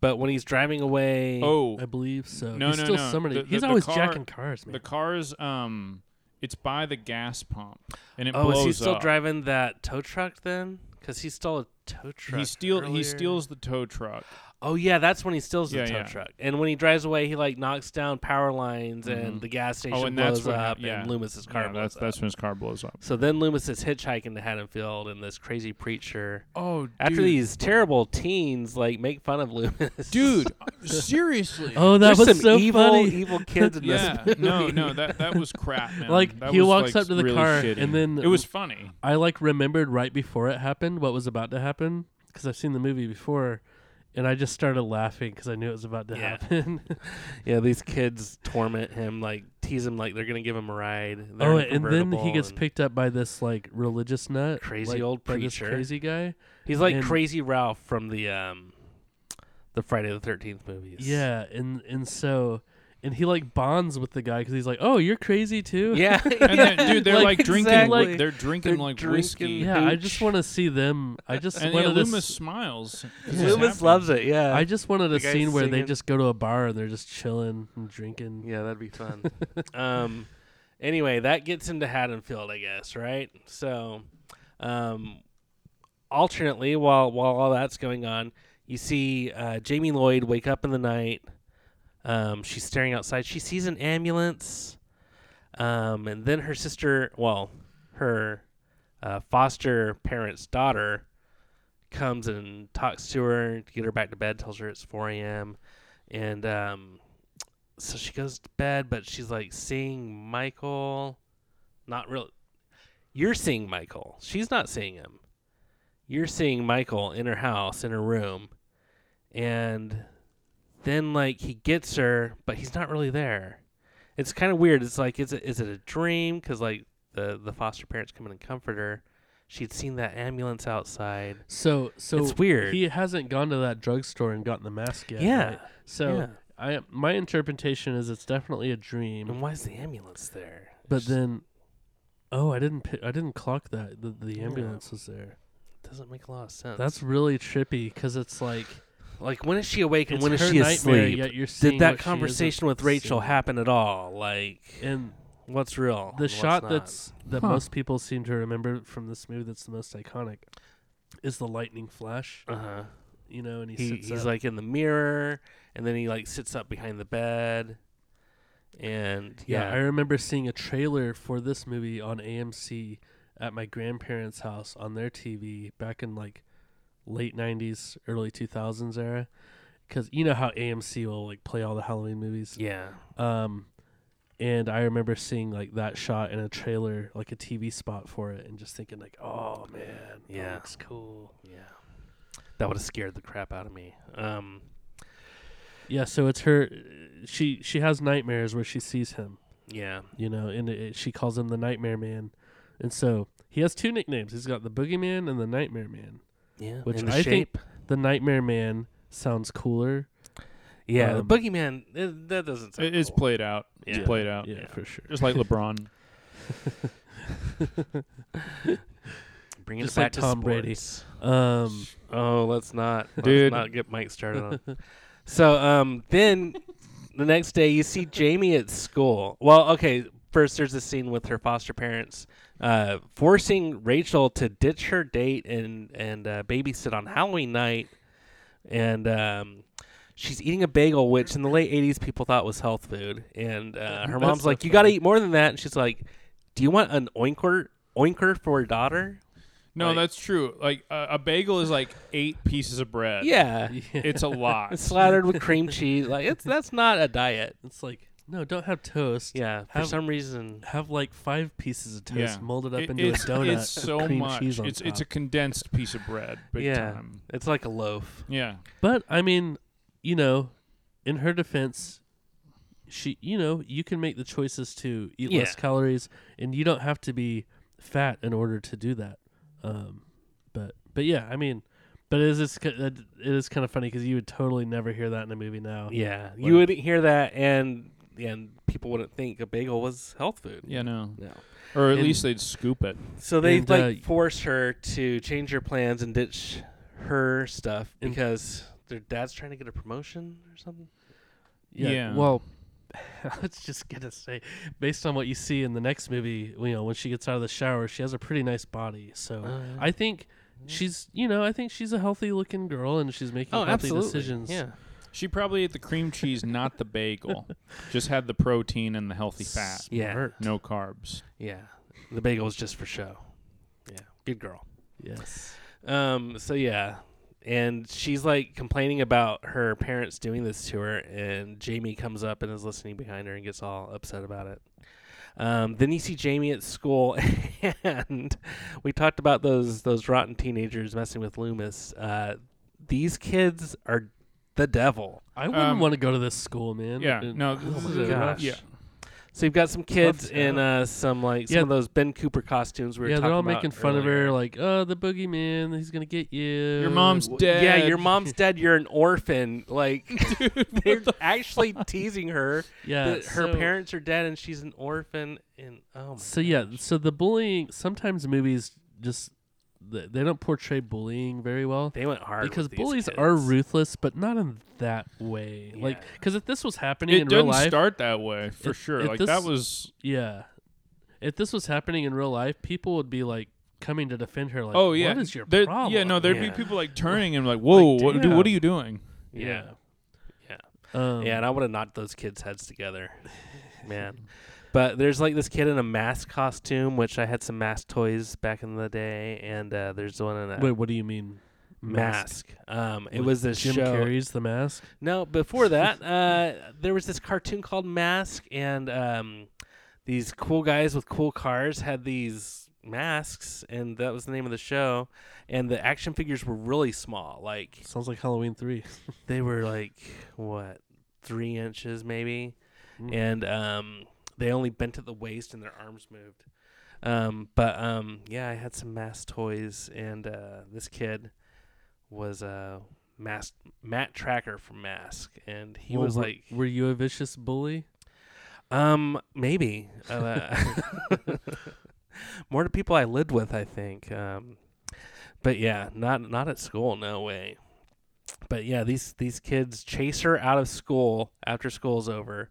[SPEAKER 2] but when he's driving away,
[SPEAKER 1] Oh,
[SPEAKER 3] I believe so.
[SPEAKER 1] No,
[SPEAKER 3] he's
[SPEAKER 1] no,
[SPEAKER 3] still
[SPEAKER 1] no.
[SPEAKER 3] somebody.
[SPEAKER 1] The- the-
[SPEAKER 3] he's
[SPEAKER 1] the
[SPEAKER 3] always
[SPEAKER 1] car-
[SPEAKER 3] jacking cars, man.
[SPEAKER 1] the car's um, it's by the gas pump, and it
[SPEAKER 2] oh,
[SPEAKER 1] blows
[SPEAKER 2] is he still
[SPEAKER 1] up.
[SPEAKER 2] driving that tow truck then? Because he stole a tow truck.
[SPEAKER 1] He steal
[SPEAKER 2] earlier.
[SPEAKER 1] he steals the tow truck.
[SPEAKER 2] Oh yeah, that's when he steals the
[SPEAKER 1] Yeah,
[SPEAKER 2] tow
[SPEAKER 1] yeah.
[SPEAKER 2] truck, and when he drives away, he like knocks down power lines, and the gas station
[SPEAKER 1] Mm-hmm. Oh, and that's
[SPEAKER 2] blows
[SPEAKER 1] what
[SPEAKER 2] up,
[SPEAKER 1] hap- yeah.
[SPEAKER 2] and Loomis's car
[SPEAKER 1] Yeah,
[SPEAKER 2] blows
[SPEAKER 1] that's
[SPEAKER 2] up.
[SPEAKER 1] that's when his car blows up.
[SPEAKER 2] So then Loomis is hitchhiking to Haddonfield, and this crazy preacher.
[SPEAKER 1] Oh,
[SPEAKER 2] After these terrible teens like make fun of Loomis,
[SPEAKER 1] dude, uh, seriously.
[SPEAKER 3] Oh, that
[SPEAKER 2] There's
[SPEAKER 3] was
[SPEAKER 2] some
[SPEAKER 3] so
[SPEAKER 2] evil, e-
[SPEAKER 3] funny.
[SPEAKER 2] evil kids in
[SPEAKER 1] yeah.
[SPEAKER 2] this.
[SPEAKER 1] No, no, that that was crap, man.
[SPEAKER 3] Like
[SPEAKER 1] That
[SPEAKER 3] he
[SPEAKER 1] was,
[SPEAKER 3] walks
[SPEAKER 1] like,
[SPEAKER 3] up to the
[SPEAKER 1] really
[SPEAKER 3] car
[SPEAKER 1] shitty.
[SPEAKER 3] and then
[SPEAKER 1] it was funny.
[SPEAKER 3] I like remembered right before it happened what was about to happen because I've seen the movie before, and I just started laughing because I knew it was about to
[SPEAKER 2] Yeah.
[SPEAKER 3] happen.
[SPEAKER 2] Yeah, these kids torment him, like tease him, like they're gonna give him a ride. They're
[SPEAKER 3] oh,
[SPEAKER 2] in a
[SPEAKER 3] and then he
[SPEAKER 2] convertible,
[SPEAKER 3] gets
[SPEAKER 2] and
[SPEAKER 3] picked up by this like religious nut,
[SPEAKER 2] Crazy
[SPEAKER 3] like,
[SPEAKER 2] old
[SPEAKER 3] by this
[SPEAKER 2] preacher.
[SPEAKER 3] crazy guy.
[SPEAKER 2] He's like
[SPEAKER 3] and-
[SPEAKER 2] Crazy Ralph from the um, the Friday the Thirteenth movies.
[SPEAKER 3] Yeah, and and so and he like bonds with the guy because he's like, "Oh, you're crazy too."
[SPEAKER 2] yeah.
[SPEAKER 1] And then, dude, they're like, drinking,
[SPEAKER 2] exactly.
[SPEAKER 1] like they're drinking
[SPEAKER 2] They're
[SPEAKER 1] like
[SPEAKER 2] drinking-
[SPEAKER 1] whiskey.
[SPEAKER 3] Yeah, I just
[SPEAKER 2] Hooch.
[SPEAKER 3] want to see them. I just
[SPEAKER 1] And yeah,
[SPEAKER 3] wanted to.
[SPEAKER 1] Loomis
[SPEAKER 3] s-
[SPEAKER 1] smiles. 'cause it's
[SPEAKER 2] Loomis
[SPEAKER 1] happening.
[SPEAKER 2] loves it. Yeah,
[SPEAKER 3] I just wanted
[SPEAKER 2] the
[SPEAKER 3] a
[SPEAKER 2] guy's
[SPEAKER 3] scene where they
[SPEAKER 2] singing.
[SPEAKER 3] just go to a bar and they're just chilling and drinking.
[SPEAKER 2] yeah, that'd be fun. um, anyway, that gets into Haddonfield, I guess. Right. So, um, alternately, while while all that's going on, you see uh, Jamie Lloyd wake up in the night. Um, she's staring outside. She sees an ambulance. Um, and then her sister, well, her uh, foster parents' daughter comes and talks to her to get her back to bed, tells her it's 4 a.m. And um, so she goes to bed, but she's like seeing Michael. Not real. You're seeing Michael. She's not seeing him. You're seeing Michael in her house, in her room. And then, like, he gets her, but he's not really there. It's kind of weird. It's like, is it, is it a dream? Because, like, the, the foster parents come in and comfort her. She'd seen that ambulance outside.
[SPEAKER 3] So so
[SPEAKER 2] It's weird.
[SPEAKER 3] He hasn't gone to that drugstore and gotten the mask yet.
[SPEAKER 2] Yeah.
[SPEAKER 3] right? So
[SPEAKER 2] Yeah.
[SPEAKER 3] I my interpretation is it's definitely a dream.
[SPEAKER 2] And why is the ambulance there?
[SPEAKER 3] But
[SPEAKER 2] It's-
[SPEAKER 3] then, oh, I didn't pi- I didn't clock that the, the ambulance was there.
[SPEAKER 2] doesn't make a lot of sense.
[SPEAKER 3] That's really trippy because it's like
[SPEAKER 2] like when is she awake and
[SPEAKER 3] it's
[SPEAKER 2] when is
[SPEAKER 3] her
[SPEAKER 2] she
[SPEAKER 3] nightmare,
[SPEAKER 2] asleep?
[SPEAKER 3] Yet you're seeing
[SPEAKER 2] Did that
[SPEAKER 3] what she
[SPEAKER 2] conversation
[SPEAKER 3] isn't
[SPEAKER 2] with Rachel
[SPEAKER 3] seeing.
[SPEAKER 2] happen at all? Like
[SPEAKER 3] And
[SPEAKER 2] what's real? and
[SPEAKER 3] the
[SPEAKER 2] what's
[SPEAKER 3] shot
[SPEAKER 2] not?
[SPEAKER 3] that's that
[SPEAKER 1] Huh.
[SPEAKER 3] most people seem to remember from this movie that's the most iconic is the lightning flash.
[SPEAKER 2] uh-huh.
[SPEAKER 3] You know, and he,
[SPEAKER 2] He,
[SPEAKER 3] sits
[SPEAKER 2] he's
[SPEAKER 3] up.
[SPEAKER 2] like in the mirror and then he like sits up behind the bed and
[SPEAKER 3] Yeah,
[SPEAKER 2] yeah.
[SPEAKER 3] I remember seeing a trailer for this movie on AMC at my grandparents' house on their TV back in like late 90s, early 2000s era cuz you know how AMC will like play all the Halloween movies.
[SPEAKER 2] yeah.
[SPEAKER 3] Um and I remember seeing like that shot in a trailer, like a TV spot for it and just thinking like, "Oh man,
[SPEAKER 2] Yeah.
[SPEAKER 3] that looks cool."
[SPEAKER 2] Yeah. That would have scared the crap out of me. Um
[SPEAKER 3] Yeah, so it's her she she has nightmares where she sees him.
[SPEAKER 2] yeah.
[SPEAKER 3] you know, and it, she calls him the Nightmare Man, and so he has two nicknames. He's got the Boogeyman and the Nightmare Man.
[SPEAKER 2] Yeah.
[SPEAKER 3] Which
[SPEAKER 2] and the
[SPEAKER 3] I think-
[SPEAKER 2] shape.
[SPEAKER 3] The Nightmare Man sounds cooler.
[SPEAKER 2] Yeah,
[SPEAKER 3] um,
[SPEAKER 2] the boogeyman it, that doesn't sound
[SPEAKER 1] It is
[SPEAKER 2] cool.
[SPEAKER 1] played out. It's
[SPEAKER 2] Yeah.
[SPEAKER 1] played out.
[SPEAKER 3] yeah,
[SPEAKER 2] yeah.
[SPEAKER 3] for sure.
[SPEAKER 1] Just like LeBron.
[SPEAKER 2] Bringing
[SPEAKER 3] just
[SPEAKER 2] it back
[SPEAKER 3] like
[SPEAKER 2] to
[SPEAKER 3] Tom Brady.
[SPEAKER 2] sports.
[SPEAKER 3] Um,
[SPEAKER 2] Oh, let's not,
[SPEAKER 1] Dude.
[SPEAKER 2] let's not get Mike started on. so, um, then the next day you see Jamie at school. Well, okay, first there's a scene with her foster parents uh, forcing Rachel to ditch her date and and uh, babysit on Halloween night, and um, she's eating a bagel, which in the late '80s people thought was health food, and uh, her
[SPEAKER 3] That's
[SPEAKER 2] mom's
[SPEAKER 3] so
[SPEAKER 2] like, "You got to
[SPEAKER 3] funny.
[SPEAKER 2] eat more than that," and she's like, "Do you want an oinker oinker for your daughter?"
[SPEAKER 1] No,
[SPEAKER 2] Like-
[SPEAKER 1] that's true. Like a a bagel is like eight pieces of bread.
[SPEAKER 2] Yeah.
[SPEAKER 1] it's a lot.
[SPEAKER 2] It's slathered with cream cheese. Like it's that's not a diet.
[SPEAKER 3] it's like no, don't have toast.
[SPEAKER 2] Yeah, for
[SPEAKER 3] Have-
[SPEAKER 2] some reason.
[SPEAKER 3] Have like five pieces of toast
[SPEAKER 1] Yeah.
[SPEAKER 3] molded up
[SPEAKER 1] It-
[SPEAKER 3] into
[SPEAKER 1] it's,
[SPEAKER 3] a donut.
[SPEAKER 1] It's so
[SPEAKER 3] with cream
[SPEAKER 1] much.
[SPEAKER 3] Cheese on
[SPEAKER 1] it's
[SPEAKER 3] top.
[SPEAKER 1] it's a condensed piece of bread. Big
[SPEAKER 2] yeah,
[SPEAKER 1] time.
[SPEAKER 2] it's like a loaf.
[SPEAKER 1] Yeah.
[SPEAKER 3] but I mean, you know, in her defense, she you know you can make the choices to eat
[SPEAKER 2] Yeah.
[SPEAKER 3] less calories, and you don't have to be fat in order to do that. Um, but but yeah, I mean, but it is it's ki- it is kind of funny because you would totally never hear that in a movie now.
[SPEAKER 2] Yeah, you wouldn't hear that, and and people wouldn't think a bagel was health food.
[SPEAKER 1] Yeah. No.
[SPEAKER 2] No.
[SPEAKER 1] Or at
[SPEAKER 2] And-
[SPEAKER 1] least they'd scoop it.
[SPEAKER 2] So they
[SPEAKER 3] And,
[SPEAKER 2] like
[SPEAKER 3] uh,
[SPEAKER 2] force her to change her plans and ditch her stuff
[SPEAKER 3] And-
[SPEAKER 2] because their dad's trying to get a promotion or something.
[SPEAKER 1] Yeah.
[SPEAKER 3] Well, I was just gonna say, based on what you see in the next movie, you know, when she gets out of the shower, she has a pretty nice body. So
[SPEAKER 2] Oh, yeah.
[SPEAKER 3] I think she's you know I think she's a healthy looking girl and she's making
[SPEAKER 2] Oh,
[SPEAKER 3] healthy
[SPEAKER 2] absolutely.
[SPEAKER 3] decisions.
[SPEAKER 2] Yeah.
[SPEAKER 1] She probably ate the cream cheese, not the bagel. Just had the protein and the healthy fat.
[SPEAKER 2] Yeah.
[SPEAKER 3] Smart.
[SPEAKER 1] No carbs.
[SPEAKER 2] Yeah. The bagel's just for show. Yeah. Good girl.
[SPEAKER 3] Yes.
[SPEAKER 2] Um, so yeah. And she's like complaining about her parents doing this to her, and Jamie comes up and is listening behind her and gets all upset about it. Um, then you see Jamie at school, and we talked about those those rotten teenagers messing with Loomis. Uh, these kids are the devil.
[SPEAKER 3] I wouldn't
[SPEAKER 1] Um,
[SPEAKER 3] want to go to this school, man.
[SPEAKER 1] Yeah.
[SPEAKER 3] And-
[SPEAKER 1] No.
[SPEAKER 3] Oh
[SPEAKER 1] This
[SPEAKER 3] my
[SPEAKER 1] is a
[SPEAKER 2] gosh.
[SPEAKER 1] Yeah.
[SPEAKER 2] So you've got some kids
[SPEAKER 3] Tough
[SPEAKER 2] in
[SPEAKER 3] stuff.
[SPEAKER 2] uh, some like some
[SPEAKER 3] Yeah.
[SPEAKER 2] of those Ben Cooper costumes. We were
[SPEAKER 3] yeah, they're
[SPEAKER 2] talking
[SPEAKER 3] all
[SPEAKER 2] about
[SPEAKER 3] making fun
[SPEAKER 2] earlier.
[SPEAKER 3] of her, like, "Oh, the boogeyman, he's gonna get you."
[SPEAKER 1] Your mom's
[SPEAKER 3] Wh-
[SPEAKER 1] dead.
[SPEAKER 2] Yeah, your mom's dead. You're an orphan. Like they're actually teasing her.
[SPEAKER 3] Yeah,
[SPEAKER 2] that her
[SPEAKER 3] so-
[SPEAKER 2] parents are dead and she's an orphan. And oh, my
[SPEAKER 3] So yeah, so the bullying. Sometimes movies just th- they don't portray bullying very well
[SPEAKER 2] they went hard
[SPEAKER 3] because
[SPEAKER 2] with these
[SPEAKER 3] bullies are
[SPEAKER 2] kids.
[SPEAKER 3] ruthless, but not in that way. Like,
[SPEAKER 2] Yeah.
[SPEAKER 3] because if this was happening
[SPEAKER 1] It
[SPEAKER 3] in real
[SPEAKER 1] didn't
[SPEAKER 3] life,
[SPEAKER 1] start that way for
[SPEAKER 3] If-
[SPEAKER 1] sure.
[SPEAKER 3] if
[SPEAKER 1] like
[SPEAKER 3] this-
[SPEAKER 1] that was.
[SPEAKER 3] yeah, if this was happening in real life, people would be like coming to defend her. Like,
[SPEAKER 1] oh yeah.
[SPEAKER 3] what is your
[SPEAKER 1] There-
[SPEAKER 3] problem?
[SPEAKER 1] Yeah. No. There'd
[SPEAKER 2] Yeah.
[SPEAKER 1] be people like turning and like, whoa,
[SPEAKER 3] Like,
[SPEAKER 1] what, dude, what are
[SPEAKER 3] damn.
[SPEAKER 1] you doing?
[SPEAKER 2] Yeah, yeah,
[SPEAKER 3] Um,
[SPEAKER 2] yeah. And I would have knocked those kids' heads together, man. But there's like this kid in a mask costume, which I had some mask toys back in the day, and uh, there's one in a
[SPEAKER 3] Wait, what do you mean?
[SPEAKER 2] mask. Um, it
[SPEAKER 3] With
[SPEAKER 2] was this
[SPEAKER 3] Jim
[SPEAKER 2] show.
[SPEAKER 3] Carrey's The Mask.
[SPEAKER 2] No, before that, uh, there was this cartoon called Mask, and um, these cool guys with cool cars had these masks, and that was the name of the show. And the action figures were really small, like
[SPEAKER 3] Sounds like Halloween three.
[SPEAKER 2] they were like what three inches maybe,
[SPEAKER 3] Mm.
[SPEAKER 2] and um, they only bent at the waist, and their arms moved. Um, but um, yeah, I had some mask toys, and uh, this kid was uh, mask Matt Tracker from Mask, and he
[SPEAKER 3] Well,
[SPEAKER 2] was
[SPEAKER 3] were-
[SPEAKER 2] like,
[SPEAKER 3] "Were you a vicious bully?"
[SPEAKER 2] um, maybe. Uh, more to people I lived with, I think. Um, but yeah, not not at school, no way. But yeah, these these kids chase her out of school after school's over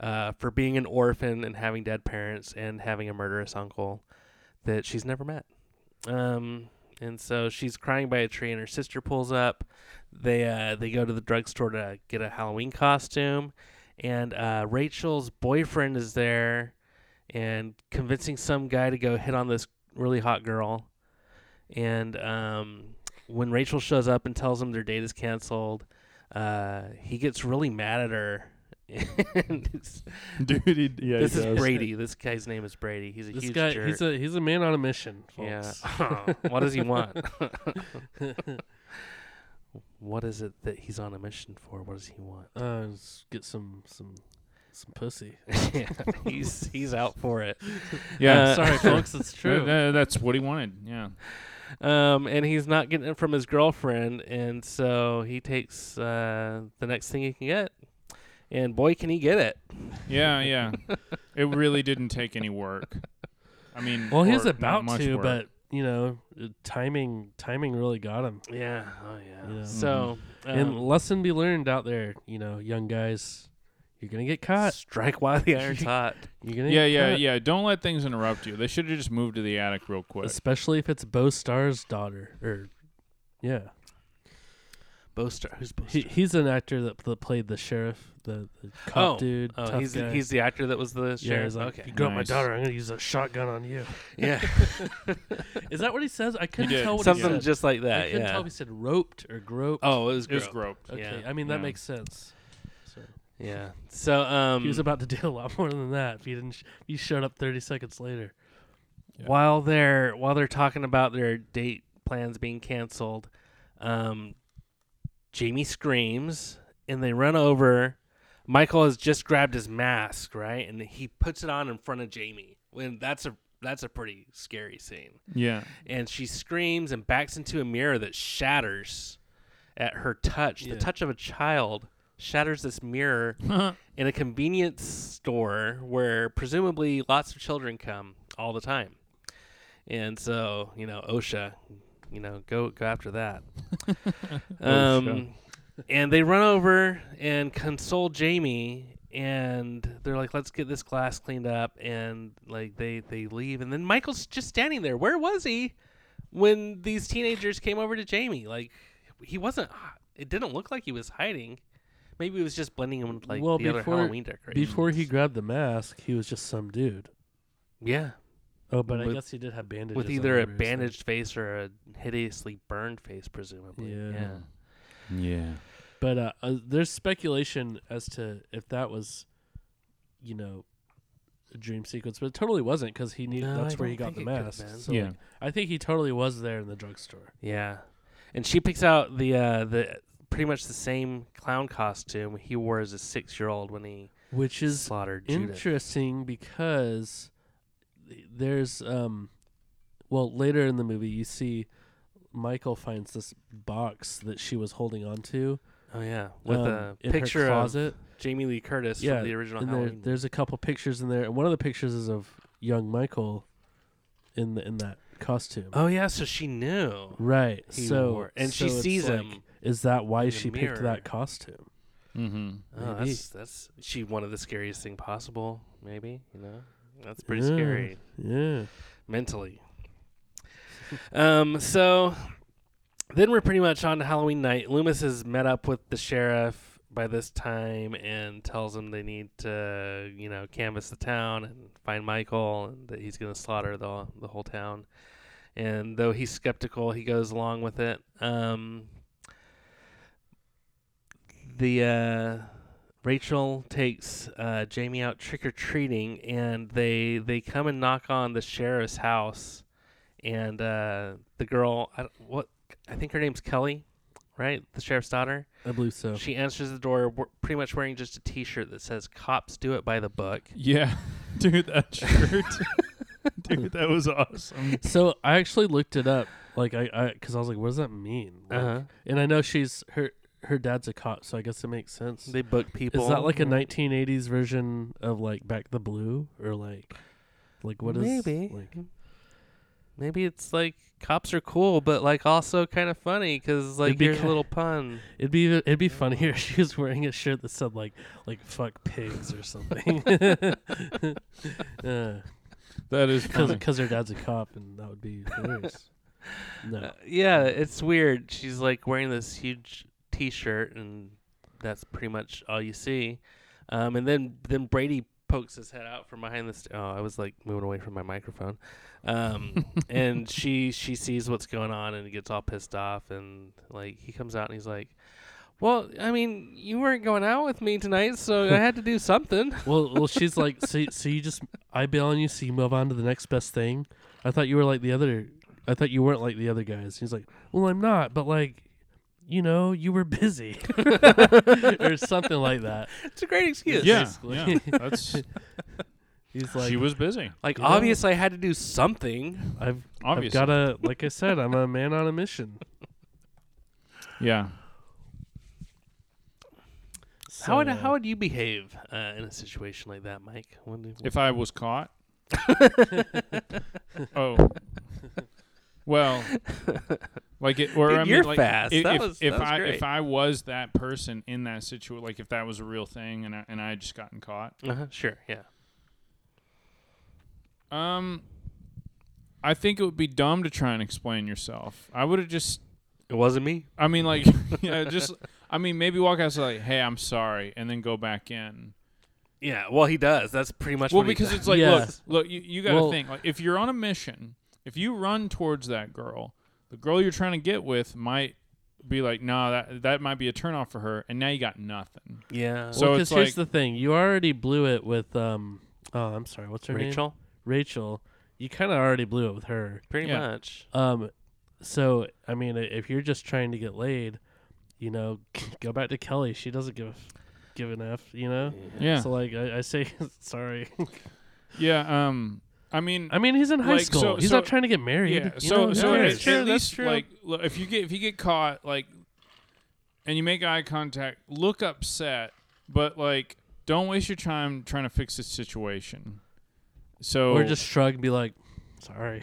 [SPEAKER 2] uh, for being an orphan and having dead parents and having a murderous uncle that she's never met. Um, and so she's crying by a tree, and her sister pulls up. They uh, they go to the drugstore to get a Halloween costume, and uh, Rachel's boyfriend is there, and convincing some guy to go hit on this really hot girl. And um, when Rachel shows up and tells him their date is canceled, uh, he gets really mad at her. and it's-
[SPEAKER 1] Dude. He, yeah.
[SPEAKER 2] this is Brady. This guy's name is Brady. He's a
[SPEAKER 3] This
[SPEAKER 2] huge
[SPEAKER 3] guy,
[SPEAKER 2] jerk.
[SPEAKER 3] he's a he's a man on a mission.
[SPEAKER 2] Yeah.
[SPEAKER 3] Folks.
[SPEAKER 2] what does he want? what is it that he's on a mission for? What does he want?
[SPEAKER 3] Uh, let's get some some some pussy.
[SPEAKER 2] yeah, he's he's out for it.
[SPEAKER 1] Yeah.
[SPEAKER 2] Uh,
[SPEAKER 3] Sorry, folks, it's
[SPEAKER 1] That-
[SPEAKER 3] true.
[SPEAKER 1] that- that's what he wanted. Yeah.
[SPEAKER 2] Um, and he's not getting it from his girlfriend, and so he takes uh, the next thing he can get. And boy, can he get it!
[SPEAKER 1] Yeah. Yeah. it really didn't take any work. I mean,
[SPEAKER 3] Well, he
[SPEAKER 1] or
[SPEAKER 3] was
[SPEAKER 1] not
[SPEAKER 3] about
[SPEAKER 1] much
[SPEAKER 3] to,
[SPEAKER 1] work.
[SPEAKER 3] but you know, uh, timing timing really got him.
[SPEAKER 2] Yeah, oh yeah.
[SPEAKER 3] Yeah.
[SPEAKER 2] So
[SPEAKER 3] and
[SPEAKER 2] um,
[SPEAKER 3] lesson be learned out there, you know, young guys, you're gonna get caught.
[SPEAKER 2] strike while the iron's hot.
[SPEAKER 3] You're gonna
[SPEAKER 1] Yeah,
[SPEAKER 3] get
[SPEAKER 1] yeah,
[SPEAKER 3] caught.
[SPEAKER 1] yeah. Don't let things interrupt you. They should have just moved to the attic real quick.
[SPEAKER 3] Especially if it's Bo Starr's daughter, or yeah,
[SPEAKER 2] Boaster, who's Boaster?
[SPEAKER 3] he, he's an actor that, that played the sheriff, the, the cop
[SPEAKER 2] Oh.
[SPEAKER 3] dude.
[SPEAKER 2] oh,
[SPEAKER 3] tough
[SPEAKER 2] he's the,
[SPEAKER 3] guy.
[SPEAKER 2] he's the actor that was the
[SPEAKER 3] yeah,
[SPEAKER 2] sheriff.
[SPEAKER 3] he's like, If
[SPEAKER 2] okay.
[SPEAKER 3] you got my
[SPEAKER 1] Nice.
[SPEAKER 3] daughter, I'm gonna use a shotgun on you.
[SPEAKER 2] Yeah.
[SPEAKER 3] Is that what he says? I couldn't
[SPEAKER 1] did.
[SPEAKER 3] tell what
[SPEAKER 2] Something
[SPEAKER 3] he said.
[SPEAKER 2] just like
[SPEAKER 3] I
[SPEAKER 2] that.
[SPEAKER 3] couldn't
[SPEAKER 2] Yeah.
[SPEAKER 3] tell if he said roped or groped.
[SPEAKER 2] oh, it was
[SPEAKER 1] It was
[SPEAKER 2] gross.
[SPEAKER 1] groped.
[SPEAKER 3] okay.
[SPEAKER 2] yeah.
[SPEAKER 3] I mean that
[SPEAKER 1] yeah.
[SPEAKER 3] makes sense. So,
[SPEAKER 2] Yeah. So um,
[SPEAKER 3] he was about to do a lot more than that. If he didn't, sh- if he showed up 30 seconds later.
[SPEAKER 1] Yeah.
[SPEAKER 2] while they're while they're talking about their date plans being canceled, um, Jamie screams and they run over. Michael has just grabbed his mask, right, and he puts it on in front of Jamie. When that's a that's a pretty scary scene.
[SPEAKER 1] Yeah.
[SPEAKER 2] And she screams and backs into a mirror that shatters at her touch.
[SPEAKER 3] Yeah.
[SPEAKER 2] The touch of a child shatters this mirror in a convenience store where presumably lots of children come all the time. And so, you know, OSHA, you know, go go after that. um, and they run over and console Jamie and they're like, let's get this glass cleaned up and like they, they leave and then Michael's just standing there. Where was he? when these teenagers came over to Jamie. Like he wasn't. It didn't look like he was hiding. Maybe it was just blending in with like
[SPEAKER 3] Well,
[SPEAKER 2] the
[SPEAKER 3] before-
[SPEAKER 2] other Halloween decorations.
[SPEAKER 3] Before he grabbed the mask, he was just some dude.
[SPEAKER 2] yeah,
[SPEAKER 3] Oh, but I
[SPEAKER 2] With-
[SPEAKER 3] guess he did have bandages.
[SPEAKER 2] with
[SPEAKER 3] on
[SPEAKER 2] either a
[SPEAKER 3] over his head.
[SPEAKER 2] bandaged face or a hideously burned face, presumably.
[SPEAKER 3] Yeah.
[SPEAKER 2] yeah.
[SPEAKER 1] Yeah.
[SPEAKER 3] But uh, uh, there's speculation as to if that was, you know, a dream sequence, but it totally wasn't because he needed.
[SPEAKER 2] No,
[SPEAKER 3] that's
[SPEAKER 2] I
[SPEAKER 3] where he
[SPEAKER 2] don't
[SPEAKER 3] got the
[SPEAKER 2] think it could
[SPEAKER 3] mask.
[SPEAKER 2] have been.
[SPEAKER 3] So
[SPEAKER 1] yeah.
[SPEAKER 3] like, I think he totally was there in the drugstore.
[SPEAKER 2] Yeah, and she picks out the uh, the pretty much the same clown costume he wore as a six year old when he
[SPEAKER 3] Which is
[SPEAKER 2] slaughtered Judas.
[SPEAKER 3] interesting because th- there's um well later in the movie you see Michael finds this box that she was holding onto
[SPEAKER 2] Oh yeah, with
[SPEAKER 3] um, in
[SPEAKER 2] a picture
[SPEAKER 3] her
[SPEAKER 2] of
[SPEAKER 3] closet.
[SPEAKER 2] Jamie Lee Curtis
[SPEAKER 3] Yeah,
[SPEAKER 2] from the original
[SPEAKER 3] and there,
[SPEAKER 2] Halloween.
[SPEAKER 3] there's a couple pictures in there, and one of the pictures is of young Michael in the, in that costume.
[SPEAKER 2] oh yeah, so she knew.
[SPEAKER 3] Right.
[SPEAKER 2] He
[SPEAKER 3] so
[SPEAKER 2] wore- and
[SPEAKER 3] so
[SPEAKER 2] she
[SPEAKER 3] it's
[SPEAKER 2] sees
[SPEAKER 3] like,
[SPEAKER 2] him.
[SPEAKER 3] Is that why
[SPEAKER 2] in the
[SPEAKER 3] she picked
[SPEAKER 2] mirror.
[SPEAKER 3] that costume?
[SPEAKER 1] Mm-hmm.
[SPEAKER 2] Oh,
[SPEAKER 3] Maybe.
[SPEAKER 2] that's that's she wanted the scariest thing possible. Maybe you know that's pretty
[SPEAKER 3] Yeah.
[SPEAKER 2] scary
[SPEAKER 3] Yeah.
[SPEAKER 2] mentally. um, so then we're pretty much on to Halloween night. Loomis has met up with the sheriff by this time and tells him they need to you know canvass the town and find Michael and that he's going to slaughter the the whole town. And though he's skeptical, he goes along with it. Um, the uh, Rachel takes uh, Jamie out trick or treating, and they they come and knock on the sheriff's house, and uh, the girl, I, don't- what I think her name's Kelly, right? The sheriff's daughter.
[SPEAKER 3] I believe so.
[SPEAKER 2] She answers the door, w- pretty much wearing just a T-shirt that says "Cops do it by the book."
[SPEAKER 1] Yeah. Dude, that shirt. Dude, that was awesome.
[SPEAKER 3] So I actually looked it up, like I, I, because I was like, what does that mean? Like,
[SPEAKER 2] Uh-huh.
[SPEAKER 3] And I know she's her, her dad's a cop, so I guess it makes sense.
[SPEAKER 2] They book people.
[SPEAKER 3] is that like a 1980s version of like Back the Blue or like, like what is
[SPEAKER 2] maybe
[SPEAKER 3] like
[SPEAKER 2] maybe it's like cops are cool, but like also kind of funny because like
[SPEAKER 3] be
[SPEAKER 2] here's a
[SPEAKER 3] ki-
[SPEAKER 2] little pun.
[SPEAKER 3] it'd be it'd be funnier if she was wearing a shirt that said like like fuck pigs or something. uh,
[SPEAKER 1] That is
[SPEAKER 3] because
[SPEAKER 1] funny.
[SPEAKER 3] her dad's a cop, and that would be hilarious.
[SPEAKER 2] Uh,
[SPEAKER 3] No,
[SPEAKER 2] yeah, it's weird. She's like wearing this huge T-shirt, and that's pretty much all you see. Um, and then then Brady pokes his head out from behind this. Oh, I was like moving away from my microphone. Um, and she she sees what's going on and gets all pissed off, and like he comes out and he's like. Well, I mean, you weren't going out with me tonight, so I had to do something.
[SPEAKER 3] well, well, she's like, so, so you just I bail on you, so you move on to the next best thing. I thought you were like the other. I thought you weren't like the other guys. He's like, well, I'm not, but like, you know, you were busy, or something like that.
[SPEAKER 2] It's a great excuse.
[SPEAKER 1] yeah,
[SPEAKER 3] basically.
[SPEAKER 1] yeah. That's
[SPEAKER 3] He's like,
[SPEAKER 1] she was busy.
[SPEAKER 2] Like,
[SPEAKER 3] You know-
[SPEAKER 2] obviously, I had to do something.
[SPEAKER 3] I've I've
[SPEAKER 1] Obviously.
[SPEAKER 3] got to like I said, I'm a man on a mission.
[SPEAKER 1] yeah.
[SPEAKER 2] how would
[SPEAKER 3] So,
[SPEAKER 2] how would you behave uh, in a situation like that, Mike? What do-
[SPEAKER 1] If I was caught. oh. Well, like it, or
[SPEAKER 2] Dude,
[SPEAKER 1] I mean,
[SPEAKER 2] you're
[SPEAKER 1] like,
[SPEAKER 2] fast.
[SPEAKER 1] If,
[SPEAKER 2] That
[SPEAKER 1] if-
[SPEAKER 2] was-
[SPEAKER 1] if
[SPEAKER 2] that was
[SPEAKER 1] I
[SPEAKER 2] great.
[SPEAKER 1] if I was that person in that situation, like if that was a real thing, and I, and I had just gotten caught,
[SPEAKER 2] uh-huh, sure, yeah.
[SPEAKER 1] um, I think it would be dumb to try and explain yourself. I would have just
[SPEAKER 2] It wasn't me.
[SPEAKER 1] I mean, like, you know, just, I mean, maybe walk out and say, like, hey, I'm sorry, and then go back in.
[SPEAKER 2] Yeah, well, he does. That's pretty much
[SPEAKER 1] well,
[SPEAKER 2] what he
[SPEAKER 1] because
[SPEAKER 2] does.
[SPEAKER 1] it's like,
[SPEAKER 3] Yeah.
[SPEAKER 1] look, look, you, you got to
[SPEAKER 3] Well-
[SPEAKER 1] think. Like, if you're on a mission, if you run towards that girl, the girl you're trying to get with might be like, nah, that, that might be a turnoff for her, and now you got nothing.
[SPEAKER 2] yeah.
[SPEAKER 1] So
[SPEAKER 3] well,
[SPEAKER 1] it's
[SPEAKER 3] 'cause here's the thing: you already blew it with um. Oh, I'm sorry. What's her name?
[SPEAKER 2] Rachel,
[SPEAKER 3] Rachel, you kind of already blew it with her.
[SPEAKER 2] pretty
[SPEAKER 1] Yeah.
[SPEAKER 2] much.
[SPEAKER 3] Um, so I mean, i- if you're just trying to get laid, you know, go back to Kelly. She doesn't give a f- give an f. You know.
[SPEAKER 1] Yeah.
[SPEAKER 3] So like, I, I say sorry.
[SPEAKER 1] yeah. Um, I mean,
[SPEAKER 3] I mean, he's in high
[SPEAKER 1] Like,
[SPEAKER 3] school.
[SPEAKER 1] so-
[SPEAKER 3] he's
[SPEAKER 1] so-
[SPEAKER 3] not trying to get married.
[SPEAKER 1] yeah.
[SPEAKER 3] you
[SPEAKER 1] So,
[SPEAKER 3] know?
[SPEAKER 1] so
[SPEAKER 3] Yeah.
[SPEAKER 1] at,
[SPEAKER 2] it's
[SPEAKER 1] at
[SPEAKER 2] true, that's
[SPEAKER 1] least,
[SPEAKER 2] true.
[SPEAKER 1] like, look, if you get, if you get caught, like, and you make eye contact, look upset, but, like, don't waste your time trying to fix this situation. So,
[SPEAKER 3] or just shrug and be like, sorry.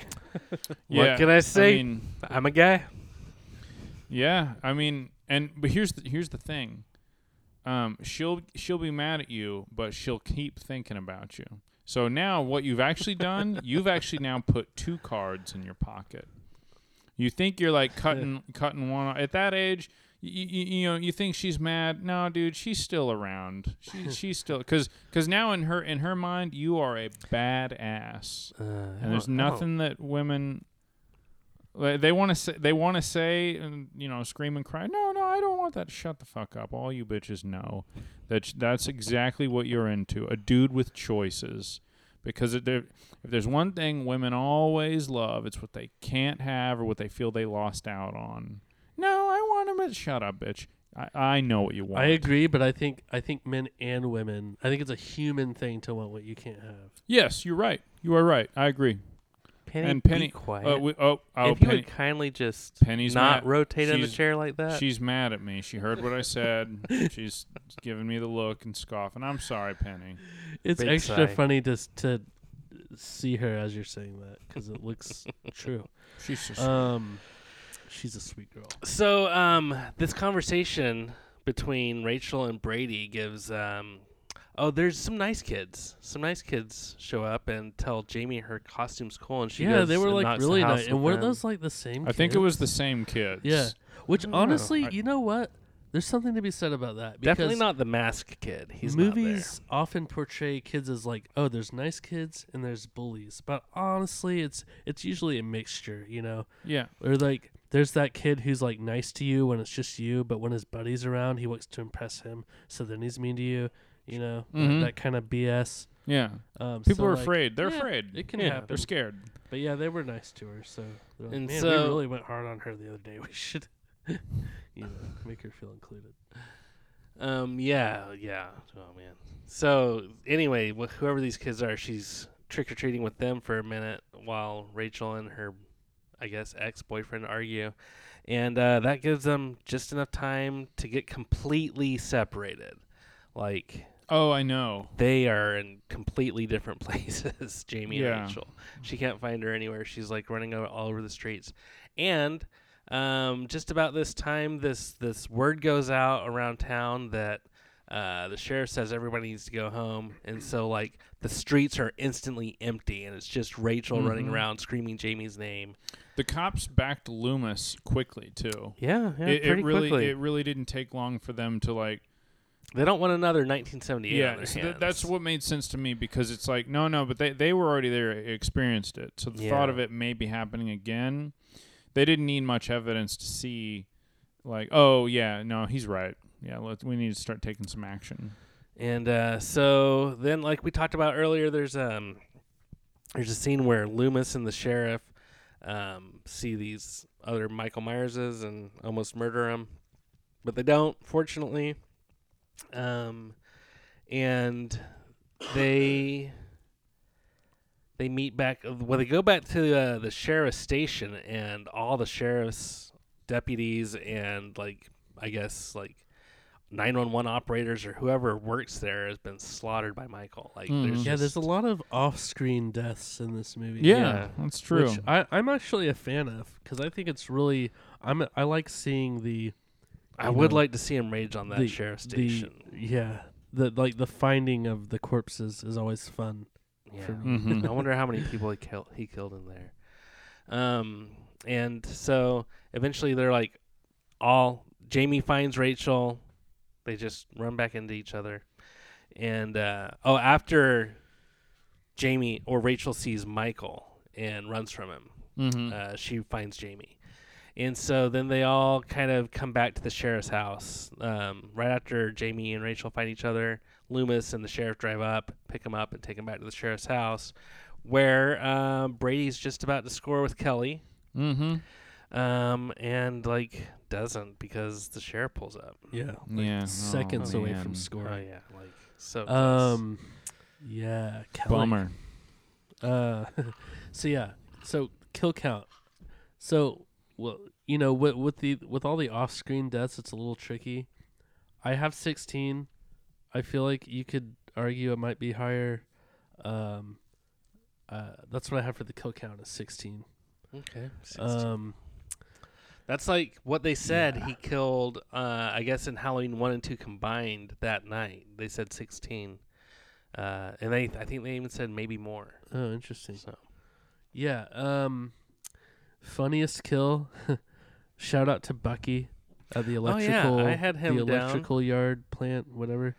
[SPEAKER 1] yeah,
[SPEAKER 2] what can I
[SPEAKER 1] I
[SPEAKER 2] say? I
[SPEAKER 1] mean,
[SPEAKER 2] am a guy.
[SPEAKER 1] yeah, I mean, and but here's the, here's the thing. Um, she'll she'll be mad at you, but she'll keep thinking about you. So now, what you've actually done, you've actually now put two cards in your pocket. You think you're like cutting cutting one at that age. You, you, you know you think she's mad. No, dude, she's still around. She, she's still because because now in her in her mind you are a badass,
[SPEAKER 2] Uh,
[SPEAKER 1] and there's nothing that women like, they want to say they want to say and you know scream and cry. No, no, I don't want that. Shut the fuck up, all you bitches know that sh- that's exactly what you're into. A dude with choices. Because if, there- if there's one thing women always love, it's what they can't have or what they feel they lost out on. No, I want him, but shut up, bitch. I, I know what you want.
[SPEAKER 3] I agree, but I think I think men and women. I think it's a human thing to want what you can't have.
[SPEAKER 1] Yes, you're right. You are right. I agree.
[SPEAKER 2] Penny,
[SPEAKER 1] and Penny,
[SPEAKER 2] be quiet.
[SPEAKER 1] Uh, we, oh, oh,
[SPEAKER 2] if you
[SPEAKER 1] Penny,
[SPEAKER 2] would kindly just
[SPEAKER 1] Penny's
[SPEAKER 2] not
[SPEAKER 1] mad.
[SPEAKER 2] rotate in the
[SPEAKER 1] She's-
[SPEAKER 2] chair like that.
[SPEAKER 1] she's mad at me. She heard what I said. She's giving me the look and scoff, and I'm sorry, Penny.
[SPEAKER 3] It's
[SPEAKER 2] Big
[SPEAKER 3] extra
[SPEAKER 2] sigh.
[SPEAKER 3] funny to s- to see her as you're saying that because it looks true.
[SPEAKER 1] She's just
[SPEAKER 3] Um, she's a sweet girl.
[SPEAKER 2] So, um, this conversation between Rachel and Brady gives, um, oh, there's some nice kids. Some nice kids show up and tell Jamie her costume's cool, and she
[SPEAKER 3] yeah,
[SPEAKER 2] goes
[SPEAKER 3] they were
[SPEAKER 2] and
[SPEAKER 3] like
[SPEAKER 2] knocks the
[SPEAKER 3] really
[SPEAKER 2] house
[SPEAKER 3] nice. And
[SPEAKER 2] with
[SPEAKER 3] were
[SPEAKER 2] them.
[SPEAKER 3] those like the same?
[SPEAKER 1] I think it
[SPEAKER 3] kids?
[SPEAKER 1] was the same kids.
[SPEAKER 3] Yeah, which
[SPEAKER 2] don't know.
[SPEAKER 3] honestly,
[SPEAKER 1] I-
[SPEAKER 3] you know what? There's something to be said about that. Because
[SPEAKER 2] definitely not the mask kid. He's not there.
[SPEAKER 3] movies often portray kids as like, oh, there's nice kids and there's bullies, but honestly, it's it's usually a mixture, you know.
[SPEAKER 1] Yeah.
[SPEAKER 3] Or like, there's that kid who's like nice to you when it's just you, but when his buddy's around, he wants to impress him, so then he's mean to you, you know, that-
[SPEAKER 2] Mm-hmm.
[SPEAKER 1] Mhm.
[SPEAKER 3] that, kind of BS.
[SPEAKER 1] Yeah.
[SPEAKER 3] Um,
[SPEAKER 1] People
[SPEAKER 3] so,
[SPEAKER 1] are
[SPEAKER 3] like-
[SPEAKER 1] afraid. They're
[SPEAKER 3] yeah,
[SPEAKER 1] afraid.
[SPEAKER 3] it can
[SPEAKER 1] yeah,
[SPEAKER 3] happen.
[SPEAKER 1] They're scared.
[SPEAKER 3] but yeah, they were nice to her, so they're like,
[SPEAKER 2] And
[SPEAKER 3] man, we
[SPEAKER 2] so-
[SPEAKER 3] really went hard on her the other day. We should, you know, make her feel included.
[SPEAKER 2] Um, yeah, yeah. Oh man. So anyway, wh- whoever these kids are, she's trick or treating with them for a minute while Rachel and her, I guess, ex boyfriend argue, and uh, that gives them just enough time to get completely separated. Like
[SPEAKER 1] Oh, I know.
[SPEAKER 2] they are in completely different places. Jamie
[SPEAKER 1] Yeah.
[SPEAKER 2] and Rachel. She can't find her anywhere. She's like running o- all over the streets, and um, just about this time, this this word goes out around town that uh, the sheriff says everybody needs to go home, and so like the streets are instantly empty, and it's just Rachel running
[SPEAKER 1] Mhm.
[SPEAKER 2] around screaming Jamie's name.
[SPEAKER 1] The cops backed Loomis quickly too.
[SPEAKER 2] Yeah, yeah pretty
[SPEAKER 1] it, it really,
[SPEAKER 2] quickly.
[SPEAKER 1] it really didn't take long for them to like.
[SPEAKER 2] they don't want another 1978.
[SPEAKER 1] Yeah,
[SPEAKER 2] on their
[SPEAKER 1] so tha-
[SPEAKER 2] hands.
[SPEAKER 1] that's what made sense to me because it's like, no, no, but they they were already there, experienced it. So the thought
[SPEAKER 2] Yeah.
[SPEAKER 1] of it maybe happening again, they didn't need much evidence to see, like, oh yeah, no, he's right. Yeah, let we need to start taking some action.
[SPEAKER 2] And uh, so then, like we talked about earlier, there's um, there's a scene where Loomis and the sheriff um, see these other Michael Myerses and almost murder him, but they don't, fortunately. Um, and they they meet back. Well, they go back to uh, the sheriff's station, and all the sheriff's deputies and like I guess like 911 operators or whoever works there has been slaughtered by Michael. Like, there's
[SPEAKER 1] Mhm.
[SPEAKER 3] Yeah, there's a
[SPEAKER 2] just-
[SPEAKER 3] lot of off-screen deaths in this movie.
[SPEAKER 1] Yeah,
[SPEAKER 2] Yeah.
[SPEAKER 1] that's true.
[SPEAKER 3] Which I, I'm actually a fan of because I think it's really I'm I like seeing the
[SPEAKER 2] I
[SPEAKER 3] you
[SPEAKER 2] would
[SPEAKER 3] know,
[SPEAKER 2] like to see him rage on that
[SPEAKER 3] the-
[SPEAKER 2] sheriff
[SPEAKER 3] the
[SPEAKER 2] station.
[SPEAKER 3] yeah the like the finding of the corpses is always fun.
[SPEAKER 2] yeah.
[SPEAKER 3] for-
[SPEAKER 1] Mhm.
[SPEAKER 2] I wonder how many people he killed. He killed in there. Um, and so eventually they're like, all Jamie finds Rachel. They just run back into each other, and uh, oh, after Jamie or Rachel sees Michael and runs from him,
[SPEAKER 3] Hmm.
[SPEAKER 1] Mhm.
[SPEAKER 2] uh, she finds Jamie. And so then they all kind of come back to the sheriff's house. Um, right after Jamie and Rachel find each other, Loomis and the sheriff drive up, pick them up, and take them back to the sheriff's house, where uh, Brady's just about to score with Kelly,
[SPEAKER 1] Mhm.
[SPEAKER 2] um, and like doesn't because the sheriff pulls up.
[SPEAKER 3] Yeah,
[SPEAKER 1] Yeah.
[SPEAKER 3] seconds
[SPEAKER 1] oh,
[SPEAKER 3] away
[SPEAKER 1] man.
[SPEAKER 3] from
[SPEAKER 2] Oh
[SPEAKER 3] scoring.
[SPEAKER 2] yeah, like so. close.
[SPEAKER 3] um, yeah, Kelly.
[SPEAKER 1] Bummer.
[SPEAKER 3] Uh, so yeah, so kill count. So well, you know, with with the with all the off-screen deaths, it's a little tricky. I have 16. I feel like you could argue it might be higher. Um, uh, that's what I have for the kill count is 16.
[SPEAKER 2] okay. 16.
[SPEAKER 3] Um,
[SPEAKER 2] That's like what they said. He killed, uh, I guess, in Halloween one and two combined that night. They said sixteen, uh, and they, I think they even said maybe more.
[SPEAKER 3] oh, interesting.
[SPEAKER 2] So
[SPEAKER 3] Yeah. Um, Funniest kill. Shout out to Bucky at the
[SPEAKER 2] Oh, yeah,
[SPEAKER 3] electrical.
[SPEAKER 2] I had him
[SPEAKER 3] the
[SPEAKER 2] down.
[SPEAKER 3] electrical yard plant, whatever.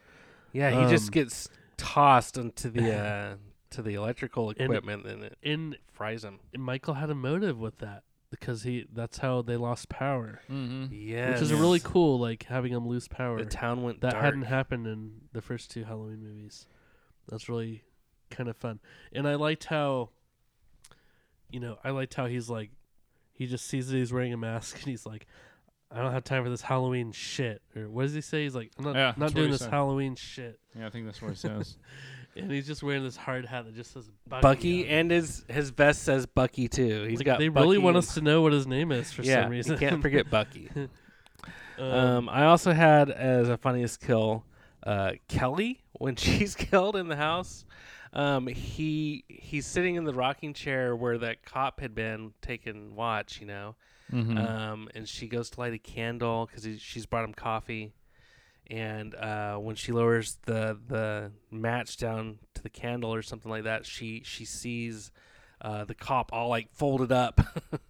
[SPEAKER 2] Yeah, he
[SPEAKER 3] Um,
[SPEAKER 2] just gets tossed into the uh, to the electrical equipment and, it
[SPEAKER 3] And
[SPEAKER 2] fries him.
[SPEAKER 3] Michael had a motive with that because he that's how they lost power,
[SPEAKER 1] Mm-hmm.
[SPEAKER 2] Yeah,
[SPEAKER 3] which is
[SPEAKER 1] Yes.
[SPEAKER 3] really cool. Like having them lose power.
[SPEAKER 2] The town went
[SPEAKER 3] that
[SPEAKER 2] dark.
[SPEAKER 3] hadn't happened in the first two Halloween movies. That's really kind of fun. And I liked how, you know, I liked how he's like, he just sees that he's wearing a mask and he's like, I don't have time for this Halloween shit. Or what does he say? He's like, I'm not,
[SPEAKER 1] Yeah, that's
[SPEAKER 3] not
[SPEAKER 1] what
[SPEAKER 3] doing
[SPEAKER 1] he
[SPEAKER 3] this
[SPEAKER 1] said.
[SPEAKER 3] Halloween shit.
[SPEAKER 1] Yeah, I think that's what it says.
[SPEAKER 3] And he's just wearing this hard hat that just says Bucky.
[SPEAKER 2] Bucky
[SPEAKER 3] on it.
[SPEAKER 2] and his his vest says Bucky too. He's
[SPEAKER 3] Like,
[SPEAKER 2] got.
[SPEAKER 3] they
[SPEAKER 2] Bucky
[SPEAKER 3] really want
[SPEAKER 2] and-
[SPEAKER 3] us to know what his name is for
[SPEAKER 2] yeah,
[SPEAKER 3] some reason.
[SPEAKER 2] you can't forget Bucky.
[SPEAKER 3] Um,
[SPEAKER 2] Um, I also had as a funniest kill uh, Kelly when she's killed in the house. Um, he he's sitting in the rocking chair where that cop had been taking watch, you know,
[SPEAKER 1] mm-hmm.
[SPEAKER 2] um, and she goes to light a candle because she's brought him coffee, and uh, when she lowers the the match down to the candle or something like that, she she sees uh, the cop all like folded up,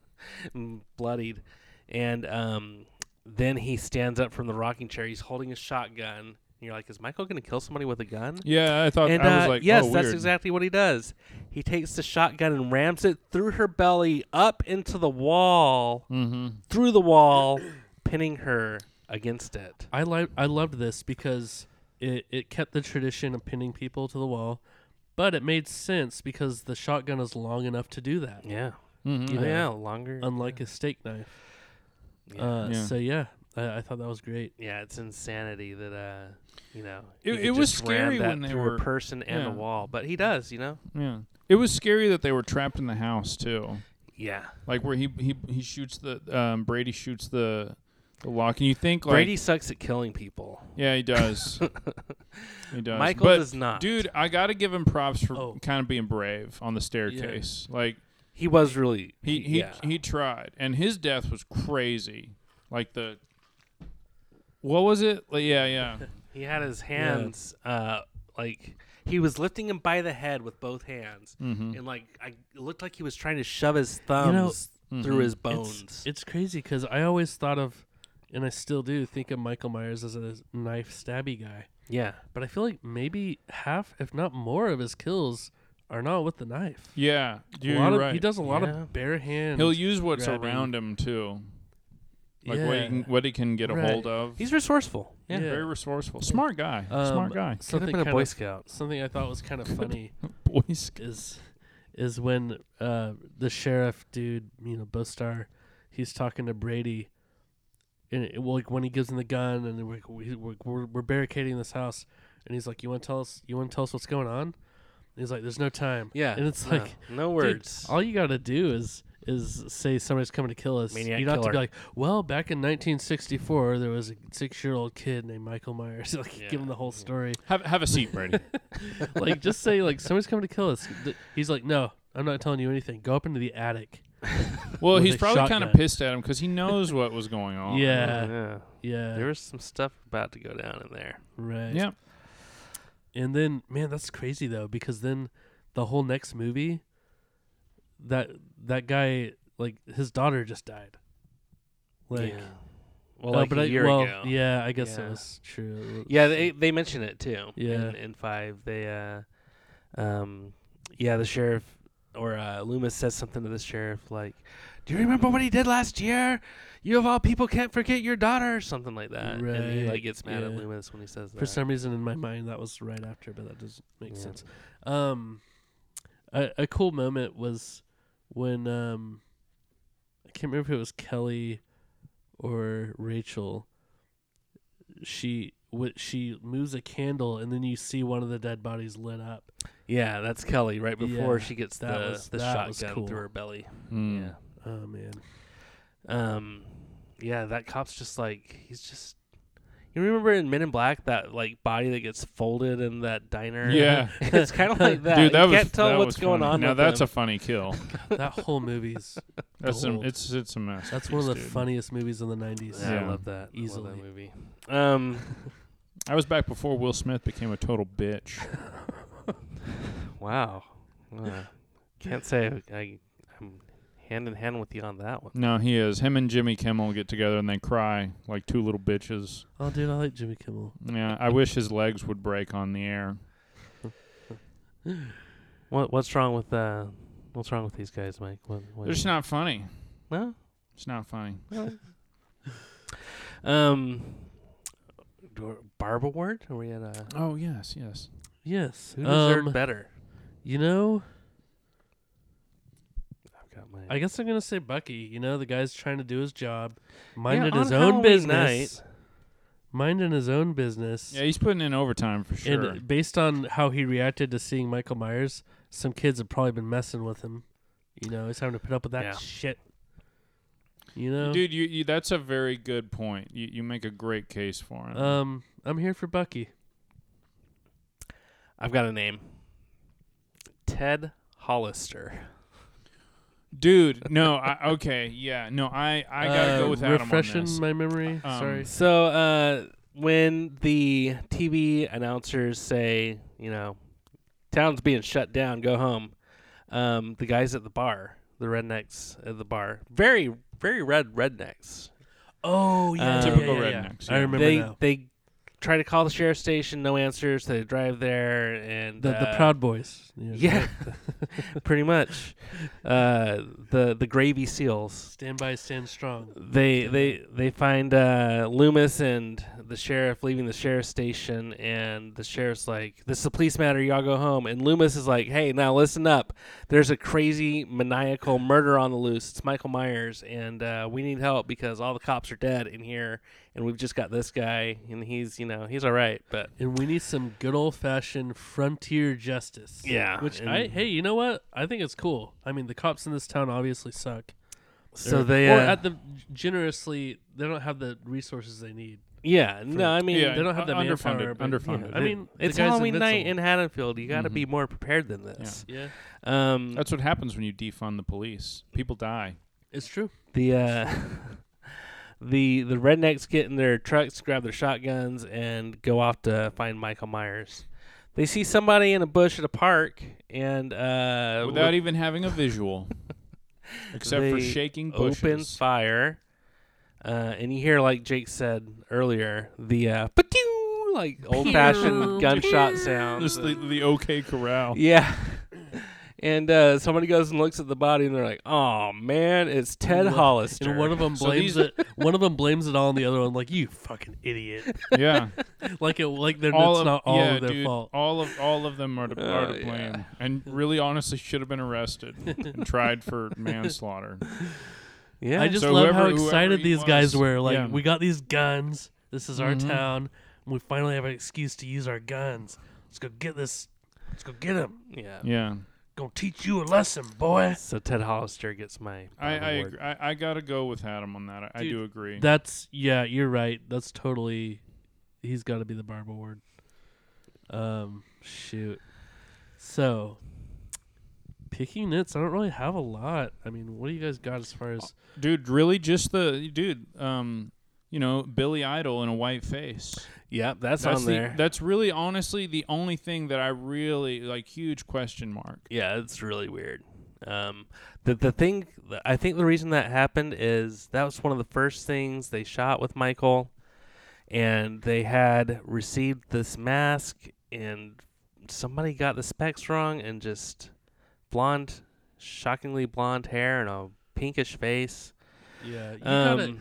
[SPEAKER 2] and bloodied, and um, then he stands up from the rocking chair. He's holding a shotgun, and you're like, is Michael gonna kill somebody with a gun?
[SPEAKER 1] yeah, I thought
[SPEAKER 2] And
[SPEAKER 1] I
[SPEAKER 2] uh,
[SPEAKER 1] was like,
[SPEAKER 2] yes,
[SPEAKER 1] oh,
[SPEAKER 2] that's
[SPEAKER 1] weird.
[SPEAKER 2] exactly what he does. He takes the shotgun and rams it through her belly, up into the wall,
[SPEAKER 1] Mm-hmm.
[SPEAKER 2] through the wall, pinning her against it.
[SPEAKER 3] I like I loved this because it, it kept the tradition of pinning people to the wall, but it made sense because the shotgun is long enough to do that,
[SPEAKER 2] Yeah.
[SPEAKER 1] Mm-hmm.
[SPEAKER 2] Oh, Yeah,
[SPEAKER 3] know,
[SPEAKER 2] longer.
[SPEAKER 3] unlike a steak knife.
[SPEAKER 2] yeah.
[SPEAKER 3] Uh,
[SPEAKER 1] Yeah.
[SPEAKER 3] So yeah, I, I thought that was great.
[SPEAKER 2] yeah, it's insanity that uh, you know,
[SPEAKER 1] It-
[SPEAKER 2] you could
[SPEAKER 1] it was
[SPEAKER 2] just ram
[SPEAKER 1] scary
[SPEAKER 2] that
[SPEAKER 1] when they
[SPEAKER 2] through
[SPEAKER 1] were-
[SPEAKER 2] a person and
[SPEAKER 1] yeah.
[SPEAKER 2] a wall, but he does, you know.
[SPEAKER 1] Yeah, it was scary that they were trapped in the house too.
[SPEAKER 2] Yeah.
[SPEAKER 1] Like where he he he shoots the um, Brady shoots the the lock, and you think like
[SPEAKER 2] Brady sucks at killing people.
[SPEAKER 1] yeah he does he does
[SPEAKER 2] Michael
[SPEAKER 1] but,
[SPEAKER 2] does not.
[SPEAKER 1] Dude, I gotta give him props for
[SPEAKER 3] Oh.
[SPEAKER 1] kind of being brave on the staircase. Like
[SPEAKER 2] he was really
[SPEAKER 1] he he,
[SPEAKER 2] yeah.
[SPEAKER 1] he tried, and his death was crazy. Like the what was it? Like, yeah, yeah,
[SPEAKER 2] He had his hands uh like he was lifting him by the head with both hands
[SPEAKER 1] Mm-hmm.
[SPEAKER 2] and like I it looked like he was trying to shove his thumbs
[SPEAKER 1] mm-hmm.
[SPEAKER 2] through his bones.
[SPEAKER 3] It's it's crazy because I always thought of, and I still do think of Michael Myers as a knife stabby guy,
[SPEAKER 2] yeah.
[SPEAKER 3] but I feel like maybe half, if not more, of his kills are not with the knife.
[SPEAKER 1] yeah. Dude,
[SPEAKER 3] a lot
[SPEAKER 1] you're
[SPEAKER 3] of,
[SPEAKER 1] right.
[SPEAKER 3] He does a lot
[SPEAKER 2] Yeah.
[SPEAKER 3] of bare hand.
[SPEAKER 1] He'll use what's
[SPEAKER 3] grabbing.
[SPEAKER 1] around him too, like what
[SPEAKER 3] yeah.
[SPEAKER 1] he can, what he can get a
[SPEAKER 3] Right.
[SPEAKER 1] hold of.
[SPEAKER 2] He's resourceful. Yeah.
[SPEAKER 3] Yeah.
[SPEAKER 1] very resourceful, smart guy,
[SPEAKER 3] Um,
[SPEAKER 1] smart guy.
[SPEAKER 2] Could have
[SPEAKER 3] Something
[SPEAKER 2] been a
[SPEAKER 3] kind
[SPEAKER 2] Boy
[SPEAKER 3] of
[SPEAKER 2] Scout.
[SPEAKER 3] something I thought was kind of funny
[SPEAKER 1] Boys,
[SPEAKER 3] is is when uh the sheriff dude, you know, Bostar, he's talking to Brady, and it, well, like when he gives him the gun, and we're, we- we're we're we're barricading this house, and he's like, "You want to tell us? You want to tell us what's going on?" And he's like, "There's no time."
[SPEAKER 2] Yeah.
[SPEAKER 3] and it's
[SPEAKER 2] no,
[SPEAKER 3] like,
[SPEAKER 2] no
[SPEAKER 3] dude,
[SPEAKER 2] words.
[SPEAKER 3] all you gotta do is is say somebody's coming to kill us.
[SPEAKER 2] Maniac
[SPEAKER 3] you don't have to be
[SPEAKER 2] killer.
[SPEAKER 3] like, "Well, back in 1964, there was a six year old kid named Michael Myers." like,
[SPEAKER 2] Yeah,
[SPEAKER 3] give him the whole story
[SPEAKER 1] have have a seat, Brady.
[SPEAKER 3] like just say like somebody's coming to kill us. Th- He's like, no, I'm not telling you anything. Go up into the attic.
[SPEAKER 1] well,
[SPEAKER 3] With
[SPEAKER 1] he's
[SPEAKER 3] a
[SPEAKER 1] probably kind of
[SPEAKER 3] shotgun.
[SPEAKER 1] pissed at him because he knows what was going on.
[SPEAKER 3] yeah,
[SPEAKER 2] yeah.
[SPEAKER 3] yeah,
[SPEAKER 2] Oh, There was some stuff about to go down in there.
[SPEAKER 3] right.
[SPEAKER 1] yeah.
[SPEAKER 3] And then, man, that's crazy though, because then the whole next movie, that that guy, like his daughter just died. Like,
[SPEAKER 2] yeah.
[SPEAKER 3] oh,
[SPEAKER 2] Well, like
[SPEAKER 3] but
[SPEAKER 2] a
[SPEAKER 3] I,
[SPEAKER 2] year
[SPEAKER 3] well,
[SPEAKER 2] ago.
[SPEAKER 3] yeah, I guess
[SPEAKER 2] Yeah.
[SPEAKER 3] that was true.
[SPEAKER 2] Yeah, they they mention it too.
[SPEAKER 3] Yeah.
[SPEAKER 2] In, in five, they uh, um, yeah, the sheriff or uh, Loomis says something to the sheriff like, "Do you remember what he did last year? You of all people can't forget your daughter," or something like that. And he
[SPEAKER 3] Right,
[SPEAKER 2] like gets mad at
[SPEAKER 3] yeah.
[SPEAKER 2] Loomis when he says that.
[SPEAKER 3] For some reason, in my mind, that was right after, but that doesn't make
[SPEAKER 2] Yeah.
[SPEAKER 3] sense. Um, a, a cool moment was when um, I can't remember if it was Kelly or Rachel. She what she moves a candle, and then you see one of the dead bodies lit up.
[SPEAKER 2] yeah, that's Kelly right before
[SPEAKER 3] Yeah,
[SPEAKER 2] she gets
[SPEAKER 3] that
[SPEAKER 2] the
[SPEAKER 3] was-
[SPEAKER 2] the
[SPEAKER 3] that was
[SPEAKER 2] shotgun
[SPEAKER 3] cool.
[SPEAKER 2] through her belly.
[SPEAKER 1] Mm.
[SPEAKER 2] Yeah.
[SPEAKER 3] Oh man,
[SPEAKER 2] Um, yeah, that cop's just like he's just. You remember in Men in Black that like body that gets folded in that diner?
[SPEAKER 1] Yeah.
[SPEAKER 2] it's kind of like that.
[SPEAKER 1] Dude, that
[SPEAKER 2] you
[SPEAKER 1] was
[SPEAKER 2] can't tell
[SPEAKER 1] that
[SPEAKER 2] what's
[SPEAKER 1] was
[SPEAKER 2] going
[SPEAKER 1] funny.
[SPEAKER 2] on.
[SPEAKER 1] Now
[SPEAKER 2] with
[SPEAKER 1] that's
[SPEAKER 2] him.
[SPEAKER 1] a funny kill.
[SPEAKER 3] that whole movie's
[SPEAKER 1] That's some,
[SPEAKER 3] Gold.
[SPEAKER 1] it's it's a mess.
[SPEAKER 3] that's one of the
[SPEAKER 1] dude.
[SPEAKER 3] funniest movies in the nineties.
[SPEAKER 2] Yeah,
[SPEAKER 1] Yeah.
[SPEAKER 2] I love that. I love
[SPEAKER 3] Easily.
[SPEAKER 2] that movie. Um,
[SPEAKER 1] I was back before Will Smith became a total bitch.
[SPEAKER 2] wow. Uh, can't say I, I'm hand in hand with you on that one.
[SPEAKER 1] No, he is. Him and Jimmy Kimmel get together and they cry like two little bitches.
[SPEAKER 3] Oh, dude, I like Jimmy Kimmel.
[SPEAKER 1] Yeah, I wish his legs would break on the air.
[SPEAKER 2] What what's wrong with uh what's wrong with these guys, Mike? What, what
[SPEAKER 1] They're just not funny.
[SPEAKER 2] no?
[SPEAKER 1] It's not funny.
[SPEAKER 2] Um do- Barb Award? Are we at a
[SPEAKER 1] Oh yes, yes.
[SPEAKER 3] Yes.
[SPEAKER 2] who deserved
[SPEAKER 3] um,
[SPEAKER 2] better?
[SPEAKER 3] you know,
[SPEAKER 2] I've got my
[SPEAKER 3] I guess I'm gonna say Bucky. You know, the guy's trying to do his job,
[SPEAKER 2] Yeah,
[SPEAKER 3] minding
[SPEAKER 2] on
[SPEAKER 3] his own
[SPEAKER 2] Halloween
[SPEAKER 3] business,
[SPEAKER 2] night-
[SPEAKER 3] minding his own business.
[SPEAKER 1] Yeah, he's putting in overtime for sure.
[SPEAKER 3] And based on how he reacted to seeing Michael Myers, some kids have probably been messing with him. You know, he's having to put up with that
[SPEAKER 2] Yeah.
[SPEAKER 3] shit. You know,
[SPEAKER 1] Dude, you, you that's a very good point. You you make a great case for him.
[SPEAKER 3] um, I'm here for Bucky.
[SPEAKER 2] I've got a name. Ted Hollister.
[SPEAKER 1] Dude, no, I, okay, yeah, no, I I gotta
[SPEAKER 3] Uh,
[SPEAKER 1] go with Adam on
[SPEAKER 3] refreshing
[SPEAKER 1] this.
[SPEAKER 3] my memory.
[SPEAKER 1] Um,
[SPEAKER 3] Sorry.
[SPEAKER 2] So uh when the TV announcers say, you know, town's being shut down, go home. Um, the guys at the bar, the rednecks at the bar, very very red rednecks.
[SPEAKER 3] Oh
[SPEAKER 2] yeah, yeah,
[SPEAKER 1] Typical
[SPEAKER 2] yeah,
[SPEAKER 1] rednecks.
[SPEAKER 3] I
[SPEAKER 1] yeah.
[SPEAKER 3] remember
[SPEAKER 2] they
[SPEAKER 3] now.
[SPEAKER 2] they try to call the sheriff's station, no answers. They drive there and
[SPEAKER 3] The, the
[SPEAKER 2] uh,
[SPEAKER 3] Proud Boys. Yeah.
[SPEAKER 2] yeah, pretty much. Uh, the the gravy seals.
[SPEAKER 3] Stand by, stand strong.
[SPEAKER 2] they they they find uh, Loomis and the sheriff leaving the sheriff's station, and the sheriff's like, "This is a police matter. Y'all go home." And Loomis is like, "Hey, now listen up. There's a crazy maniacal murder on the loose. It's Michael Myers, and uh, we need help because all the cops are dead in here, and we've just got this guy, and he's you know he's all right, but
[SPEAKER 3] And we need some good old fashioned frontier justice.
[SPEAKER 2] yeah,
[SPEAKER 3] Which
[SPEAKER 2] and
[SPEAKER 3] I hey, you know what? I think it's cool. I mean, the cops in this town obviously suck.
[SPEAKER 2] so
[SPEAKER 3] Or-
[SPEAKER 2] they
[SPEAKER 3] or
[SPEAKER 2] uh,
[SPEAKER 3] at the generously they don't have the resources they need.
[SPEAKER 2] yeah no I mean
[SPEAKER 1] Yeah,
[SPEAKER 3] they don't have the manpower,
[SPEAKER 1] underfunded.
[SPEAKER 3] but-
[SPEAKER 1] Underfunded.
[SPEAKER 3] I mean, the
[SPEAKER 2] it's
[SPEAKER 3] guy's
[SPEAKER 2] Halloween night
[SPEAKER 3] invincible. Mm-hmm.
[SPEAKER 2] in Haddonfield. You got to
[SPEAKER 1] Mhm.
[SPEAKER 2] be more prepared than this.
[SPEAKER 3] Yeah,
[SPEAKER 2] Um,
[SPEAKER 1] That's what happens when you defund the police. People die.
[SPEAKER 3] it's true.
[SPEAKER 2] the uh, the the rednecks get in their trucks, grab their shotguns, and go off to find Michael Myers. They see somebody in a bush at a park, and uh,
[SPEAKER 1] Without
[SPEAKER 2] with-
[SPEAKER 1] even having a visual. except for
[SPEAKER 2] They
[SPEAKER 1] shaking bushes.
[SPEAKER 2] open fire. Uh, and you hear, like Jake said earlier, the uh, "pa-tew," like old fashioned gunshot sounds.
[SPEAKER 1] Just the, the OK Corral.
[SPEAKER 2] Yeah. And uh, somebody goes and looks at the body, and they're like, "Oh man, it's Ted
[SPEAKER 3] And one-
[SPEAKER 2] Hollister."
[SPEAKER 3] And one of them
[SPEAKER 1] So
[SPEAKER 3] blames
[SPEAKER 1] these-
[SPEAKER 3] it. One of them blames it all on the other one. Like you fucking idiot.
[SPEAKER 1] Yeah.
[SPEAKER 3] Like it. Like they're,
[SPEAKER 1] all
[SPEAKER 3] it's
[SPEAKER 1] of,
[SPEAKER 3] not all
[SPEAKER 1] yeah,
[SPEAKER 3] of their
[SPEAKER 1] dude,
[SPEAKER 3] fault.
[SPEAKER 1] All of all of them are to, are
[SPEAKER 2] Oh,
[SPEAKER 1] to blame,
[SPEAKER 2] yeah.
[SPEAKER 1] and really, honestly, should have been arrested and tried for manslaughter.
[SPEAKER 2] yeah,
[SPEAKER 3] I just
[SPEAKER 1] So
[SPEAKER 3] love how
[SPEAKER 1] whoever- whoever
[SPEAKER 3] excited
[SPEAKER 1] he
[SPEAKER 3] these guys
[SPEAKER 1] was,
[SPEAKER 3] were. Like
[SPEAKER 1] yeah.
[SPEAKER 3] we got these guns. This is our
[SPEAKER 1] Mhm.
[SPEAKER 3] town. And we finally have an excuse to use our guns. Let's go get this. Let's go get him.
[SPEAKER 2] yeah.
[SPEAKER 1] Yeah,
[SPEAKER 3] Gonna teach you a lesson, boy.
[SPEAKER 2] So Ted Hollister gets my.
[SPEAKER 1] I
[SPEAKER 2] my
[SPEAKER 1] I,
[SPEAKER 2] award.
[SPEAKER 1] agree. I I gotta go with Adam on that. I, I
[SPEAKER 3] Dude,
[SPEAKER 1] do agree.
[SPEAKER 3] That's yeah, you're right. That's totally he's got to be the Barb Award. Um shoot. So picking nits, I don't really have a lot. I mean, what do you guys got as far as
[SPEAKER 1] dude, really, just the dude. Um, you know, Billy Idol in a white face.
[SPEAKER 2] Yep, that's,
[SPEAKER 1] That's
[SPEAKER 2] on
[SPEAKER 1] the,
[SPEAKER 2] there.
[SPEAKER 1] That's really, honestly, the only thing that I really like. Huge question mark.
[SPEAKER 2] yeah, it's really weird. Um, the the thing I think the reason that happened is that was one of the first things they shot with Michael, and they had received this mask, and somebody got the specs wrong, and just blonde, shockingly blonde hair and a pinkish face.
[SPEAKER 3] Yeah, you
[SPEAKER 2] Um,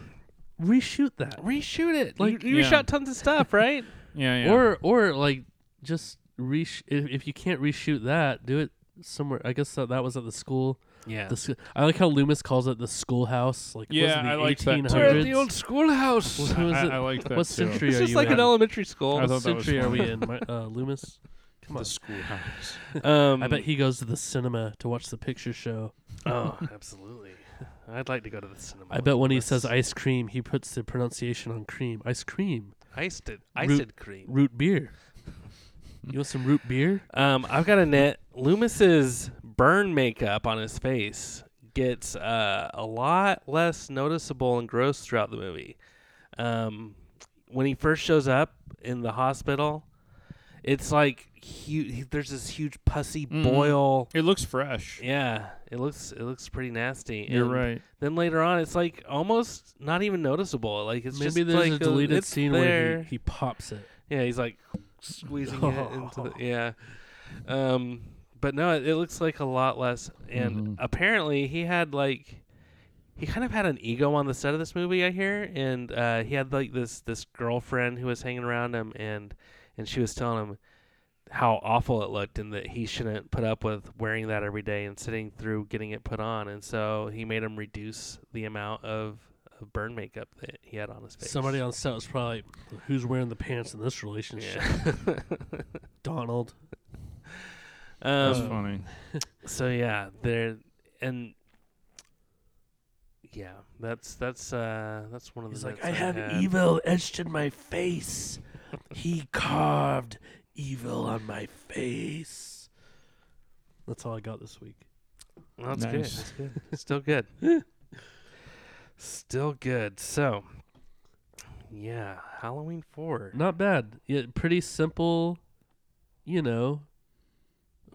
[SPEAKER 3] reshoot that.
[SPEAKER 2] reshoot it.
[SPEAKER 3] Like-
[SPEAKER 2] you you
[SPEAKER 1] Yeah.
[SPEAKER 2] shot tons of stuff, right?
[SPEAKER 1] Yeah, yeah.
[SPEAKER 3] Or or like just resh if, if you can't reshoot that, do it somewhere. I guess that, that was at the school.
[SPEAKER 2] yeah.
[SPEAKER 3] The sc- I like how Loomis calls it the schoolhouse. Like
[SPEAKER 1] Yeah, I
[SPEAKER 3] was
[SPEAKER 1] liked that too.
[SPEAKER 3] it the
[SPEAKER 1] We're at
[SPEAKER 3] 1800s?
[SPEAKER 2] schoolhouse.
[SPEAKER 3] What
[SPEAKER 1] I,
[SPEAKER 3] was
[SPEAKER 1] I,
[SPEAKER 3] it?
[SPEAKER 1] I like that
[SPEAKER 3] what
[SPEAKER 1] too.
[SPEAKER 3] century
[SPEAKER 2] It's
[SPEAKER 3] are
[SPEAKER 2] just
[SPEAKER 3] you
[SPEAKER 2] like
[SPEAKER 3] in?
[SPEAKER 2] an elementary school.
[SPEAKER 1] I thought
[SPEAKER 3] What
[SPEAKER 1] that was
[SPEAKER 3] century are we
[SPEAKER 1] funny.
[SPEAKER 3] in, Mi- uh, Loomis? Come on.
[SPEAKER 1] The schoolhouse.
[SPEAKER 2] Um,
[SPEAKER 3] I bet he goes to the cinema to watch the picture show.
[SPEAKER 2] Oh, absolutely. I'd like to go to the cinema.
[SPEAKER 3] I
[SPEAKER 2] with
[SPEAKER 3] bet when he says
[SPEAKER 2] Lewis.
[SPEAKER 3] ice cream, he puts the pronunciation on cream. Ice cream,
[SPEAKER 2] iced it,
[SPEAKER 3] root-
[SPEAKER 2] iced cream.
[SPEAKER 3] root beer. you want some root beer?
[SPEAKER 2] Um, I've got a net. Loomis's burn makeup on his face gets uh, a lot less noticeable and gross throughout the movie. Um, when he first shows up in the hospital, It's like huge. There's this huge pussy boil.
[SPEAKER 1] It looks fresh.
[SPEAKER 2] Yeah, it looks it looks pretty nasty.
[SPEAKER 1] You're
[SPEAKER 2] And
[SPEAKER 1] right.
[SPEAKER 2] Then later on, it's like almost not even noticeable. Like it's
[SPEAKER 3] Maybe
[SPEAKER 2] just
[SPEAKER 3] there's
[SPEAKER 2] like uh,
[SPEAKER 3] a deleted
[SPEAKER 2] it's
[SPEAKER 3] scene
[SPEAKER 2] there.
[SPEAKER 3] where he, he pops it.
[SPEAKER 2] yeah, he's like squeezing it into the yeah. Um, but no, it, it looks like a lot less. And apparently, he had like he kind of had an ego on the set of this movie. I hear, and uh, he had like this this girlfriend who was hanging around him, and and she was telling him how awful it looked and that he shouldn't put up with wearing that every day and sitting through getting it put on and so he made him reduce the amount of, of burn makeup that he had on his face
[SPEAKER 3] Somebody on set was probably, who's wearing the pants in this relationship?
[SPEAKER 2] yeah.
[SPEAKER 3] Donald.
[SPEAKER 1] That's
[SPEAKER 2] Um,
[SPEAKER 1] funny.
[SPEAKER 2] so yeah, there and yeah, that's that's uh that's one of the.
[SPEAKER 3] He's like,
[SPEAKER 2] notes
[SPEAKER 3] I have
[SPEAKER 2] had.
[SPEAKER 3] evil etched in my face. he carved evil on my face. That's all I got this week.
[SPEAKER 2] Well, that's good.
[SPEAKER 1] Nice.
[SPEAKER 2] That's good. Still good. Still good. So yeah, Halloween four.
[SPEAKER 3] Not bad. Yet pretty simple, you know,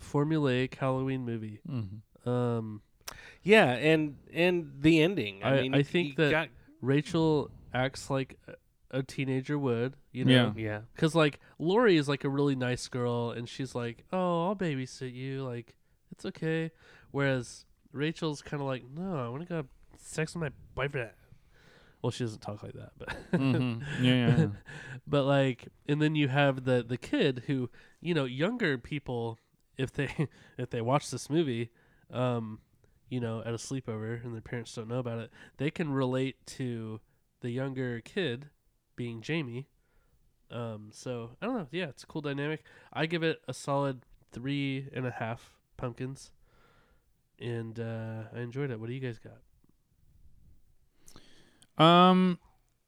[SPEAKER 3] formulaic Halloween movie.
[SPEAKER 1] Mm-hmm.
[SPEAKER 3] Um,
[SPEAKER 2] Yeah, and and the ending. I,
[SPEAKER 3] I-
[SPEAKER 2] mean,
[SPEAKER 3] I think
[SPEAKER 2] you
[SPEAKER 3] that-
[SPEAKER 2] got-
[SPEAKER 3] Rachel acts like a- a teenager would, you know.
[SPEAKER 1] Yeah.
[SPEAKER 2] yeah,
[SPEAKER 3] Cause like Lori is like a really nice girl, and she's like, "Oh, I'll babysit you. Like, it's okay." Whereas Rachel's kind of like, "No, I want to go have sex with my boyfriend." Well, she doesn't talk like that, but
[SPEAKER 1] Mm-hmm. Yeah, yeah, yeah.
[SPEAKER 3] but like, and then you have the the kid who you know younger people if they if they watch this movie, um, you know, at a sleepover and their parents don't know about it, they can relate to the younger kid being Jamie. Um, so I don't know. Yeah, it's a cool dynamic. I give it a solid three and a half pumpkins, and uh, I enjoyed it. What do you guys got?
[SPEAKER 1] Um,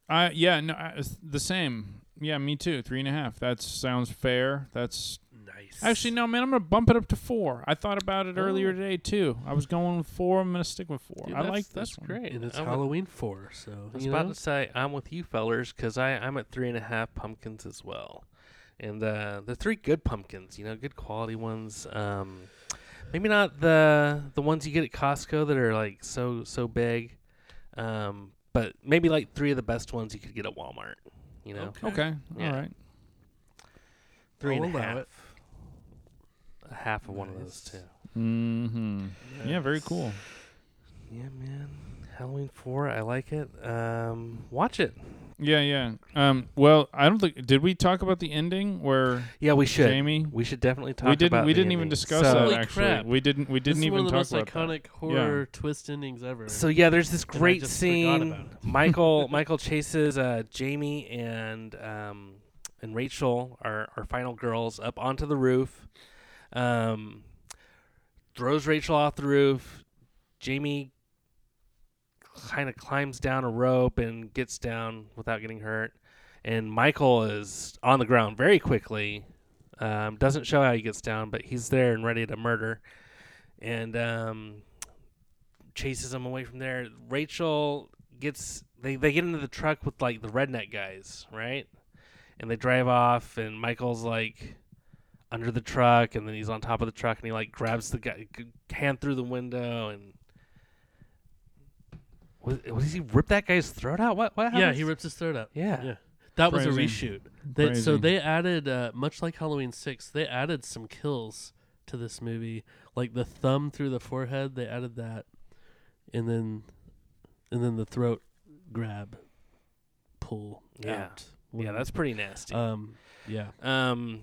[SPEAKER 1] I yeah no I, it's the same. Yeah, me too. Three and a half. That sounds fair. That's
[SPEAKER 3] Nice.
[SPEAKER 1] actually no, man. I'm gonna bump it up to four. I thought about it earlier today too. I was going with four. I'm gonna stick with four.
[SPEAKER 2] Oh. Dude,
[SPEAKER 1] I
[SPEAKER 2] that's-
[SPEAKER 1] like this
[SPEAKER 2] that's
[SPEAKER 1] one.
[SPEAKER 2] great.
[SPEAKER 3] and it's
[SPEAKER 2] I'm-
[SPEAKER 3] Halloween four, so
[SPEAKER 2] I was
[SPEAKER 3] you
[SPEAKER 2] about
[SPEAKER 3] know?
[SPEAKER 2] to say I'm with you fellers because I I'm at three and a half pumpkins as well, and uh, the three good pumpkins, you know, good quality ones. Um, maybe not the the ones you get at Costco that are like so so big, um, but maybe like three of the best ones you could get at Walmart. You know,
[SPEAKER 1] Okay.
[SPEAKER 2] Yeah.
[SPEAKER 1] All right.
[SPEAKER 2] three and a
[SPEAKER 3] I'll allow
[SPEAKER 2] half,
[SPEAKER 3] it.
[SPEAKER 2] a half of one of those
[SPEAKER 3] Nice.
[SPEAKER 2] too.
[SPEAKER 1] Mm-hmm. Yeah. Very cool.
[SPEAKER 2] Yeah, man. Halloween four, I like it. Um, watch it.
[SPEAKER 1] Yeah. Yeah. Um. Well, I don't think. Did we talk about the ending where
[SPEAKER 2] Yeah, we should.
[SPEAKER 1] Jamie?
[SPEAKER 2] We should definitely talk.
[SPEAKER 1] we didn't.
[SPEAKER 2] About
[SPEAKER 1] We
[SPEAKER 2] the
[SPEAKER 1] didn't even
[SPEAKER 2] ending.
[SPEAKER 1] discuss
[SPEAKER 2] So-
[SPEAKER 1] that.
[SPEAKER 3] Holy
[SPEAKER 1] Actually,
[SPEAKER 3] crap.
[SPEAKER 1] we didn't. We didn't
[SPEAKER 3] this
[SPEAKER 1] even
[SPEAKER 3] is one of the
[SPEAKER 1] talk
[SPEAKER 3] most
[SPEAKER 1] about that.
[SPEAKER 3] iconic horror twist endings ever.
[SPEAKER 2] So yeah, there's this
[SPEAKER 3] I
[SPEAKER 2] great
[SPEAKER 3] just forgot about
[SPEAKER 2] scene. Michael Michael chases uh, Jamie and um, and Rachel, our our final girls, up onto the roof. Um, throws Rachel off the roof. Jamie kind of climbs down a rope and gets down without getting hurt. And Michael is on the ground very quickly. Um, doesn't show how he gets down, but he's there and ready to murder. And um, chases him away from there. Rachel gets they, they get into the truck with like the redneck guys, right? And they drive off and Michael's like under the truck and then he's on top of the truck and he like grabs the guy g- hand through the window and was, was he rip that guy's throat out? What what happened?
[SPEAKER 3] yeah, he rips his throat up.
[SPEAKER 2] Yeah.
[SPEAKER 3] yeah. That was a
[SPEAKER 1] Crazy.
[SPEAKER 3] reshoot. They, so
[SPEAKER 1] Crazy.
[SPEAKER 3] they added, uh, much like Halloween Six, they added some kills to this movie, like the thumb through the forehead. They added that, and then, and then the throat grab, pull
[SPEAKER 2] Yeah.
[SPEAKER 3] out.
[SPEAKER 2] Yeah,
[SPEAKER 3] whatever.
[SPEAKER 2] that's pretty nasty.
[SPEAKER 3] um, yeah.
[SPEAKER 2] Um,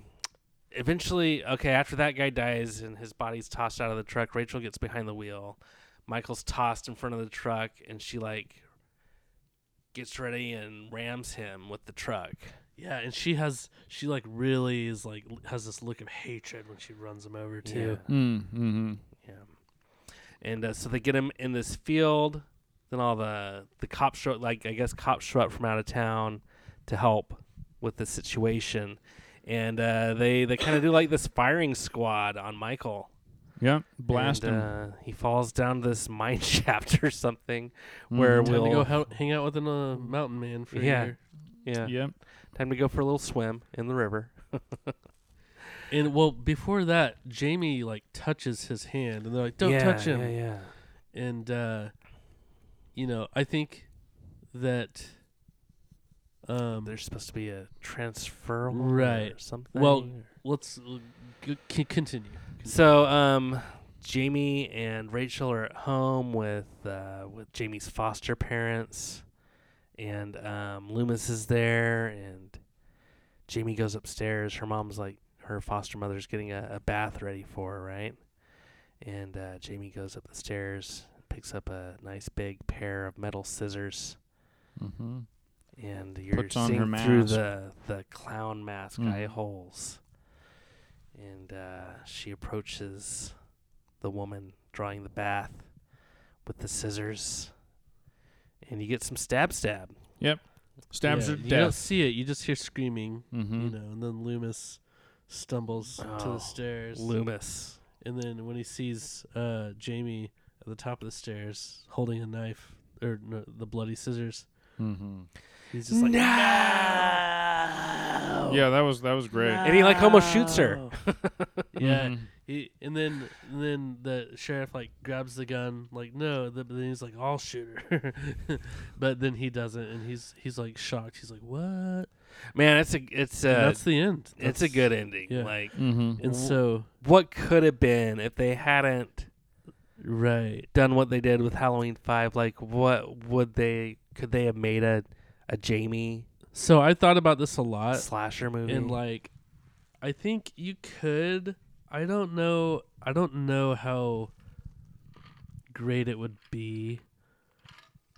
[SPEAKER 2] eventually, okay, after that guy dies and his body's tossed out of the truck, Rachel gets behind the wheel. Michael's tossed in front of the truck, and she like gets ready and rams him with the truck.
[SPEAKER 3] Yeah, and she has she like really is like l- has this look of hatred when she runs him over too.
[SPEAKER 1] Mm-hmm.
[SPEAKER 2] Yeah, and uh, so they get him in this field. Then all the the cops show like I guess cops show up from out of town to help with the situation, and uh, they they kind of do like this firing squad on Michael.
[SPEAKER 1] Yep. Blast
[SPEAKER 2] and,
[SPEAKER 1] him.
[SPEAKER 2] Uh, he falls down this mine shaft or something where
[SPEAKER 3] Mm-hmm. Time to
[SPEAKER 2] we'll
[SPEAKER 3] go hou- hang out with a uh, mountain man for a
[SPEAKER 2] Yeah.
[SPEAKER 3] year.
[SPEAKER 2] yeah,
[SPEAKER 1] Yep.
[SPEAKER 2] time to go for a little swim in the river.
[SPEAKER 3] And well, before that, Jamie like touches his hand, and they're like, "Don't
[SPEAKER 2] yeah,
[SPEAKER 3] touch him."
[SPEAKER 2] Yeah, yeah.
[SPEAKER 3] And uh, you know, I think that um,
[SPEAKER 2] There's supposed to be a transfer
[SPEAKER 3] Right.
[SPEAKER 2] or something.
[SPEAKER 3] Well,
[SPEAKER 2] or-
[SPEAKER 3] let's uh, g- c- continue.
[SPEAKER 2] So, um, Jamie and Rachel are at home with uh, with Jamie's foster parents, and um, Loomis is there, and Jamie goes upstairs. Her mom's like, her foster mother's getting a, a bath ready for her, right? And uh, Jamie goes up the stairs, picks up a nice big pair of metal scissors,
[SPEAKER 1] Mm-hmm.
[SPEAKER 2] and you're
[SPEAKER 1] Puts on her
[SPEAKER 2] seeing through
[SPEAKER 1] mask.
[SPEAKER 2] the the clown mask
[SPEAKER 1] Mhm.
[SPEAKER 2] eye holes. And uh, she approaches the woman drawing the bath with the scissors, and you get some stab stab.
[SPEAKER 1] Stabs
[SPEAKER 3] Yeah,
[SPEAKER 1] her to
[SPEAKER 3] You don't
[SPEAKER 1] death.
[SPEAKER 3] see it; you just hear screaming,
[SPEAKER 1] Mm-hmm.
[SPEAKER 3] you know. And then Loomis stumbles to
[SPEAKER 2] Oh,
[SPEAKER 3] the stairs.
[SPEAKER 2] Loomis.
[SPEAKER 3] And then when he sees uh, Jamie at the top of the stairs holding a knife or no, the bloody scissors,
[SPEAKER 1] mm-hmm.
[SPEAKER 3] he's just like, Oh.
[SPEAKER 2] no.
[SPEAKER 1] Yeah, that was that was great.
[SPEAKER 2] And he like almost shoots her. Mm-hmm.
[SPEAKER 3] yeah.
[SPEAKER 1] Mhm.
[SPEAKER 3] He, and then and then the sheriff like grabs the gun, like no. The, but then he's like, I'll shoot her. but then he doesn't, and he's he's like shocked. He's like, what? And
[SPEAKER 2] Man, it's a it's a
[SPEAKER 3] that's the end.
[SPEAKER 2] it's a
[SPEAKER 3] That's-
[SPEAKER 2] good ending.
[SPEAKER 3] yeah.
[SPEAKER 2] Like
[SPEAKER 1] Mhm.
[SPEAKER 3] And so
[SPEAKER 2] what could have been if they hadn't
[SPEAKER 3] right,
[SPEAKER 2] done what they did with Halloween Five, like what would they could they have made a a Jamie
[SPEAKER 3] so I thought about this a
[SPEAKER 1] Uh,
[SPEAKER 3] lot.
[SPEAKER 2] slasher movie?
[SPEAKER 3] and like i think you could i don't know i don't know how great it would be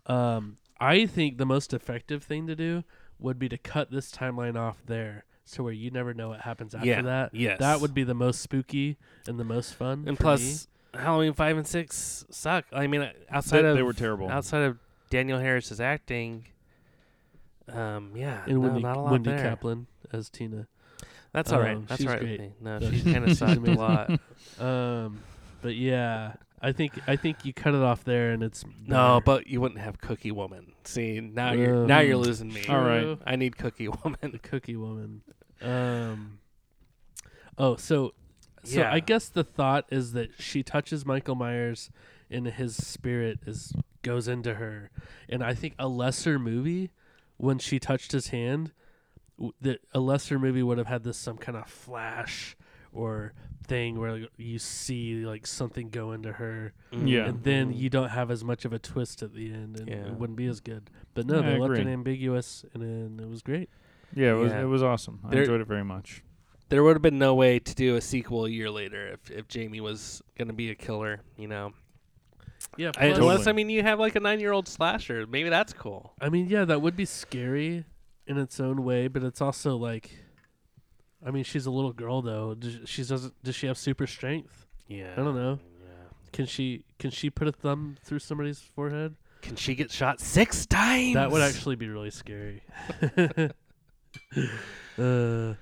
[SPEAKER 3] um i think the most effective thing to do would be to cut this timeline off there so where you never know what happens after
[SPEAKER 2] Yeah,
[SPEAKER 3] that
[SPEAKER 2] yes.
[SPEAKER 3] that would be the most spooky and the most fun
[SPEAKER 2] and
[SPEAKER 3] for
[SPEAKER 2] plus Halloween Five and Six suck. I mean, outside
[SPEAKER 1] They,
[SPEAKER 2] of
[SPEAKER 1] they were terrible.
[SPEAKER 2] outside of Daniel Harris's acting, um, yeah,
[SPEAKER 3] me. and
[SPEAKER 2] no,
[SPEAKER 3] wendy,
[SPEAKER 2] not a lot
[SPEAKER 3] wendy
[SPEAKER 2] there.
[SPEAKER 3] kaplan as tina
[SPEAKER 2] That's all right.
[SPEAKER 3] Um,
[SPEAKER 2] That's
[SPEAKER 3] she's
[SPEAKER 2] all right.
[SPEAKER 3] great.
[SPEAKER 2] With me. No,
[SPEAKER 3] No,
[SPEAKER 2] she
[SPEAKER 3] she's-
[SPEAKER 2] kind of
[SPEAKER 3] she's
[SPEAKER 2] sucked a
[SPEAKER 3] amazing.
[SPEAKER 2] lot.
[SPEAKER 3] um but yeah i think i think you cut it off there and it's
[SPEAKER 2] No,
[SPEAKER 3] better.
[SPEAKER 2] but you wouldn't have Cookie Woman. See, now you're now you're
[SPEAKER 3] Um,
[SPEAKER 2] losing me.
[SPEAKER 1] All right.
[SPEAKER 3] True.
[SPEAKER 2] I need Cookie
[SPEAKER 3] the
[SPEAKER 2] Woman.
[SPEAKER 3] cookie woman. Um. Oh, so, so
[SPEAKER 2] Yeah.
[SPEAKER 3] I guess the thought is that she touches Michael Myers, and his spirit is goes into her. And I think a lesser movie, when she touched his hand, w- that a lesser movie would have had this some kind of flash or thing where like, you see like something go into her,
[SPEAKER 1] Yeah.
[SPEAKER 3] and then
[SPEAKER 2] Mm-hmm.
[SPEAKER 3] you don't have as much of a twist at the end, and
[SPEAKER 2] Yeah.
[SPEAKER 3] it wouldn't be as good. But no,
[SPEAKER 1] I
[SPEAKER 3] they left
[SPEAKER 1] agree.
[SPEAKER 3] it ambiguous, and then it was great.
[SPEAKER 1] yeah, it was
[SPEAKER 2] Yeah.
[SPEAKER 1] it was awesome. I
[SPEAKER 2] There-
[SPEAKER 1] enjoyed it very much.
[SPEAKER 2] there would have been no way to do a sequel a year later if, if Jamie was gonna be a killer, you know.
[SPEAKER 3] Yeah,
[SPEAKER 2] I,
[SPEAKER 3] plus-
[SPEAKER 1] Totally.
[SPEAKER 2] Unless I mean you have like a nine year old slasher, maybe that's cool.
[SPEAKER 3] I mean, yeah, that would be scary in its own way, but it's also like, I mean, she's a little girl though. Does she doesn't? Does she have super strength?
[SPEAKER 2] Yeah,
[SPEAKER 3] I don't know.
[SPEAKER 2] Yeah.
[SPEAKER 3] Can she? Can she put a thumb through somebody's forehead?
[SPEAKER 2] Can she get shot six times?
[SPEAKER 3] That would actually be really scary. uh,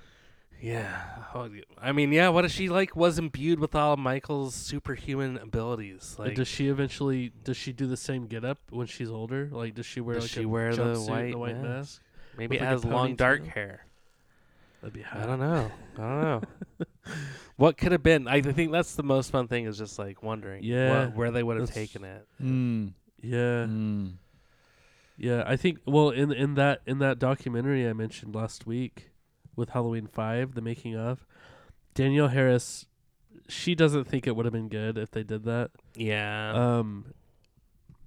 [SPEAKER 2] Yeah. Oh, I mean, yeah. What if she like was imbued with all of Michael's superhuman abilities? Like,
[SPEAKER 3] does she eventually? Does she do the same getup when she's older? Like, does she wear
[SPEAKER 2] Does
[SPEAKER 3] like
[SPEAKER 2] she
[SPEAKER 3] a
[SPEAKER 2] wear the
[SPEAKER 3] jumpsuit and
[SPEAKER 2] white
[SPEAKER 3] a white mask?
[SPEAKER 2] mask? maybe
[SPEAKER 3] with, like, a
[SPEAKER 2] has long dark
[SPEAKER 3] ponytail?
[SPEAKER 2] hair.
[SPEAKER 3] That'd be hot.
[SPEAKER 2] I don't know. I don't know. what could have been? I I think that's the most fun thing is just like wondering,
[SPEAKER 3] Yeah.
[SPEAKER 2] what- where they would have
[SPEAKER 3] That's-
[SPEAKER 2] taken it.
[SPEAKER 1] Mm.
[SPEAKER 3] Yeah.
[SPEAKER 1] Mm.
[SPEAKER 3] Yeah, I think well in in that in that documentary I mentioned last week with Halloween 5, the making of, Danielle Harris she doesn't think it would have been good if they did that.
[SPEAKER 2] Yeah.
[SPEAKER 3] Um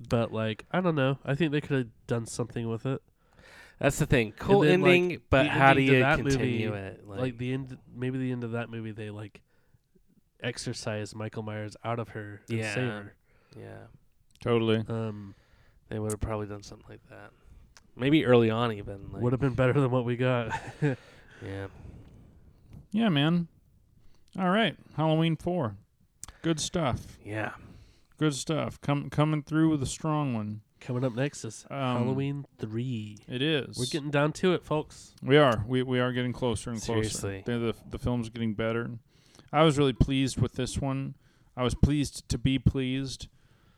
[SPEAKER 3] but like, I don't know. I think they could have done something with it.
[SPEAKER 2] That's the thing. Cool
[SPEAKER 3] then, like,
[SPEAKER 2] ending, but
[SPEAKER 3] the
[SPEAKER 2] how do
[SPEAKER 3] ending to
[SPEAKER 2] you
[SPEAKER 3] that
[SPEAKER 2] continue
[SPEAKER 3] movie,
[SPEAKER 2] it?
[SPEAKER 3] Like, the end maybe the end of that movie they like exercise Michael Myers out of her and save
[SPEAKER 2] Yeah.
[SPEAKER 3] her.
[SPEAKER 2] yeah,
[SPEAKER 1] Totally.
[SPEAKER 3] Um
[SPEAKER 2] they would have probably done something like that. Maybe early on, even. Like,
[SPEAKER 3] would have been better than what we got.
[SPEAKER 2] yeah.
[SPEAKER 1] Yeah, man. All right, Halloween four. Good stuff.
[SPEAKER 2] Yeah.
[SPEAKER 1] Good stuff. Come coming through with a strong one.
[SPEAKER 3] Coming up next is
[SPEAKER 1] Um,
[SPEAKER 3] Halloween 3.
[SPEAKER 1] It is.
[SPEAKER 3] We're getting down to it, folks.
[SPEAKER 1] We are. We we are getting closer and closer.
[SPEAKER 2] Seriously.
[SPEAKER 1] The, the the film's getting better. I was really pleased with this one. I was pleased to be pleased.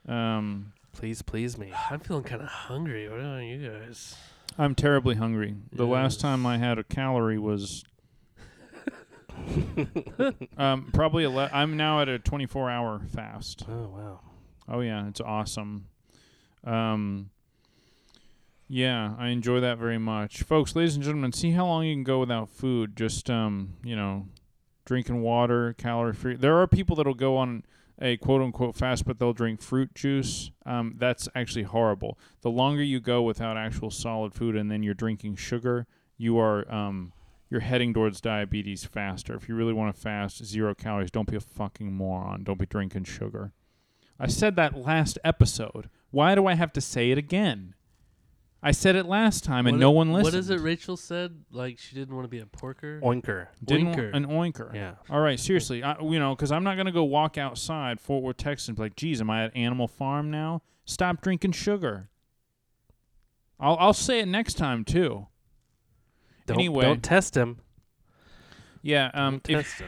[SPEAKER 1] Um,
[SPEAKER 2] Please, please me.
[SPEAKER 3] I'm feeling kind of hungry. What about you guys?
[SPEAKER 1] I'm terribly hungry. The last
[SPEAKER 3] Yes.
[SPEAKER 1] time I had a calorie was Um, probably ele- I'm now at a 24 hour fast.
[SPEAKER 2] Oh wow.
[SPEAKER 1] Oh yeah, it's awesome. Um, yeah, I enjoy that very much, folks. Ladies and gentlemen, see how long you can go without food. Just um, you know, drinking water, calorie free. There are people that'll go on a quote unquote fast, but they'll drink fruit juice. Um, that's actually horrible. The longer you go without actual solid food, and then you're drinking sugar, you are um, you're heading towards diabetes faster. If you really want to fast, zero calories. Don't be a fucking moron. Don't be drinking sugar. I said that last episode. Why do I have to say it again? I said it last time and
[SPEAKER 3] What
[SPEAKER 1] no
[SPEAKER 3] i-
[SPEAKER 1] one listened.
[SPEAKER 3] What is it Rachel said? Like she didn't want to be a porker.
[SPEAKER 2] Oinker.
[SPEAKER 1] Didn't
[SPEAKER 3] Oinker.
[SPEAKER 1] an oinker.
[SPEAKER 2] Yeah.
[SPEAKER 1] All right, seriously, I, you know, because I'm not gonna go walk outside Fort Worth, Texas, and be like, "Geez, am I at Animal Farm now?" Stop drinking sugar. I'll I'll say it next time too.
[SPEAKER 2] Don't,
[SPEAKER 1] Anyway.
[SPEAKER 2] don't test him.
[SPEAKER 1] Yeah. Um.
[SPEAKER 2] Don't
[SPEAKER 1] If,
[SPEAKER 2] test him.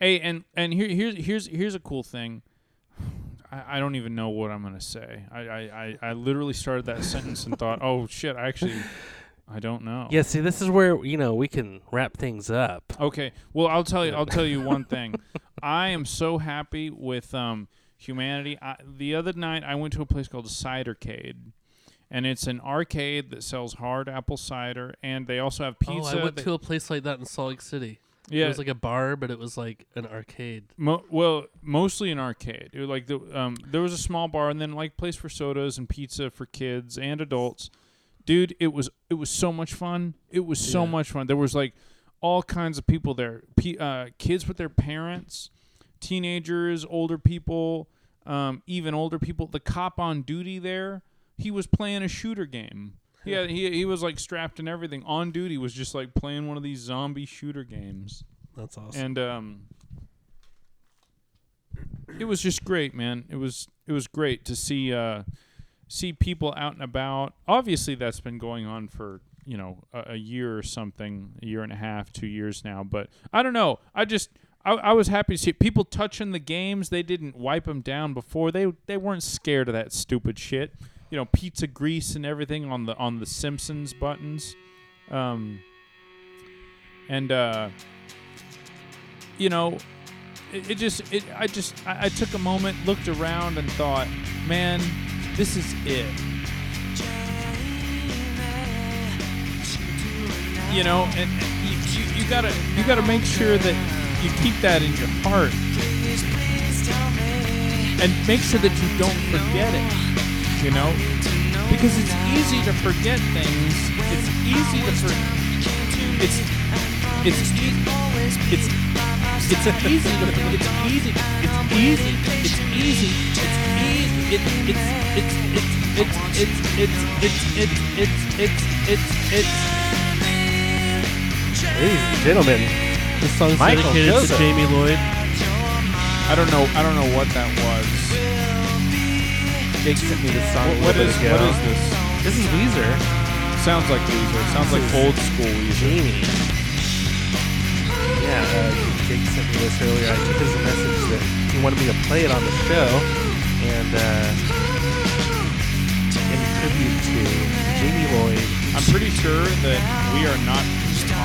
[SPEAKER 1] hey, and and here here's here's here's a cool thing. I, I don't even know what I'm gonna say. I I, I, I literally started that sentence and thought, "Oh shit, I actually, I don't know."
[SPEAKER 2] Yeah. See, this is where you know we can wrap things up.
[SPEAKER 1] Okay. Well, I'll tell you. I'll tell you one thing. I am so happy with um, humanity. I, the other night, I went to a place called Cidercade, and it's an arcade that sells hard apple cider, and they also have
[SPEAKER 3] Oh,
[SPEAKER 1] pizza.
[SPEAKER 3] I went
[SPEAKER 1] They-
[SPEAKER 3] to a place like that in Salt Lake City.
[SPEAKER 1] yeah.
[SPEAKER 3] It was like a bar, but it was like an arcade.
[SPEAKER 1] Mo- well, mostly an arcade. It was like the, um, there was a small bar, and then like place for sodas and pizza for kids and adults. Dude, it was it was so much fun. It was so
[SPEAKER 3] Yeah.
[SPEAKER 1] much fun. There was like all kinds of people there. P- uh, kids with their parents, teenagers, older people, um, even older people. The cop on duty there, he was playing a shooter game. He had, he he was like strapped and everything. On duty was just like playing one of these zombie shooter games
[SPEAKER 3] That's awesome.
[SPEAKER 1] and um, it was just great, man. It was it was great to see uh, see people out and about. Obviously, that's been going on for you know a, a year or something, a year and a half, two years now. But I don't know. I just I, I was happy to see it. people touching the games. They didn't wipe them down before. They they weren't scared of that stupid shit. You know, pizza grease and everything on the on the Simpsons buttons. Um, and uh, you know, it, it just, it, I just, I, I took a moment, looked around, and thought, man, this is it. You know, and and you, you, you gotta, you gotta make sure that you keep that in your heart, and make sure that you don't forget it. You know, because it's easy to forget things. It's easy to forget. It's, it's, e- it's it's a- easy to it's easy it's easy it's easy it's easy it's it's it's it's it's it's it's it's it's it's it's it's
[SPEAKER 2] Ladies and gentlemen,
[SPEAKER 3] the song's
[SPEAKER 2] Michael
[SPEAKER 3] dedicated
[SPEAKER 2] Joseph.
[SPEAKER 3] to Jamie Lloyd.
[SPEAKER 1] I don't know I don't know what that was.
[SPEAKER 2] Jake sent me this song. a
[SPEAKER 1] What
[SPEAKER 2] little
[SPEAKER 1] is
[SPEAKER 2] bit
[SPEAKER 1] what
[SPEAKER 2] ago.
[SPEAKER 1] is this?
[SPEAKER 2] This is Weezer.
[SPEAKER 1] Sounds like Weezer. Sounds like old school Weezer.
[SPEAKER 2] Jamie. Yeah, uh, Jake sent me this earlier. I took it as a message that he wanted me to play it on the show, and uh, in tribute to Jamie Lloyd.
[SPEAKER 1] I'm pretty sure that we are not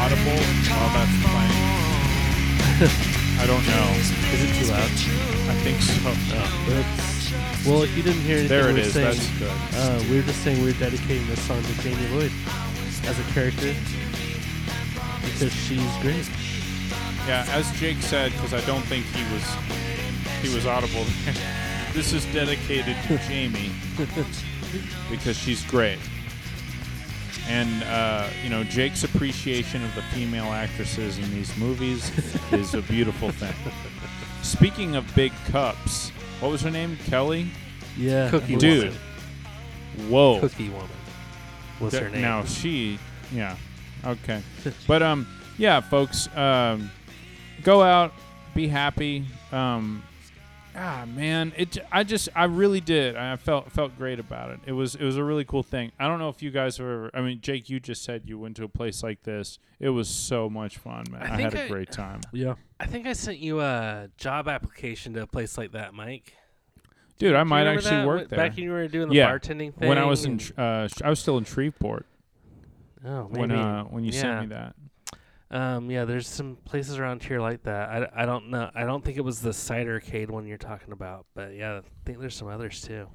[SPEAKER 1] audible while that's playing. I don't know.
[SPEAKER 2] Is it too loud?
[SPEAKER 1] I think so.
[SPEAKER 3] It's- well, if you didn't hear anything,
[SPEAKER 1] There Oh, it
[SPEAKER 3] we were
[SPEAKER 1] is.
[SPEAKER 3] Saying,
[SPEAKER 1] That's good.
[SPEAKER 3] uh, we were just saying we we're dedicating this song to Jamie Lloyd as a character because she's great.
[SPEAKER 1] Yeah, as Jake said, because I don't think he was he was audible. this is dedicated to Jamie because she's great, and uh, you know Jake's appreciation of the female actresses in these movies is a beautiful thing. Speaking of big cups, what was her name? Kelly.
[SPEAKER 3] Yeah,
[SPEAKER 2] Cookie
[SPEAKER 1] Dude.
[SPEAKER 2] Woman.
[SPEAKER 1] Whoa.
[SPEAKER 2] Cookie Woman. What's
[SPEAKER 1] Th-
[SPEAKER 2] her name?
[SPEAKER 1] Now she, yeah, okay, but um, yeah, folks, um, go out, be happy. Um, ah, man, it. j- I just, I really did. I felt felt great about it. It was it was a really cool thing. I don't know if you guys have ever. I mean, Jake, you just said you went to a place like this. It was so much fun, man.
[SPEAKER 2] I
[SPEAKER 1] I, had
[SPEAKER 2] think
[SPEAKER 1] a
[SPEAKER 2] I-
[SPEAKER 1] great time,
[SPEAKER 3] Yeah,
[SPEAKER 2] I think I sent you a job application to a place like that, Mike.
[SPEAKER 1] dude.
[SPEAKER 2] Do
[SPEAKER 1] I
[SPEAKER 2] you
[SPEAKER 1] might
[SPEAKER 2] remember
[SPEAKER 1] actually
[SPEAKER 2] that?
[SPEAKER 1] work
[SPEAKER 2] Wh-
[SPEAKER 1] there.
[SPEAKER 2] Back when you were doing the
[SPEAKER 1] Yeah.
[SPEAKER 2] bartending thing.
[SPEAKER 1] when I was in,
[SPEAKER 2] and-
[SPEAKER 1] Tr- uh, sh- I was still in Shreveport
[SPEAKER 2] oh,
[SPEAKER 1] when
[SPEAKER 2] maybe.
[SPEAKER 1] uh, when you
[SPEAKER 2] Yeah.
[SPEAKER 1] sent me that.
[SPEAKER 2] Um, yeah, there's some places around here like that. I, I don't know. I don't think it was the cidercade one you're talking about, but yeah, I think there's some others too.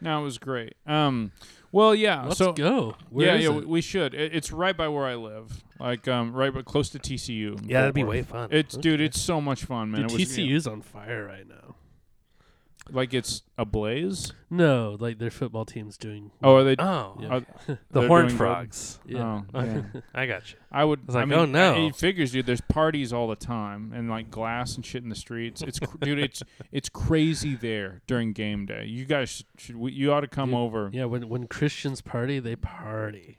[SPEAKER 1] No, it was great. Um, well, yeah.
[SPEAKER 3] Let's
[SPEAKER 1] so
[SPEAKER 3] go. Where
[SPEAKER 1] yeah,
[SPEAKER 3] is
[SPEAKER 1] yeah,
[SPEAKER 3] it?
[SPEAKER 1] we- we should. It, it's right by where I live, like um, right but close to TCU. in
[SPEAKER 2] Yeah, that'd be
[SPEAKER 1] Fort
[SPEAKER 2] way
[SPEAKER 1] Worth.
[SPEAKER 2] fun.
[SPEAKER 1] It's dude, it's so much fun, man.
[SPEAKER 3] Dude,
[SPEAKER 1] it was yeah,
[SPEAKER 3] TCU's on fire right now.
[SPEAKER 1] like it's ablaze.
[SPEAKER 3] No, like their football team's doing.
[SPEAKER 1] Oh, are they?
[SPEAKER 2] oh,
[SPEAKER 3] Yeah.
[SPEAKER 1] are-
[SPEAKER 2] the
[SPEAKER 1] they're
[SPEAKER 2] Horned
[SPEAKER 1] doing good?
[SPEAKER 2] Frogs.
[SPEAKER 3] yeah.
[SPEAKER 1] Oh, yeah.
[SPEAKER 2] I got you.
[SPEAKER 1] I would.
[SPEAKER 2] was
[SPEAKER 1] I
[SPEAKER 2] like,
[SPEAKER 1] mean,
[SPEAKER 2] "Oh, no."
[SPEAKER 1] It figures, dude. There's parties all the time, and like glass and shit in the streets. It's cr- dude, it's it's crazy there during game day. You guys should, should we, you ought to come
[SPEAKER 3] Dude,
[SPEAKER 1] over.
[SPEAKER 3] Yeah, when when Christians party, they party.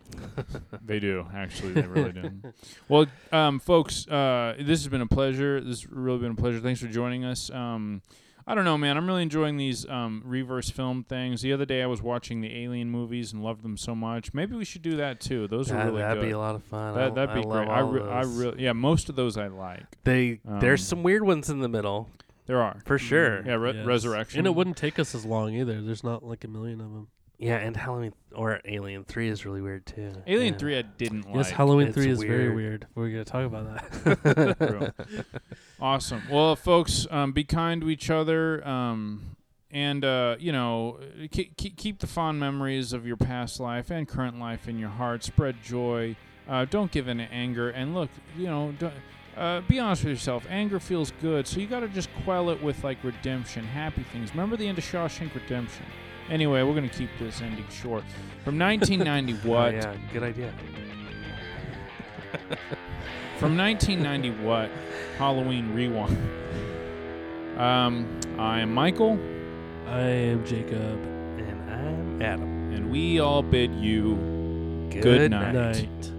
[SPEAKER 1] They do actually. They really do. Well, um, folks, uh, this has been a pleasure. This has really been a pleasure. Thanks for joining us. Um, I don't know, man. I'm really enjoying these um, reverse film things. The other day, I was watching the Alien movies and loved them so much. Maybe we should do that too. Those
[SPEAKER 2] that,
[SPEAKER 1] are really
[SPEAKER 2] that'd
[SPEAKER 1] good.
[SPEAKER 2] be a lot of fun. I,
[SPEAKER 1] that, that'd
[SPEAKER 2] I
[SPEAKER 1] be
[SPEAKER 2] love
[SPEAKER 1] great. I,
[SPEAKER 2] all
[SPEAKER 1] re- I
[SPEAKER 2] those.
[SPEAKER 1] really, yeah, most of those I like.
[SPEAKER 2] They
[SPEAKER 1] Um,
[SPEAKER 2] there's some weird ones in the middle
[SPEAKER 1] There are.
[SPEAKER 2] for sure.
[SPEAKER 1] Yeah, re-
[SPEAKER 3] Mm-hmm. Yes.
[SPEAKER 1] resurrection.
[SPEAKER 3] And it wouldn't take us as long either. There's not like a million of them.
[SPEAKER 2] Yeah, and Halloween or Alien Three is really weird too.
[SPEAKER 1] Alien
[SPEAKER 2] Yeah.
[SPEAKER 1] Three. I didn't like.
[SPEAKER 3] yes, Halloween
[SPEAKER 2] it's
[SPEAKER 3] three is very
[SPEAKER 2] weird.
[SPEAKER 3] weird. We're gonna talk about that.
[SPEAKER 1] True. awesome. Well, folks, um, be kind to each other. Um, and, uh, you know, keep, keep the fond memories of your past life and current life in your heart. Spread joy. Uh, don't give in to anger. And look, you know, don't, uh, be honest with yourself. Anger feels good. So you got to just quell it with, like, redemption, happy things. Remember the end of Shawshank Redemption. Anyway, we're going to keep this ending short. From 1990,
[SPEAKER 2] Oh,
[SPEAKER 1] what?
[SPEAKER 2] yeah, good idea.
[SPEAKER 1] From 1990 What Halloween Rewind. Um, I am Michael,
[SPEAKER 3] I am Jacob.
[SPEAKER 2] And I'm Adam.
[SPEAKER 1] and we all bid you
[SPEAKER 2] Good,
[SPEAKER 1] night.
[SPEAKER 3] Night.